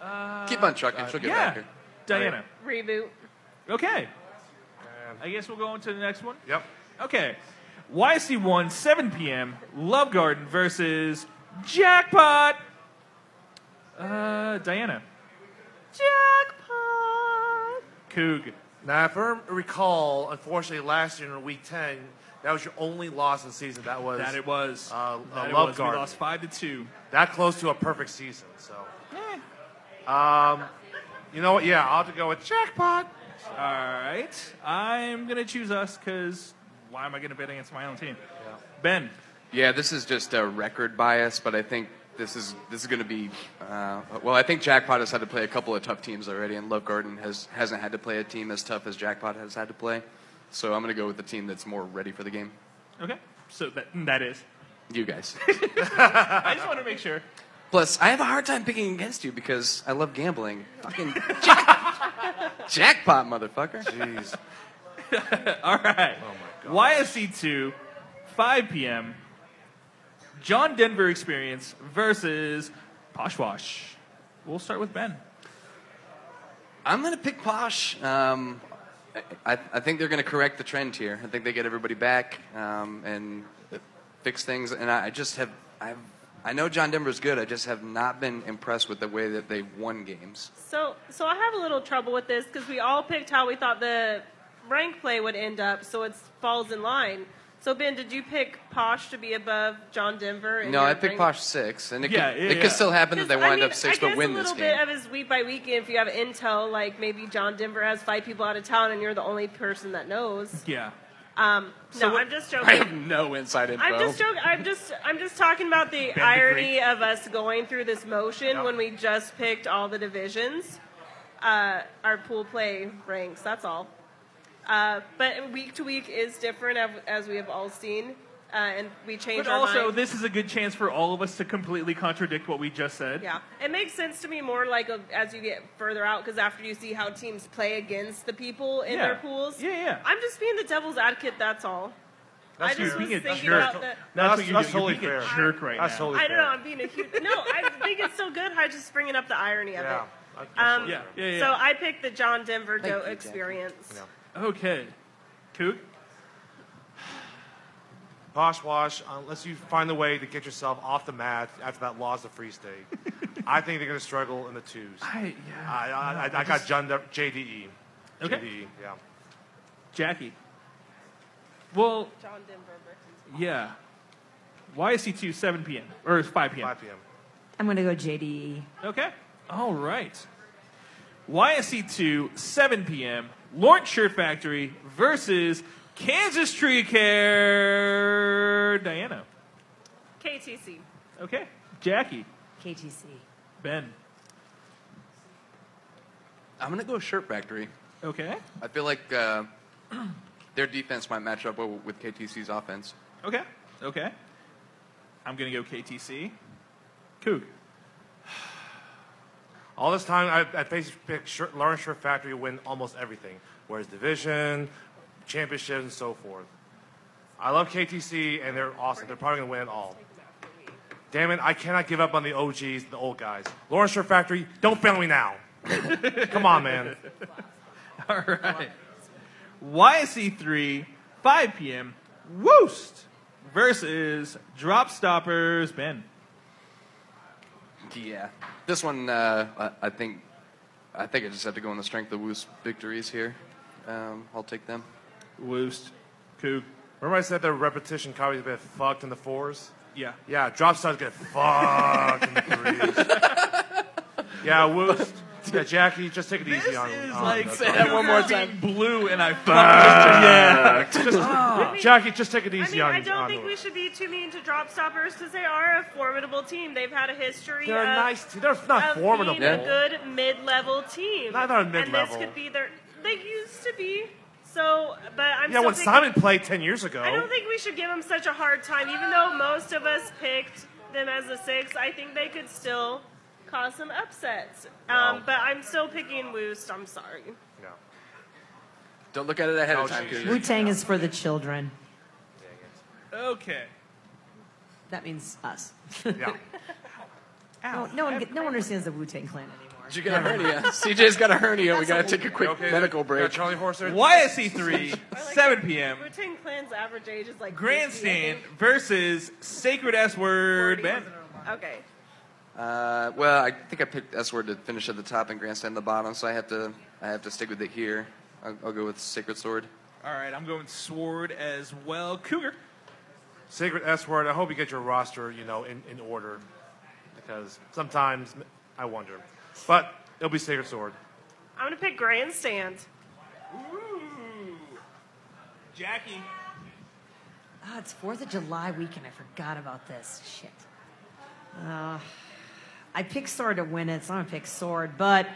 S2: Uh, Keep on trucking. She'll get
S3: yeah.
S2: back here.
S3: Diana.
S4: Reboot.
S3: Okay. I guess we'll go on to the next one.
S1: Yep.
S3: Okay. YC1, 7 p.m. Love Garden versus Jackpot. Uh, Diana.
S1: Jackpot.
S3: Coog.
S1: Now, if I recall, unfortunately, last year in Week 10, that was your only loss in the season. That was
S3: That it was.
S1: Uh,
S3: That
S1: uh,
S3: it
S1: Love
S3: was. We
S1: Garden.
S3: lost five to two.
S1: That close to a perfect season. So,
S3: Eh.
S1: um, you know what? Yeah, I'll have to go with jackpot.
S3: All right. I'm going to choose us because why am I going to bet against my own team? Ben.
S2: Yeah, this is just a record bias, but I think this is this is going to be. Uh, well, I think Jackpot has had to play a couple of tough teams already, and Love Garden has hasn't had to play a team as tough as Jackpot has had to play. So I'm going to go with the team that's more ready for the game.
S3: Okay. So that, that is.
S2: You guys. [laughs]
S3: I just want to make sure. [laughs]
S2: Plus, I have a hard time picking against you because I love gambling. Fucking Jackpot, motherfucker.
S1: Jeez.
S3: All right. YFC 2, 5 p.m. John Denver Experience versus Poshwash. We'll start with Ben.
S2: I'm gonna pick Posh. Um, I, I- I think they're gonna correct the trend here. I think they get everybody back um, and fix things. And I, I just have I've, I know John Denver's good. I just have not been impressed with the way that they've won games.
S4: So, so I have a little trouble with this because we all picked how we thought the rank play would end up, so it falls in line. So, Ben, did you pick Posh to be above John Denver? in
S2: No,
S4: your
S2: I picked
S4: rank?
S2: Posh six, and it
S3: Yeah,
S2: could,
S3: yeah,
S2: it
S3: yeah.
S2: could still happen that they
S4: I
S2: wind
S4: mean,
S2: up six
S4: I
S2: but
S4: guess
S2: win
S4: a
S2: this
S4: little
S2: game.
S4: bit of his week by week, if you have intel, like maybe John Denver has five people out of town and you're the only person that knows.
S3: Yeah.
S4: Um,
S2: So
S4: no,
S2: what-
S4: I'm just
S2: I have
S4: joking.
S2: no inside info.
S4: I'm just joking. I'm just I'm just talking about the
S2: Bend the
S4: irony
S2: creek.
S4: of us going through this motion
S2: Yeah.
S4: when we just picked all the divisions, uh, our pool play ranks. That's all. Uh, but week to week is different, av- as we have all seen, uh, and we change
S3: But
S4: our
S3: also,
S4: mind.
S3: this is a good chance for all of us to completely contradict what we just said.
S4: Yeah, it makes sense to me more like a, as you get further out because after you see how teams play against the people in their
S3: Yeah.
S4: pools.
S3: Yeah, yeah.
S4: I'm just being the devil's advocate. That's all.
S3: That's
S4: I just
S3: you
S4: was
S3: being a
S4: thinking
S3: jerk.
S4: about the.
S3: That's what you're
S1: that's
S3: doing.
S1: totally
S3: You're being a
S1: fair.
S3: jerk right
S1: That's
S3: now.
S1: totally
S4: I don't know.
S1: fair.
S4: I'm being a huge. No, I think it's so good. I just bringing up the irony of
S1: Yeah.
S4: it.
S1: That's
S4: Um,
S1: totally fair.
S3: yeah,
S4: So
S3: yeah.
S4: I picked the John Denver
S3: Thank
S4: Goat
S3: you, Jackie.
S4: experience.
S3: Okay. Coog?
S1: Posh Wash, uh, unless you find a way to get yourself off the mat after that loss to Free State,
S3: [laughs]
S1: I think they're going to struggle in the twos.
S3: I,
S1: yeah, I, I, I,
S3: no, I
S1: got
S3: just-
S1: John De- JDE.
S3: Okay.
S1: JDE, E, yeah.
S3: Jackie. Well,
S4: John Denver.
S3: yeah. YSC 2, 7 p.m. Or 5 p.m.
S1: 5 p.m.
S5: I'm going to go E. JDE.
S3: Okay. All right. YSC 2, 7 p.m. Lawrence Shirt Factory versus Kansas Tree Care. Diana.
S4: KTC.
S3: Okay. Jackie.
S5: KTC.
S3: Ben.
S2: I'm gonna go Shirt Factory.
S3: Okay.
S2: I feel like uh, their defense might match up well with KTC's offense.
S3: Okay. Okay. I'm going to go KTC. Coog.
S1: All this time, I, I basically picked shirt, Lawrence Shirt Factory win almost everything, whereas division, championship, and so forth. I love KTC, and they're awesome. They're probably going to win it all. Damn it, I cannot give up on the OGs, the old guys. Lawrence Shirt Factory, don't fail me now. Come on, man.
S3: [laughs] All right. YSC 3, 5 p.m. Woost versus Drop Stoppers. Ben.
S2: Yeah, this one uh, I, I think I think I just have to go on the strength of Woos victories here. Um, I'll take them.
S3: Woost. Coog.
S1: Remember I said the repetition copies get fucked in the fours?
S3: Yeah.
S1: Yeah, drop stars get fucked in the threes. yeah, Woost. Yeah, Jackie, just take it easy on This is
S3: like,
S1: on
S3: say that one more time. Blue and I fucked.
S1: Fucked.
S3: Yeah.
S4: [laughs]
S1: Just-
S4: Oh.
S1: [laughs] Jackie, just take it easy
S4: I mean,
S1: on
S4: I don't
S1: on
S4: think
S1: Woost.
S4: we should be too mean to drop stoppers because they are a formidable team. They've had a history.
S1: They're a
S4: of,
S1: nice team. They're not
S4: of
S1: formidable.
S4: Being a
S1: Yeah.
S4: good mid-level team.
S1: Not- not a
S4: And this
S1: mid-level.
S4: could be their. They used to be. So, but I'm.
S1: yeah,
S4: still
S1: when
S4: thinking-
S1: Simon played 10 years ago.
S4: I don't think we should give them such a hard time, even though most of us picked them as a six. I think they could still cause some upsets. Um, But I'm still picking Woost. I'm sorry.
S2: Don't look at it ahead of time. E.
S5: Wu Tang is for the children.
S3: Okay.
S5: That means us.
S1: Yeah.
S5: [laughs] no, no one, get- no one understands the Wu Tang Clan anymore.
S2: You got a hernia. [laughs] CJ's got a hernia. We gotta take a quick
S1: Okay,
S2: medical break.
S1: got Charlie Horse there?
S3: YSC 3, 7 p.m.
S4: Wu Tang Clan's average age is like
S3: Grandstand versus Sacred S Word. Ben.
S4: Okay.
S2: Uh, well, I think I picked S word to finish at the top and grandstand at the bottom, so I have to I have to stick with it here. I'll, I'll go with Sacred Sword.
S3: All right, I'm going Sword as well. Cougar.
S1: Sacred S word. I hope you get your roster, you know, in, in order. Because sometimes I wonder. But it'll be Sacred Sword.
S4: I'm going to pick Grandstand.
S3: Ooh. Jackie.
S5: Ah, it's Fourth of July weekend. I forgot about this. Shit. Uh, I picked Sword to win it, so I'm gonna pick Sword. But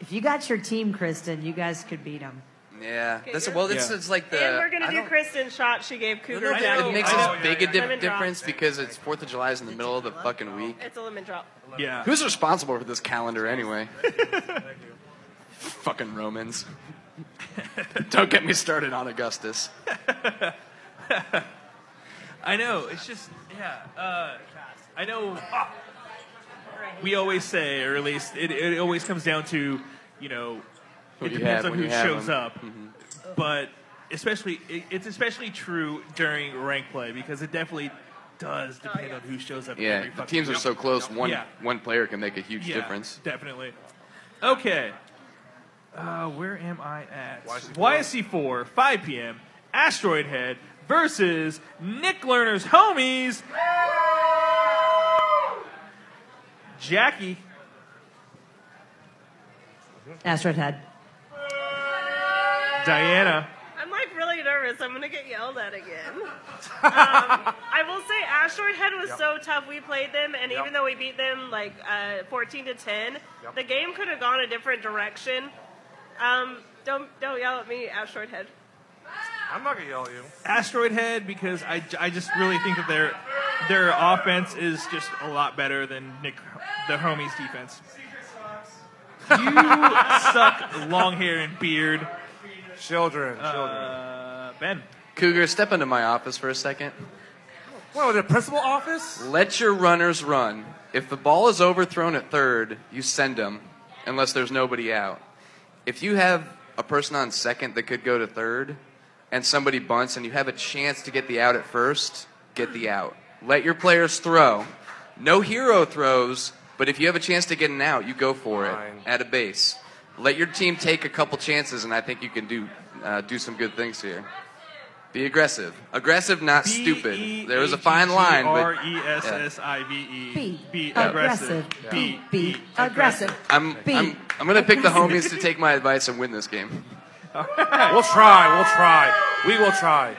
S5: if you got your team, Kristen, you guys could beat them.
S2: Yeah.
S4: Okay,
S2: That's,
S4: you're-
S2: well, this is like the.
S4: and we're gonna
S2: Uh, I
S4: do
S2: don't-
S4: Kristen's shot she gave Cougar.
S2: it
S4: down.
S2: makes
S3: Oh,
S2: as big a
S4: Lemon
S2: diff-
S4: drop.
S2: difference because it's Fourth of July is in the middle of the fucking week.
S4: It's a lemon drop.
S3: [laughs]
S2: Who's responsible for this calendar anyway? Fucking Romans. [laughs] Don't get me started on Augustus.
S3: I know. It's just yeah. Uh, I know. ah, we always say, or at least it, it always comes down to, you know,
S2: Who
S3: it
S2: do you
S3: depends
S2: have
S3: on
S2: when
S3: who
S2: you have Mm-hmm.
S3: shows
S2: them.
S3: up. But especially, it, it's especially true during rank play because it definitely does depend on who shows up.
S2: Yeah,
S3: every
S2: the
S3: fucking
S2: teams are
S3: week.
S2: so close. One
S3: Yeah,
S2: one player can make a huge
S3: yeah,
S2: difference.
S3: Definitely. Okay. Uh, where am I at?
S20: YSC4.
S3: YSC4, 5 p.m. Asteroid Head versus Nick Lerner's homies. Jackie.
S13: Asteroid Head.
S3: Diana.
S4: I'm like really nervous. I'm gonna get yelled at
S5: [laughs]
S4: again. Um, I will say, Asteroid Head was
S5: Yep.
S4: so tough. We played them, and
S5: Yep.
S4: even though we beat them like uh, 14 to 10,
S5: Yep.
S4: the game could have gone a different direction. Um, don't don't yell at me, Asteroid Head.
S1: I'm not gonna yell at you.
S3: Asteroid Head because I, I just really think that their their offense is just a lot better than Nick the homies defense.
S1: [laughs]
S3: You suck long hair and beard. Uh,
S1: Children,
S3: children. Ben.
S2: Cougar, step into my office for a second.
S1: Well, the principal office?
S2: Let your runners run. If the ball is overthrown at third, you send them, unless there's nobody out. If you have a person on second that could go to third, and somebody bunts, and you have a chance to get the out at first, get the out. Let your players throw. No hero throws, but if you have a chance to get an out, you go for it at a base. Let your team take a couple chances, and I think you can do uh, do some good things here. Be aggressive. Aggressive, not stupid. There is a fine line. but-
S3: R E S S I V E.
S2: Be
S3: Be
S2: aggressive.
S3: aggressive.
S2: Yeah.
S3: Be
S13: Be aggressive.
S2: I'm,
S13: Be
S2: I'm, I'm going to pick the homies to take my advice and win this game.
S1: We'll try. We'll try. We will try.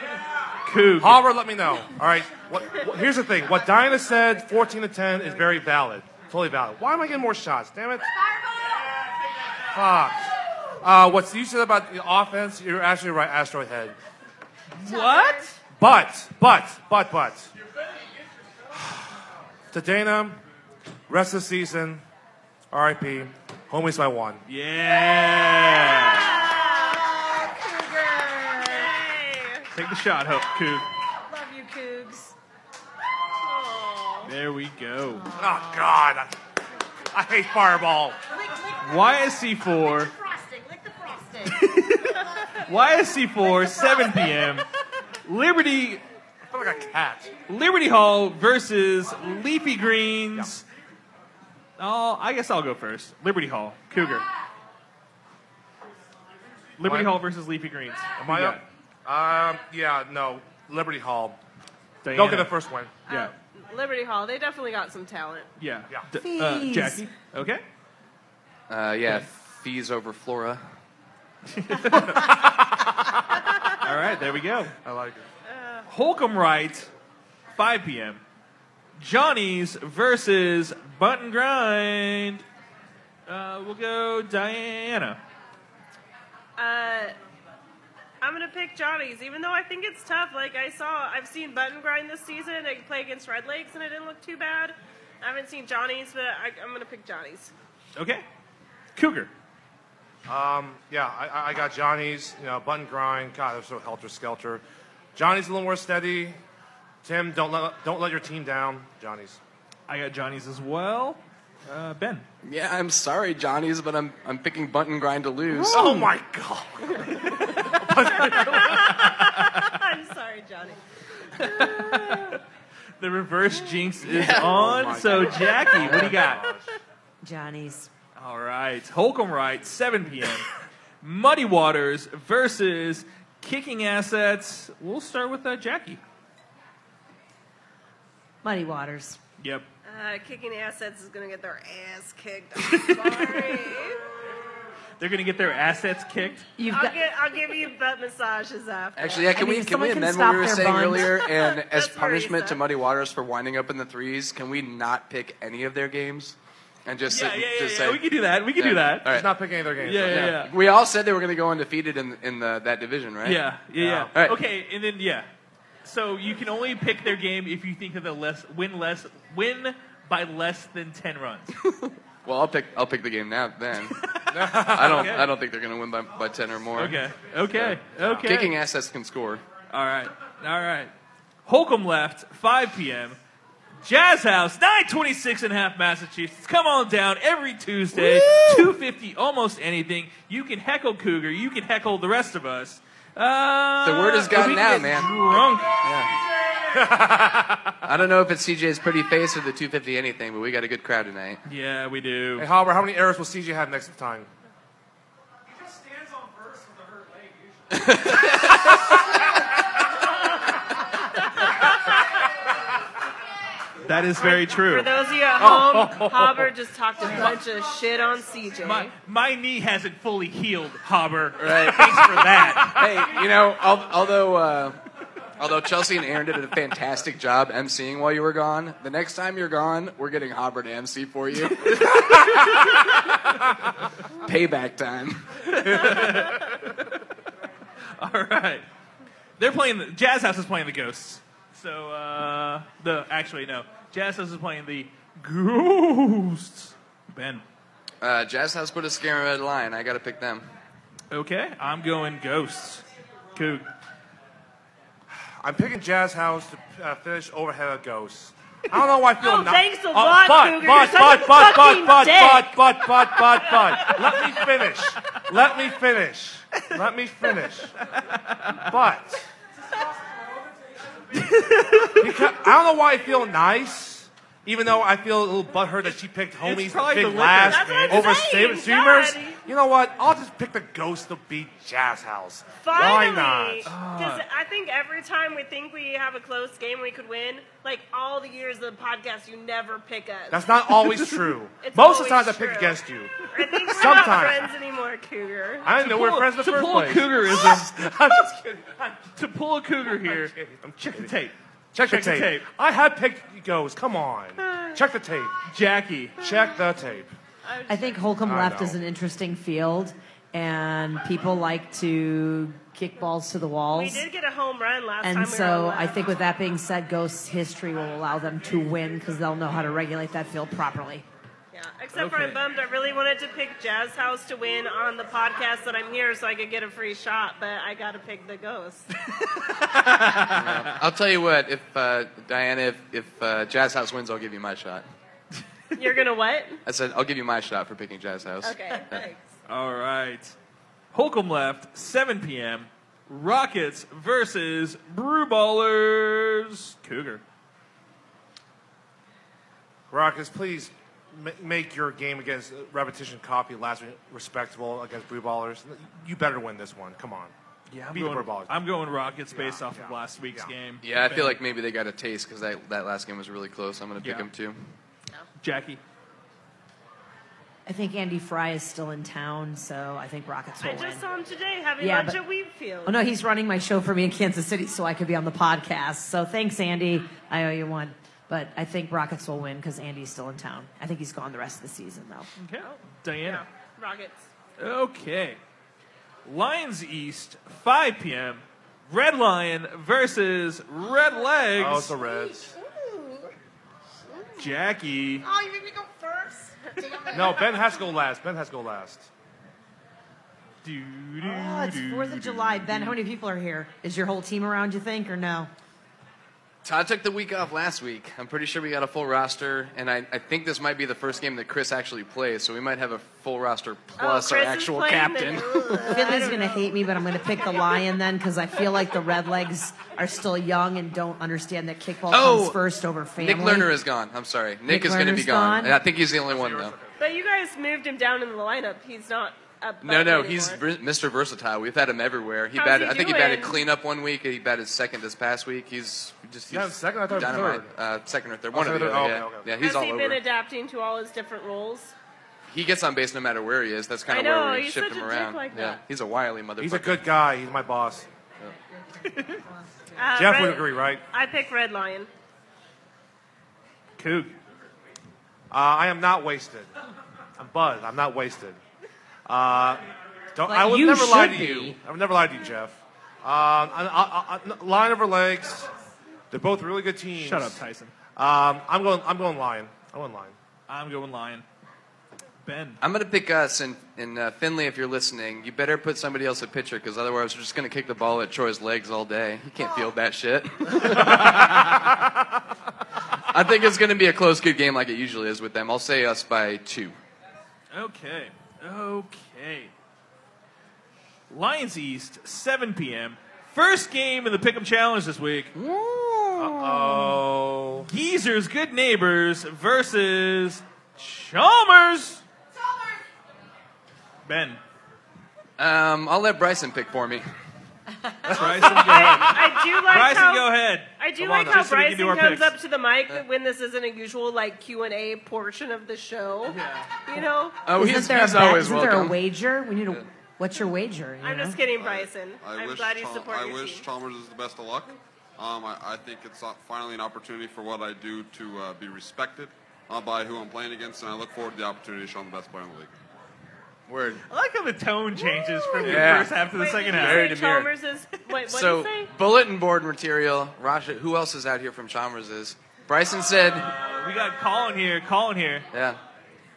S3: Coog.
S1: However, let me know. All right. What, what- here's the thing. What Diana said, 14 to 10, is very valid. Totally valid. Why am I getting more shots? Damn it. Fuck. Uh, what you said about the offense, you're actually right, Asteroid Head.
S3: What?
S1: But, but, but, but. [sighs] To Dana, rest of the season, RIP, homies by one.
S3: Yeah. Take the shot, Hope Coog.
S4: Love you, Cougs.
S3: There we go.
S1: Oh, God. I, I hate Fireball.
S3: YSC4,
S5: Frosting, lick the frosting.
S3: [laughs] YSC4, 7 p.m. Liberty.
S1: I feel like a cat.
S3: Liberty Hall versus Leafy Greens. Oh, I guess I'll go first. Liberty Hall, Cougar. Liberty
S1: Am I-
S3: Hall versus Leafy Greens.
S1: Am
S3: Who
S1: I
S3: you
S1: up? Um, yeah, no. Liberty Hall.
S3: Diana.
S1: Don't get the first one.
S3: Yeah.
S4: Liberty Hall. They definitely got some talent.
S3: Yeah.
S2: D-
S3: got? Uh,
S4: Please.
S3: Jackie. Okay.
S2: Uh, yeah, fees over flora.
S3: All right, there we go.
S1: I like it.
S3: Holcomb Wright, 5 p.m. Johnny's versus Button Grind. Uh, we'll go Diana.
S4: Uh, I'm gonna pick Johnny's, even though I think it's tough. Like I saw, I've seen Button Grind this season. They play against Red Lakes, and it didn't look too bad. I haven't seen Johnny's, but I, I'm gonna pick Johnny's. [laughs]
S3: Okay. Cougar.
S1: Um, yeah, I- I, I got Johnny's, you know, button grind. God, they're so helter skelter. Johnny's a little more steady. Tim, don't let don't let your team down. Johnny's.
S3: I got Johnny's as well. Uh, ben.
S2: Yeah, I'm sorry, Johnny's, but I'm, I'm picking bunt and grind to lose.
S1: Oh my god.
S4: I'm sorry, Johnny.
S3: The reverse jinx is
S13: Yeah.
S3: on.
S13: Oh my
S3: so,
S13: gosh.
S3: Jackie, what do you
S1: [laughs]
S3: got?
S13: Johnny's.
S3: All right. Holcomb Wright, 7
S13: [laughs]
S3: p.m. Muddy Waters versus Kicking Assets. We'll start with uh, Jackie.
S13: Muddy Waters.
S3: Yep.
S4: Uh, kicking assets is gonna get their ass kicked. I'm sorry.
S3: They're going to get their assets kicked.
S4: I'll, get, I'll give you butt massages after.
S2: Actually, yeah, can we, can we amend what we were saying earlier? And as punishment to Muddy Waters for winding up in the threes, can we not pick any of their games? And just,
S3: Yeah,
S2: say,
S3: yeah, yeah,
S2: just
S3: yeah,
S2: say.
S3: we can do that, we can do that.
S2: All right.
S1: Just not picking any of their games.
S3: Yeah, yeah, yeah.
S2: We all said they were going to go undefeated in, in the, that division, right?
S3: Yeah, yeah, yeah.
S2: All right.
S3: Okay, and then yeah. So you can only pick their game if you think that they'll less win less win by less than ten runs. [laughs]
S2: Well, I'll pick I'll pick the game now then. I don't.
S3: Okay.
S2: I don't think they're going to win by, by ten or more.
S3: Okay. Okay.
S2: Yeah.
S3: Okay.
S2: Kicking assets can score.
S3: All right. All right. Holcomb left, 5 p.m. Jazz House, 926 and a half Massachusetts. Come on down every Tuesday, 250 almost anything. You can heckle Cougar. You can heckle the rest of us. Uh,
S2: The word has
S3: and we
S2: gotten
S3: can
S2: out,
S3: get
S2: man.
S3: Drunk.
S2: I don't know if it's CJ's pretty face or the 250 anything, but we got a good crowd tonight.
S3: Yeah, we do.
S1: Hey, Halber, how many errors will CJ have next time?
S3: [laughs] That is very true.
S4: For those of you at home,
S3: Oh.
S4: Hobber just talked a bunch of shit on CJ.
S3: My, my knee hasn't fully healed, Hobber.
S2: Right.
S3: Thanks for that. [laughs]
S2: Hey, you know, al- although uh, although Chelsea and Aaron did a fantastic job emceeing while you were gone, the next time you're gone, we're getting Hobber to MC
S3: [laughs]
S2: for you. Payback time.
S3: All right. They're playing the Jazz House is playing the Ghosts. So uh the actually no. Jazz House is playing the Ghosts. Ben.
S2: Uh, Jazz House put a scare in red line. I got to pick them.
S3: Okay, I'm going Ghosts. Coog.
S1: I'm picking Jazz House to uh, finish overhead of Ghosts. I don't know why I feel
S4: Oh,
S1: not-
S4: thanks a
S1: Oh,
S4: lot,
S1: but,
S4: Cougar.
S1: But,
S4: You're such
S1: but,
S4: a
S1: but,
S4: fucking
S1: but, but,
S4: dick.
S1: but, but, but, but, but. Let me finish. Let me finish. Let me finish. But. because, I don't know why I feel nice, even though I feel a little butthurt that she picked homies
S3: probably the
S1: big
S3: liquor.
S1: last
S3: That's what I'm
S1: over
S3: saying,
S1: Saban streamers.
S4: God.
S1: You know what? I'll just pick the ghost to beat Jazz House.
S4: Finally, uh,
S1: why not?
S4: because I think every time we think we have a close game we could win, like all the years of the podcast, you never pick us.
S1: That's
S4: [laughs]
S1: not always true.
S4: It's
S1: Most of the
S4: always
S1: times I pick
S4: true.
S1: against you.
S4: I think we're not
S1: Sometimes.
S4: friends anymore, Cougar.
S1: I didn't know we we're friends in the
S3: to
S1: first
S3: pull
S1: place.
S3: a cougarism. [laughs]
S1: I'm just kidding.
S3: to pull a cougar here. check the tape.
S1: Check, the, tape. I have picked goes. Come on. Check the tape.
S3: Jackie.
S1: Check the tape.
S5: I think Holcomb
S1: I
S5: left
S1: know.
S5: is an interesting field, and people like to kick balls to the walls.
S4: We did get a home run last time.
S5: and
S4: we were
S5: so
S4: on
S5: I
S4: last.
S5: think with that being said, Ghost's history will allow them to win because they'll know how to regulate that field properly.
S4: Yeah, except for
S5: Okay.
S4: I'm bummed. I really wanted to pick Jazz House to win on the podcast that I'm here, so I could get a free shot. But I got to pick the
S1: [laughs]
S4: Ghost.
S2: I'll tell you what, if uh, Diana, if, if uh, Jazz House wins, I'll give you my shot.
S4: You're gonna what?
S2: I said I'll give you my shot for picking Jazz House.
S1: [laughs]
S4: Okay, thanks.
S3: All right. Holcomb left, 7 p.m. Rockets versus Brew Ballers. Cougar.
S1: Rockets, please ma- make your game against uh, Repetition Copy last week respectable against Blue Ballers. You better win this one. Come on.
S3: Yeah, I'm
S1: Beat
S3: going,
S1: the Blue Ballers.
S3: I'm going Rockets based off of last week's game.
S2: Yeah, I feel like maybe they got a taste because that, that last game was really close. I'm going to pick
S3: Yeah.
S2: them too.
S3: Jackie.
S5: I think Andy Fry is still in town, so I think Rockets will
S4: I
S5: win.
S4: just saw him today having
S5: Yeah,
S4: lunch
S5: but-
S4: at Wheatfield.
S5: Oh no, he's running my show for me in Kansas City, so I could be on the podcast. So thanks, Andy. I owe you one. But I think Rockets will win because Andy's still in town. I think he's gone the rest of the season, though.
S1: Oh.
S3: Okay. Diana.
S4: Rockets.
S3: Okay. Lions East, 5 p.m. Red Lion versus Red Legs.
S1: Oh, it's the Reds.
S3: Jackie.
S17: Oh, you made me go first? Damn it.
S1: [laughs] No, Ben has to go last. Ben has to go last.
S5: Oh, it's Fourth of July, Ben. How many people are here? Is your whole team around? You think or no?
S2: Todd took the week off last week. I'm pretty sure we got a full roster, and I, I think this might be the first game that Chris actually plays, so we might have a full roster plus
S5: Oh, Chris
S2: our
S5: is
S2: actual
S5: playing
S2: captain.
S5: [laughs] Finley's gonna hate me, but I'm gonna pick the lion then because I feel like the red legs are still young and don't understand that kickball
S2: Oh,
S5: comes first over family.
S2: Nick Lerner is gone. I'm sorry. Nick,
S5: Nick
S2: is going to be
S5: Lerner's
S2: gone.
S5: gone?
S2: And I think he's the only one, though.
S4: But you guys moved him down in the lineup. He's not up.
S2: No,
S4: up
S2: no,
S4: anymore.
S2: he's ver- Mr. Versatile. We've had him everywhere. He
S4: How's
S2: batted.
S4: he
S2: I think he batted
S4: doing?
S2: cleanup one week. He batted second this past week. He's just he's
S1: Yeah, second, I thought he was
S2: dynamite. Uh, second or third,
S1: Oh,
S2: one of
S1: second
S2: the
S1: or
S2: other.
S1: third.
S2: yeah.
S1: Oh, okay, okay.
S2: yeah, he's
S4: Has
S2: all
S4: he
S2: over.
S4: been adapting to all his different roles?
S2: he gets on base no matter where he is. That's kind
S4: I
S2: of
S4: know,
S2: where we
S4: he's
S2: ship
S4: such
S2: him
S4: a dick
S2: around.
S4: like
S2: yeah,
S4: that.
S2: he's a wily motherfucker.
S1: He's a good guy. He's my boss.
S4: Uh,
S1: Jeff would
S4: Red-
S1: agree, right?
S4: I pick Red Lion.
S1: Coog. Uh, I am not wasted. I'm buzzed. I'm not wasted. Uh, don't,
S19: But
S1: I would
S19: you
S1: never lie to
S19: should
S1: you.
S19: be.
S1: I would never lie to you, Jeff. Um, I, I, I, line over legs. They're both really good teams.
S3: Shut up, Tyson.
S1: Um, I'm going. I'm going lion. I'm going lion.
S3: I'm going Lion. Ben.
S2: I'm gonna pick us and and uh, Finley. If you're listening, you better put somebody else a pitcher because otherwise we're just gonna kick the ball at Troy's legs all day. He can't field that shit. [laughs] I think it's gonna be a close, good game like it usually is with them. I'll say us by two.
S3: Okay. Okay. Lions East, 7 p.m. First game in the Pick'em Challenge this week. Uh oh. Geezer's Good Neighbors versus Chalmers. Ben.
S2: Um, I'll let Bryson pick for me.
S3: Bryson,
S4: I, I do like
S2: Bryson,
S4: how,
S2: go ahead.
S4: I do
S2: Come on
S4: like
S2: now.
S4: how
S2: Just so we can
S4: Bryson
S2: do our
S4: comes
S2: picks.
S4: up to the mic when this isn't a usual like Q and A portion of the show. You know.
S2: Oh,
S5: isn't
S2: he's-
S5: there
S2: he's
S5: a bet?
S2: always
S5: Isn't there a
S2: welcome.
S5: wager? We need a. What's your wager? you
S4: I'm
S5: know?
S4: just kidding, Bryson.
S9: I
S4: I'm
S9: wish
S4: glad you
S9: Chal-
S4: support
S9: I
S4: your
S9: wish
S4: team.
S9: Chalmers is the best of luck. Um, I, I think it's uh, finally an opportunity for what I do to uh, be respected uh, by who I'm playing against, and I look forward to the opportunity to show I'm the best player in the league.
S2: Word.
S3: I like how the tone changes from
S2: Yeah.
S3: the first half to the
S2: Wait,
S3: second
S2: did you
S3: half.
S2: say Very demure.
S4: Chalmers is. Wait, what
S2: so
S4: did you say?
S2: bulletin board material. Rasha, who else is out here from Chalmers? Is Bryson said
S3: we got Colin here. Colin here.
S2: Yeah.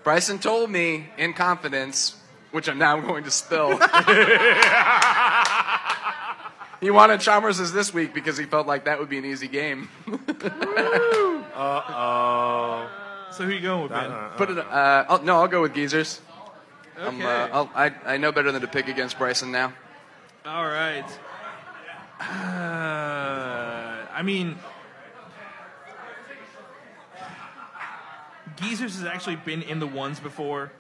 S2: Bryson told me in confidence, which I'm now going
S3: [laughs]
S2: to spill. he wanted Chalmers as this week because he felt like that would be an
S3: [laughs]
S2: easy game.
S1: Uh oh.
S3: So who you going with,
S1: Ben?
S2: Put it. Uh, I'll, no, I'll go with Geezers. I'm, uh,
S3: Okay.
S2: I'll, I I know better than to pick against Bryson now.
S3: All right. Uh, I mean, Geezers has actually been in the ones before.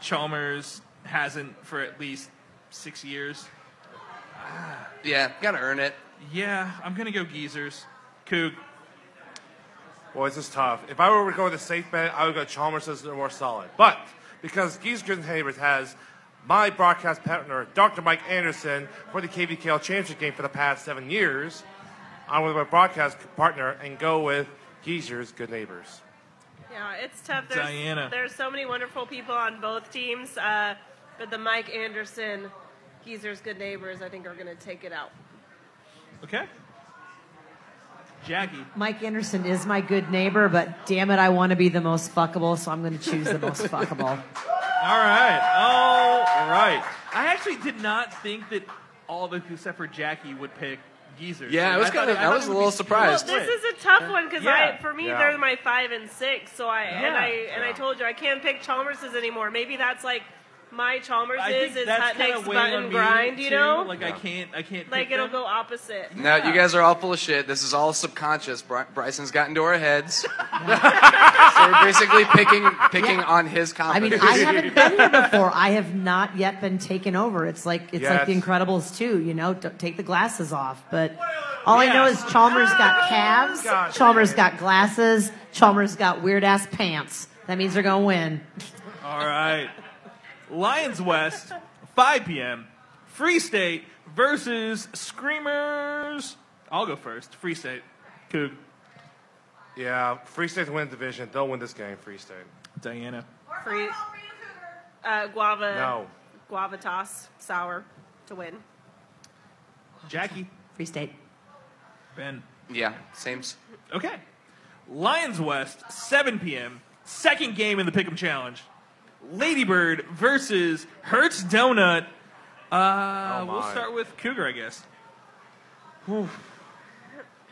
S3: Chalmers hasn't for at least six years.
S2: Ah, Yeah, gotta earn it.
S3: Yeah, I'm gonna go Geezers. Coog.
S1: Boy, this is tough. If I were to go with a safe bet, I would go Chalmers as they're more solid. But because Geese Green Havers has my broadcast partner, Dr. Mike Anderson, for the KVKL championship game for the past seven years, I'm with my broadcast partner and go with Geezer's Good Neighbors.
S4: Yeah, it's tough. There's,
S1: Diana.
S4: There's so many wonderful people on both teams, uh, but the Mike Anderson, Geezer's good neighbors, I think are going to take it out.
S3: Okay. Jackie.
S5: Mike Anderson is my good neighbor, but damn it, I want to be the most fuckable, so I'm going to choose the
S2: [laughs]
S5: most fuckable.
S3: All right. All right. I actually did not think that all of us except for Jackie would pick Geezers.
S2: Yeah, I was
S3: thought-
S2: kinda- I
S3: thought
S2: was
S3: it
S2: a
S3: would
S2: little
S3: be
S2: surprised.
S3: split.
S4: This is a tough one because
S3: Yeah.
S4: I, for me,
S2: Yeah.
S4: they're my five and six. So I and
S3: Yeah.
S4: I and I told you I can't pick Chalmerses anymore. Maybe that's like my Chalmers
S3: I
S4: is
S3: think
S4: is
S3: that's
S4: hot
S3: kind
S4: next
S3: of weighing on
S4: button
S3: me
S4: grind. You
S3: too.
S4: know,
S3: like I can't, I can't.
S4: like
S3: pick
S4: it'll
S3: them.
S4: go opposite.
S2: Now you guys are all full of shit. This is all subconscious. Bry- Bryson's got into our
S5: [laughs]
S2: heads. so we're basically picking picking
S5: Yeah.
S2: on his
S5: I mean,
S2: confidence.
S5: I
S2: [laughs]
S5: haven't been here before. I have not yet been taken over. It's like it's like The
S2: Yes.
S5: Incredibles too. You know, don't take the glasses off. But all I know is Chalmers
S2: Oh,
S5: got calves.
S17: Gosh.
S5: Chalmers got glasses. Chalmers got weird ass pants. That means they're gonna win.
S3: All right. Lions West, 5 p.m. Free State versus Screamers. I'll go first. Free State. Coog.
S1: Yeah, Free State's win the division. They'll win this game, Free State.
S3: Diana.
S4: Free, uh, guava,
S1: No.
S4: guava toss, sour to win.
S3: Jackie.
S5: Free State.
S3: Ben.
S2: Yeah, same.
S3: Okay. Lions West, 7 p.m. Second game in the Pick'em Challenge. Ladybird versus Hertz Donut. Uh,
S1: Oh,
S3: we'll
S1: my.
S3: start with Cougar, I guess.
S1: You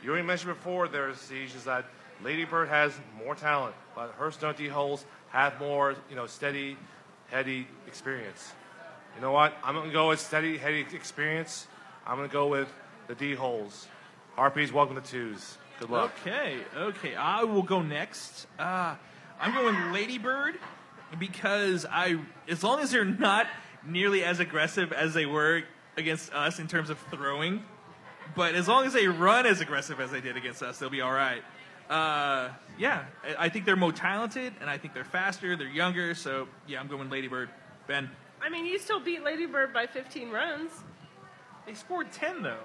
S1: already mentioned before there's issues that Lady Bird has more talent, but her stunt holes have more, you know, steady, heady experience. You know what? I'm gonna go with steady, heady experience. I'm gonna go with the D holes. Harpies, welcome to twos. Good luck.
S3: Okay, okay. I will go next. Uh, I'm going Ladybird because I, as long as they're not nearly as aggressive as they were against us in terms of throwing, but as long as they run as aggressive as they did against us, they'll be all right. Uh, yeah, I- I think they're more talented, and I think they're faster. They're younger, so yeah, I'm going Ladybird. Ben,
S4: I mean, you still beat Lady Bird by 15 runs.
S3: They [laughs] scored 10 though.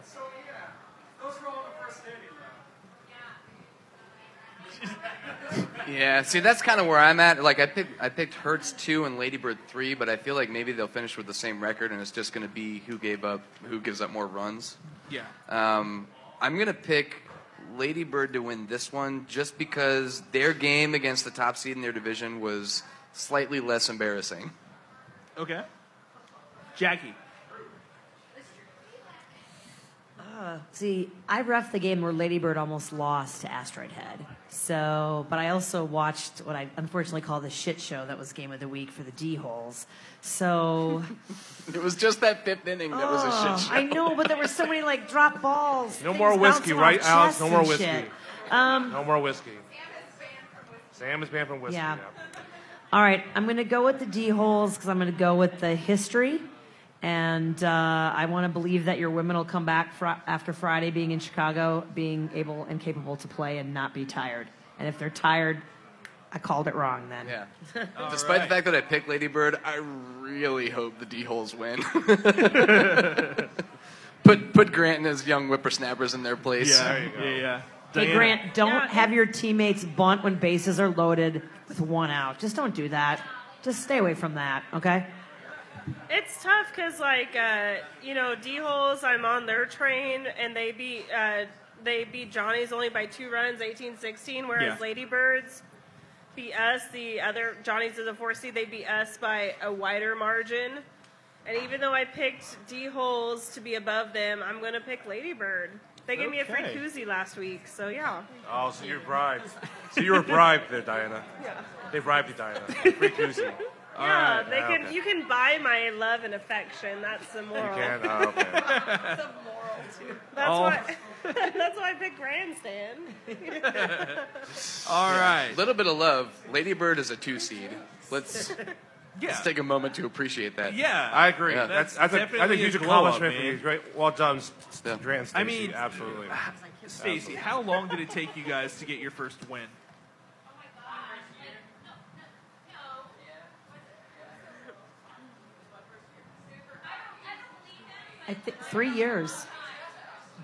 S2: Yeah, see, that's kind of where I'm at. Like, I picked I picked Hertz two and Ladybird three, but I feel like maybe they'll finish with the same record, and it's just going to be who gave up, who gives up more runs.
S3: Yeah.
S2: Um, I'm going to pick Lady Bird to win this one just because their game against the top seed in their division was slightly less embarrassing. [laughs]
S3: Okay. Jackie.
S5: Uh, see, I ref the game where Ladybird almost lost to Asteroid Head. So, but I also watched what I unfortunately call the shit show that was game of the week for the D holes. So
S2: It was just that fifth inning [laughs] that was a shit
S5: Oh,
S2: show.
S5: I know, but there were so many like drop balls.
S1: No
S5: things
S1: more whiskey,
S5: bouncing
S1: right,
S5: off
S1: Alex?
S5: chests
S1: No more
S5: and
S1: whiskey.
S5: shit. Um,
S1: No more whiskey. Sam is banned from whiskey.
S5: Yeah.
S1: now.
S5: All right, I'm going to go with the D holes because I'm going to go with the history. And uh, I want to believe that your women will come back fr- after Friday being in Chicago, being able and capable to play and not be tired. And if they're tired, I called it wrong then.
S2: Yeah. Despite the fact that I picked Lady Bird, I really hope the D
S3: [laughs]
S2: holes win. put put Grant and his young whippersnappers in their place.
S3: Yeah, there you go. Yeah, yeah.
S5: Hey, Grant, don't have your teammates bunt when bases are loaded with one out. Just don't do that. Just stay away from that, okay?
S4: It's tough because, like, uh, you know, D holes. I'm on their train, and they beat uh, they beat Johnny's only by two runs, 18-16, Whereas
S19: Yeah.
S4: Ladybirds beat us. The other Johnny's is a four seed. They beat us by a wider margin. And even though I picked D holes to be above them, I'm gonna pick Ladybird. They gave me a free
S1: Okay.
S4: koozie last week, so yeah.
S1: Oh, so you're bribed. So you were bribed
S5: [laughs]
S1: there, Diana.
S4: Yeah.
S1: They bribed you, Diana. Free koozie.
S4: [laughs]
S1: All
S4: Yeah,
S1: right.
S4: they
S1: Ah,
S4: can.
S1: okay.
S4: You can buy my love and affection. That's the moral.
S1: can? Oh,
S4: [laughs]
S1: okay.
S4: that's the moral too. [laughs] That's
S3: Oh.
S4: why. that's why I picked grandstand.
S3: All right.
S2: A little bit of love. Lady Bird is a two seed.
S3: [laughs]
S2: Let's let's take a moment to appreciate that.
S3: Yeah.
S1: I agree.
S2: Yeah.
S1: That's, that's, a, that's a
S3: definitely
S1: huge
S3: a glow up,
S1: accomplishment for
S3: man.
S1: you. Great. Well done, S- S-
S2: Yeah.
S1: Grant and Stacey.
S3: I mean,
S1: absolutely.
S3: [sighs] Stacy,
S1: Absolutely.
S3: how long did it take you guys to get your first win?
S5: I thi- three years.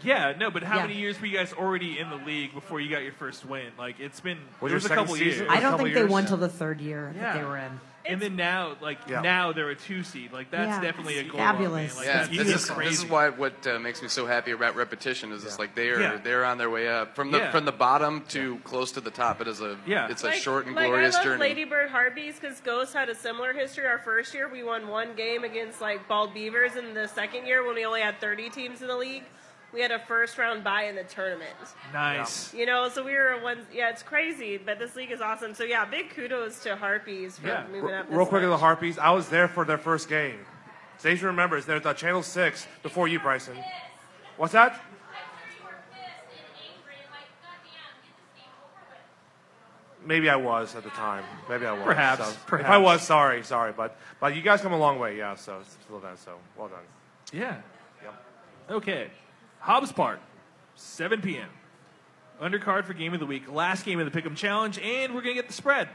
S3: Yeah, no, but how
S5: Yeah.
S3: many years were you guys already in the league before you got your first win? Like, it's been it
S1: Was your
S3: was a
S1: second
S3: couple
S1: season?
S3: years.
S5: I don't think they won till the third year that they were in.
S3: And then now, like
S2: Yeah.
S3: now they're a two seed. Like that's
S5: Yeah.
S3: definitely a goal.
S5: Fabulous.
S3: Like,
S2: yeah,
S3: that's
S2: this is,
S3: crazy.
S2: this is why what uh, makes me so happy about repetition is it's like they are
S3: Yeah.
S2: they're on their way up from the
S3: Yeah.
S2: from the bottom to close to the top. It is a
S3: Yeah.
S2: [laughs] it's a
S4: Like-
S2: short and
S4: like,
S2: glorious
S4: I love
S2: journey.
S4: Ladybird Harpies because Ghost had a similar history. Our first year, we won one game against like Bald Beavers, and the second year, when we only had 30 teams in the league, we had a first round bye in the tournament.
S3: Nice.
S4: You know, so we were a one. Yeah, it's crazy, but this league is awesome. So yeah, big kudos to Harpies for
S1: Yeah.
S4: moving up. This
S1: Real quick
S4: far.
S1: on the Harpies. I was there for their first game. Stacey remembers. There's on Channel 6 before you, Bryson. What's that? Maybe I was at the time. Maybe I was.
S3: Perhaps,
S1: So,
S3: perhaps.
S1: If I was, sorry, sorry. But but you guys come a long way, yeah. So still done. So well done.
S3: Yeah.
S1: Yep.
S3: Okay. Hobbs Park, 7 p.m. Undercard for game of the week, last game of the Pick'em Challenge, and we're gonna get the spread.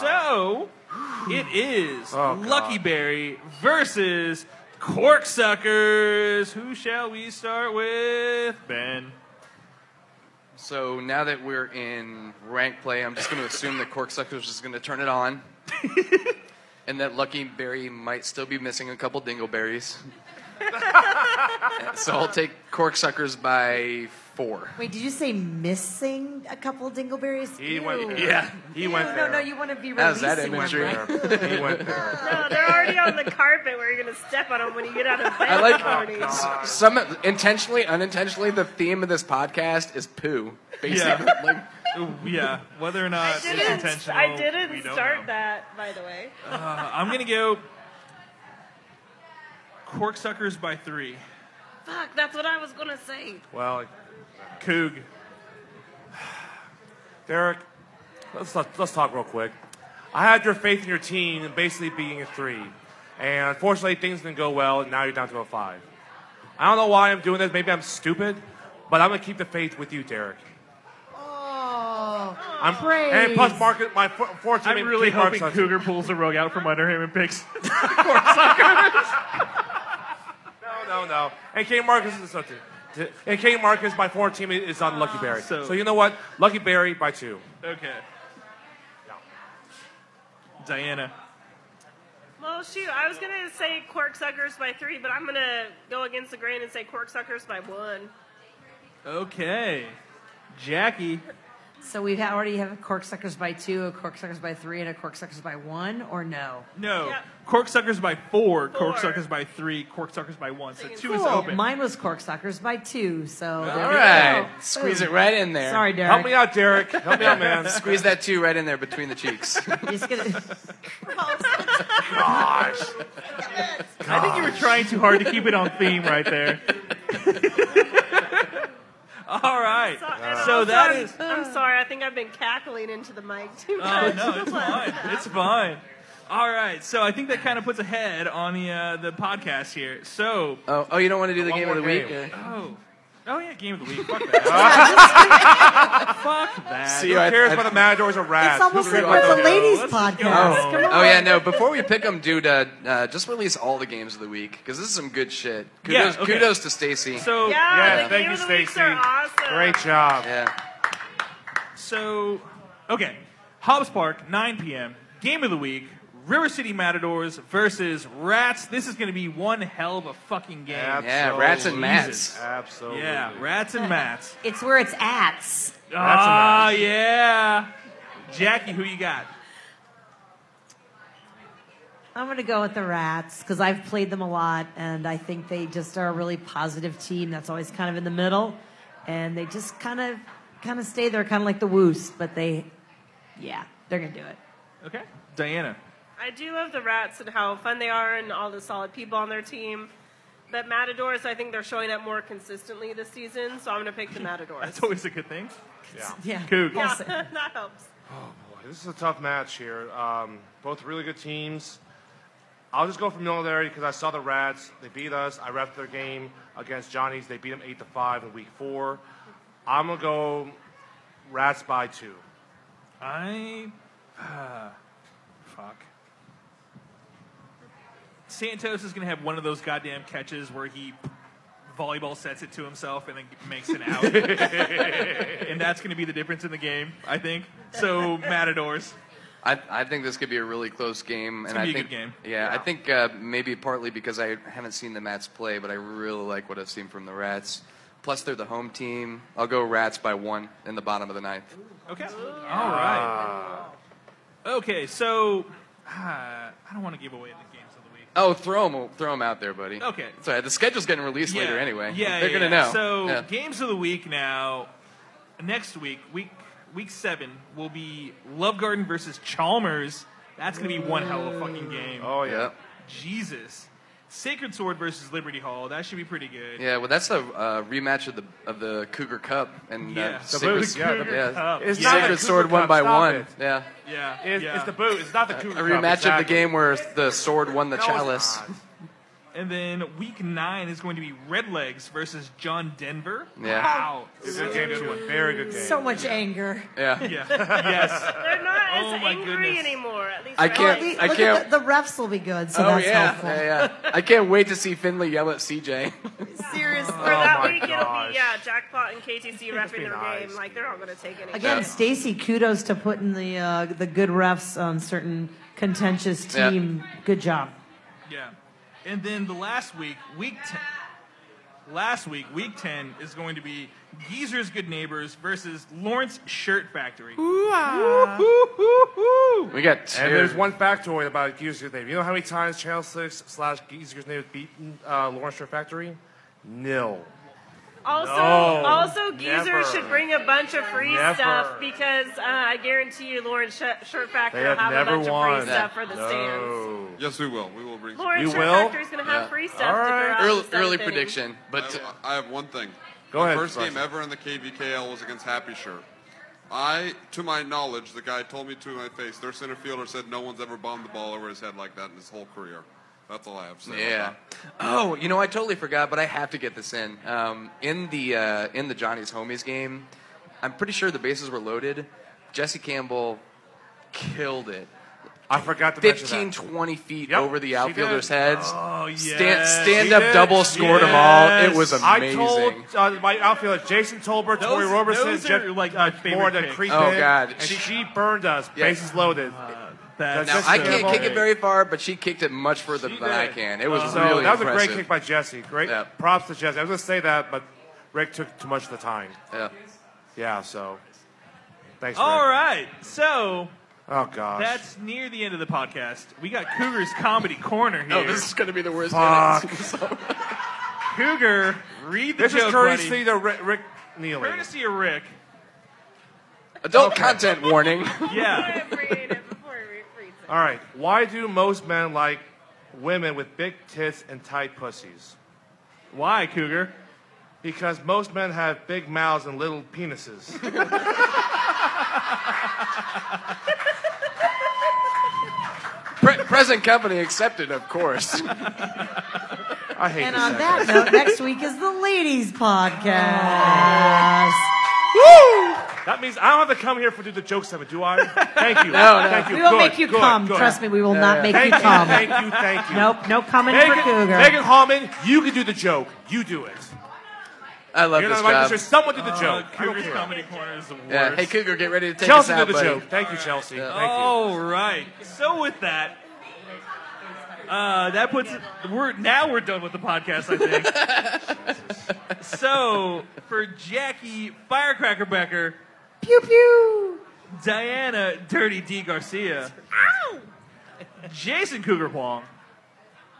S3: so [gasps] it is
S16: Oh, God.
S3: Lucky Berry versus Corksuckers. Who shall we start with? Ben.
S2: So now that we're in rank play, I'm just going to assume that Corksuckers is going to turn
S3: [laughs]
S2: it on, and that Lucky Berry might still be missing a couple
S3: [laughs]
S2: dingleberries. so I'll take Corksuckers by four.
S5: Wait, did you say missing a couple dingleberries?
S2: He
S5: Ew.
S2: went there. Yeah. He
S5: Ew,
S2: went
S5: No,
S2: there.
S5: no, you want to be
S2: How's
S5: releasing
S2: that
S5: one,
S2: imagery?
S5: right?
S2: He went there.
S4: No, Oh, they're already on the carpet where you're gonna step on them when you get out of bed.
S5: [laughs]
S2: I like
S5: Oh,
S4: Tony.
S3: Oh,
S2: s- some intentionally, unintentionally. The theme of this podcast is poo. Basically,
S3: Yeah.
S2: like,
S3: yeah, whether or not
S4: I
S3: it's
S5: [laughs]
S4: didn't.
S3: intentional,
S4: I
S3: we
S4: didn't
S3: don't
S4: start
S3: know.
S4: that, by the way.
S3: Uh, I'm gonna go Corksuckers by three.
S4: Fuck, that's what I was gonna say.
S1: Well,
S3: Coog.
S1: Derek, let's talk, let's talk real quick. I had your faith in your team basically being a three, and unfortunately things didn't go well, and now you're down to a five. I don't know why I'm doing this. Maybe I'm stupid, but I'm gonna keep the faith with you, Derek.
S5: Oh,
S1: I'm and plus market my fo- four team.
S16: I'm really hoping Cougar pulls the rug out from under him and
S3: [laughs]
S16: picks Corksuckers.
S1: No, no, no. And Kane Marcus is so too. And Kane Marcus by four team is on Lucky Berry.
S3: So-
S1: Ah, So, you know what? Lucky Berry by two.
S3: Okay. Diana.
S4: Well, shoot, I was gonna say Corksuckers by three, but I'm gonna go against the grain and say Corksuckers by one.
S3: Okay.
S16: Jackie.
S5: So we ha- already have a corksuckers by two, a corksuckers by three, and a corksuckers by one, or no?
S16: No. Corksuckers by four, Corksuckers by three, Corksuckers by one. So two is
S5: Cool.
S16: open.
S5: Mine was corksuckers by two, so there
S2: All
S5: we
S2: right.
S5: go.
S2: Squeeze
S5: Boom.
S2: it right in there.
S5: Oh, Sorry, Derek.
S2: out, Derek.
S5: Help me out, [laughs] man.
S2: [laughs] Squeeze that two right in there between
S5: [laughs]
S2: the cheeks.
S5: Just
S2: [laughs]
S5: gonna- [laughs]
S2: Gosh.
S3: I think you were trying too hard to keep it on theme right there. [laughs] All right.
S16: Uh,
S3: So that
S4: I'm,
S3: is.
S4: I'm sorry. I think I've been cackling into the mic too
S3: Oh
S4: much.
S3: no, it's fine. It's fine. All right. So I think that kind of puts a head on the uh, the podcast here. So.
S2: Oh, oh, you don't want to do the game of the week?
S3: Oh. Oh yeah, game of the week. Fuck
S2: Yeah,
S3: that.
S2: just-
S3: Fuck that.
S2: See, I- I-
S1: Matador's a rat?
S5: It's almost like we're the ladies' podcast. Come on.
S2: Oh yeah, no. Before we pick them, dude, uh, uh, just release all the games of the week because this is some good shit. Kudos,
S1: Yeah, okay.
S2: kudos to Stacy.
S3: So
S1: yeah, thank you, Stacy. Great job.
S2: Yeah.
S3: So, okay, Hobbs Park, 9 p.m. Game of the week: River City Matadors versus Rats. This is going to be one hell of a fucking game.
S2: Yeah, Rats and Mats.
S1: Absolutely.
S3: Yeah, Rats and Mats.
S5: It's where it's at.
S3: Ah, yeah. Jackie, who you got?
S5: I'm going to go with the Rats because I've played them a lot, and I think they just are a really positive team that's always kind of in the middle, and they just kind of kind of stay there, kind of like the Woos, but they, yeah, they're going to do it.
S3: Okay, Diana.
S4: I do love the rats and how fun they are and all the solid people on their team. But Matadors, I think they're showing up more consistently this season, so I'm going
S3: [laughs]
S4: to pick the Matadors.
S3: That's always a good thing.
S1: Yeah.
S3: Coog.
S4: Yeah, [laughs] that helps.
S1: Oh, Boy, this is a tough match here. Um, both really good teams. I'll just go for familiarity because I saw the Rats. They beat us. I ref their game against Johnny's. They beat them eight to five in week four. I'm gonna go Rats by two.
S3: I. Uh, fuck. Santos is going to have one of those goddamn catches where he volleyball sets it to himself and then makes an out. and that's going to be the difference in the game, I think. So, Matadors.
S2: I, I think this could be a really close game,
S3: It's
S2: and I
S3: gonna be a
S2: think
S3: good game.
S2: Yeah, I think uh, maybe partly because I haven't seen the Mats play, but I really like what I've seen from the Rats. Plus, they're the home team. I'll go Rats by one in the bottom of the ninth.
S3: Okay. All
S2: Ah.
S3: right. Okay, so. Uh, I don't want to give away the games of the week.
S2: Oh, throw them, out there, buddy.
S3: Okay.
S2: Sorry, the schedule's getting released later anyway.
S3: Yeah,
S2: [laughs] they're
S3: yeah,
S2: gonna
S3: yeah.
S2: know.
S3: So
S2: Yeah.
S3: games of the week now. Next week, week week seven will be Love Garden versus Chalmers. That's gonna be one hell of a fucking game.
S1: Oh yeah.
S3: Jesus. Sacred Sword versus Liberty Hall. That should be pretty good.
S2: Yeah, well, that's a uh, rematch of the of the Cougar Cup and
S3: Yeah.
S2: uh,
S3: The
S2: Sacred,
S3: Boots
S2: yeah,
S3: Cougar
S2: yeah.
S3: Cup. It's
S1: not a
S2: Sacred
S1: Cougar
S2: Sword
S1: Cup,
S2: one by
S1: stop
S2: one.
S1: it.
S2: Yeah.
S3: Yeah.
S1: It's,
S3: yeah.
S1: it's the boot. It's not the
S2: A
S1: Cougar Cup,
S2: rematch
S1: exactly.
S2: of the game where the sword won the
S1: No, it's
S2: chalice.
S3: [laughs] And then week nine is going to be Red Legs versus John Denver.
S2: Yeah.
S3: Wow.
S1: It's a good game, too. Very good game.
S5: So much anger.
S2: Yeah.
S3: Yeah. yes.
S4: They're not
S3: Oh,
S4: as
S3: my
S4: angry
S2: goodness.
S4: anymore. At least
S2: I
S4: right
S2: can't-
S4: now.
S2: I
S5: Look
S2: can't-
S5: at the, the refs will be good, so
S2: oh
S5: that's
S2: yeah.
S5: helpful.
S2: yeah, yeah. I can't wait to see Finley yell at CJ.
S5: Seriously.
S4: For that
S2: my
S4: week, it'll
S2: gosh.
S4: be yeah, jackpot and KTC
S1: be
S4: refing their
S1: nice,
S4: game. Like they're not going to take any.
S5: Again,
S4: shit.
S5: Stacy, kudos to putting the uh, the good refs on certain contentious
S2: Yeah.
S5: team. Good job.
S3: Yeah. And then the last week, week 10, last week, week 10 is going to be Geezer's Good Neighbors versus Lawrence Shirt Factory.
S2: We got two.
S1: And there's one factoid about Geezer's name. You know how many times Channel Six slash Geezer's name has beaten uh, Lawrence Shore Factory? Nil.
S4: Also,
S1: No,
S4: also Geezer
S1: never.
S4: should bring a bunch of free
S1: Never.
S4: stuff because uh, I guarantee you, Lauren Sh- Shirt Factory
S9: They
S4: will
S9: have
S4: have a
S9: never
S4: bunch
S9: won.
S4: of free stuff for the
S9: No.
S4: stands.
S9: Yes, we will. We will bring.
S4: Lauren We Shirt will? Factory's gonna have free stuff to All right. throw out
S2: Early,
S4: the seventh
S2: early
S4: inning.
S2: prediction, but
S9: I, I have one thing.
S2: Go
S9: the
S2: ahead,
S9: First game
S2: Bryson.
S9: ever in the KVKL was against Happy Shirt. I, to my knowledge, the guy told me to my face. Their center fielder said no one's ever bombed the ball over his head like that in his whole career. That's all I have to say. about
S2: Yeah. Oh, you know, I totally forgot, but I have to get this in. Um, in the uh, in the Johnny's Homies game, I'm pretty sure the bases were loaded. Jesse Campbell killed it.
S1: I forgot to mention
S2: 15,
S1: that.
S2: 20 feet
S1: Yep,
S2: over
S1: she
S2: the outfielders'
S1: did.
S2: heads.
S1: Oh,
S2: Stand,
S1: yes.
S2: stand
S1: She
S2: up
S1: did.
S2: double scored them all. It was
S1: I
S2: amazing.
S1: told uh, my outfielder Jason Tolbert,
S3: Those-
S1: Tori Roberson,
S3: those are,
S1: Jeff
S3: like, my favorite
S1: Moore that
S3: picks. Uh,
S1: creep
S2: Oh,
S1: in,
S2: God.
S1: and she, burned us.
S2: Yeah.
S1: Bases loaded. That's
S2: now,
S1: just
S2: I can't
S1: terrible.
S2: kick it very far, but she kicked it much further than I can. It was
S1: so
S2: really
S1: that was
S2: impressive.
S1: a great kick by Jesse. Great props to Jesse. I was gonna say that, but Rick took too much of the time.
S2: Yeah.
S1: Yeah, so thanks.
S3: All
S1: Rick.
S3: right, so
S1: Oh gosh.
S3: that's near the end of the podcast. We got Cougar's comedy corner here.
S2: No, Oh, this is gonna be the worst
S1: Fuck.
S2: [laughs]
S3: Cougar, read the
S1: This is
S3: joke,
S1: courtesy
S3: buddy.
S1: to Rick, Rick Neely.
S3: Courtesy of Rick.
S2: Adult
S3: [laughs]
S2: content warning.
S3: Yeah.
S1: All right. Why do most men like women with big tits and tight pussies?
S3: Why, Cougar?
S1: Because most men have big mouths and little penises.
S2: Pre- present company accepted, of course.
S1: [laughs] I hate
S5: And
S2: this
S5: on that
S2: segment.
S5: note, next week is the ladies' podcast.
S1: Woo! That means I don't have to come here for do the jokes, Simon,
S5: [laughs]
S1: do I? Thank you.
S5: No, no.
S1: Thank you.
S5: We won't
S1: Good,
S5: make you
S1: good,
S5: come.
S1: good.
S5: Trust me, we will Yeah, not yeah. make
S1: Thank
S5: you come.
S1: Thank you, thank you.
S5: Nope, no coming for
S1: Megan,
S5: Cougar.
S1: Megan Hallman, you can do the joke. You do it.
S2: I love
S1: You're
S2: this
S1: not invited
S2: job.
S1: to- Someone do the
S3: Uh,
S1: joke. I don't
S3: Cougar's
S1: care.
S3: comedy corner is the worst.
S2: Yeah. Hey, Cougar, get ready to take
S1: Chelsea
S2: us out,
S1: did the
S2: buddy.
S1: joke. Thank you, Chelsea. Thank you.
S3: All right. So with that, uh, that puts we're now we're done with the podcast. I think. so for Jackie Firecracker Becker,
S5: pew pew,
S3: Diana Dirty D Garcia, Jason Cougar Wong,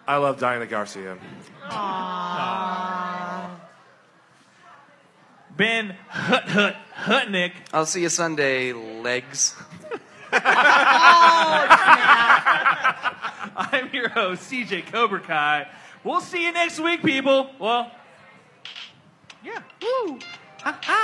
S1: I love Diana Garcia.
S3: Ben Hut Hut Hutnick.
S2: I'll see you Sunday, legs.
S3: [laughs]
S4: Oh,
S3: I'm your host CJ Cobra Kai. We'll see you next week, people. Well, yeah. Woo. Ha, ha.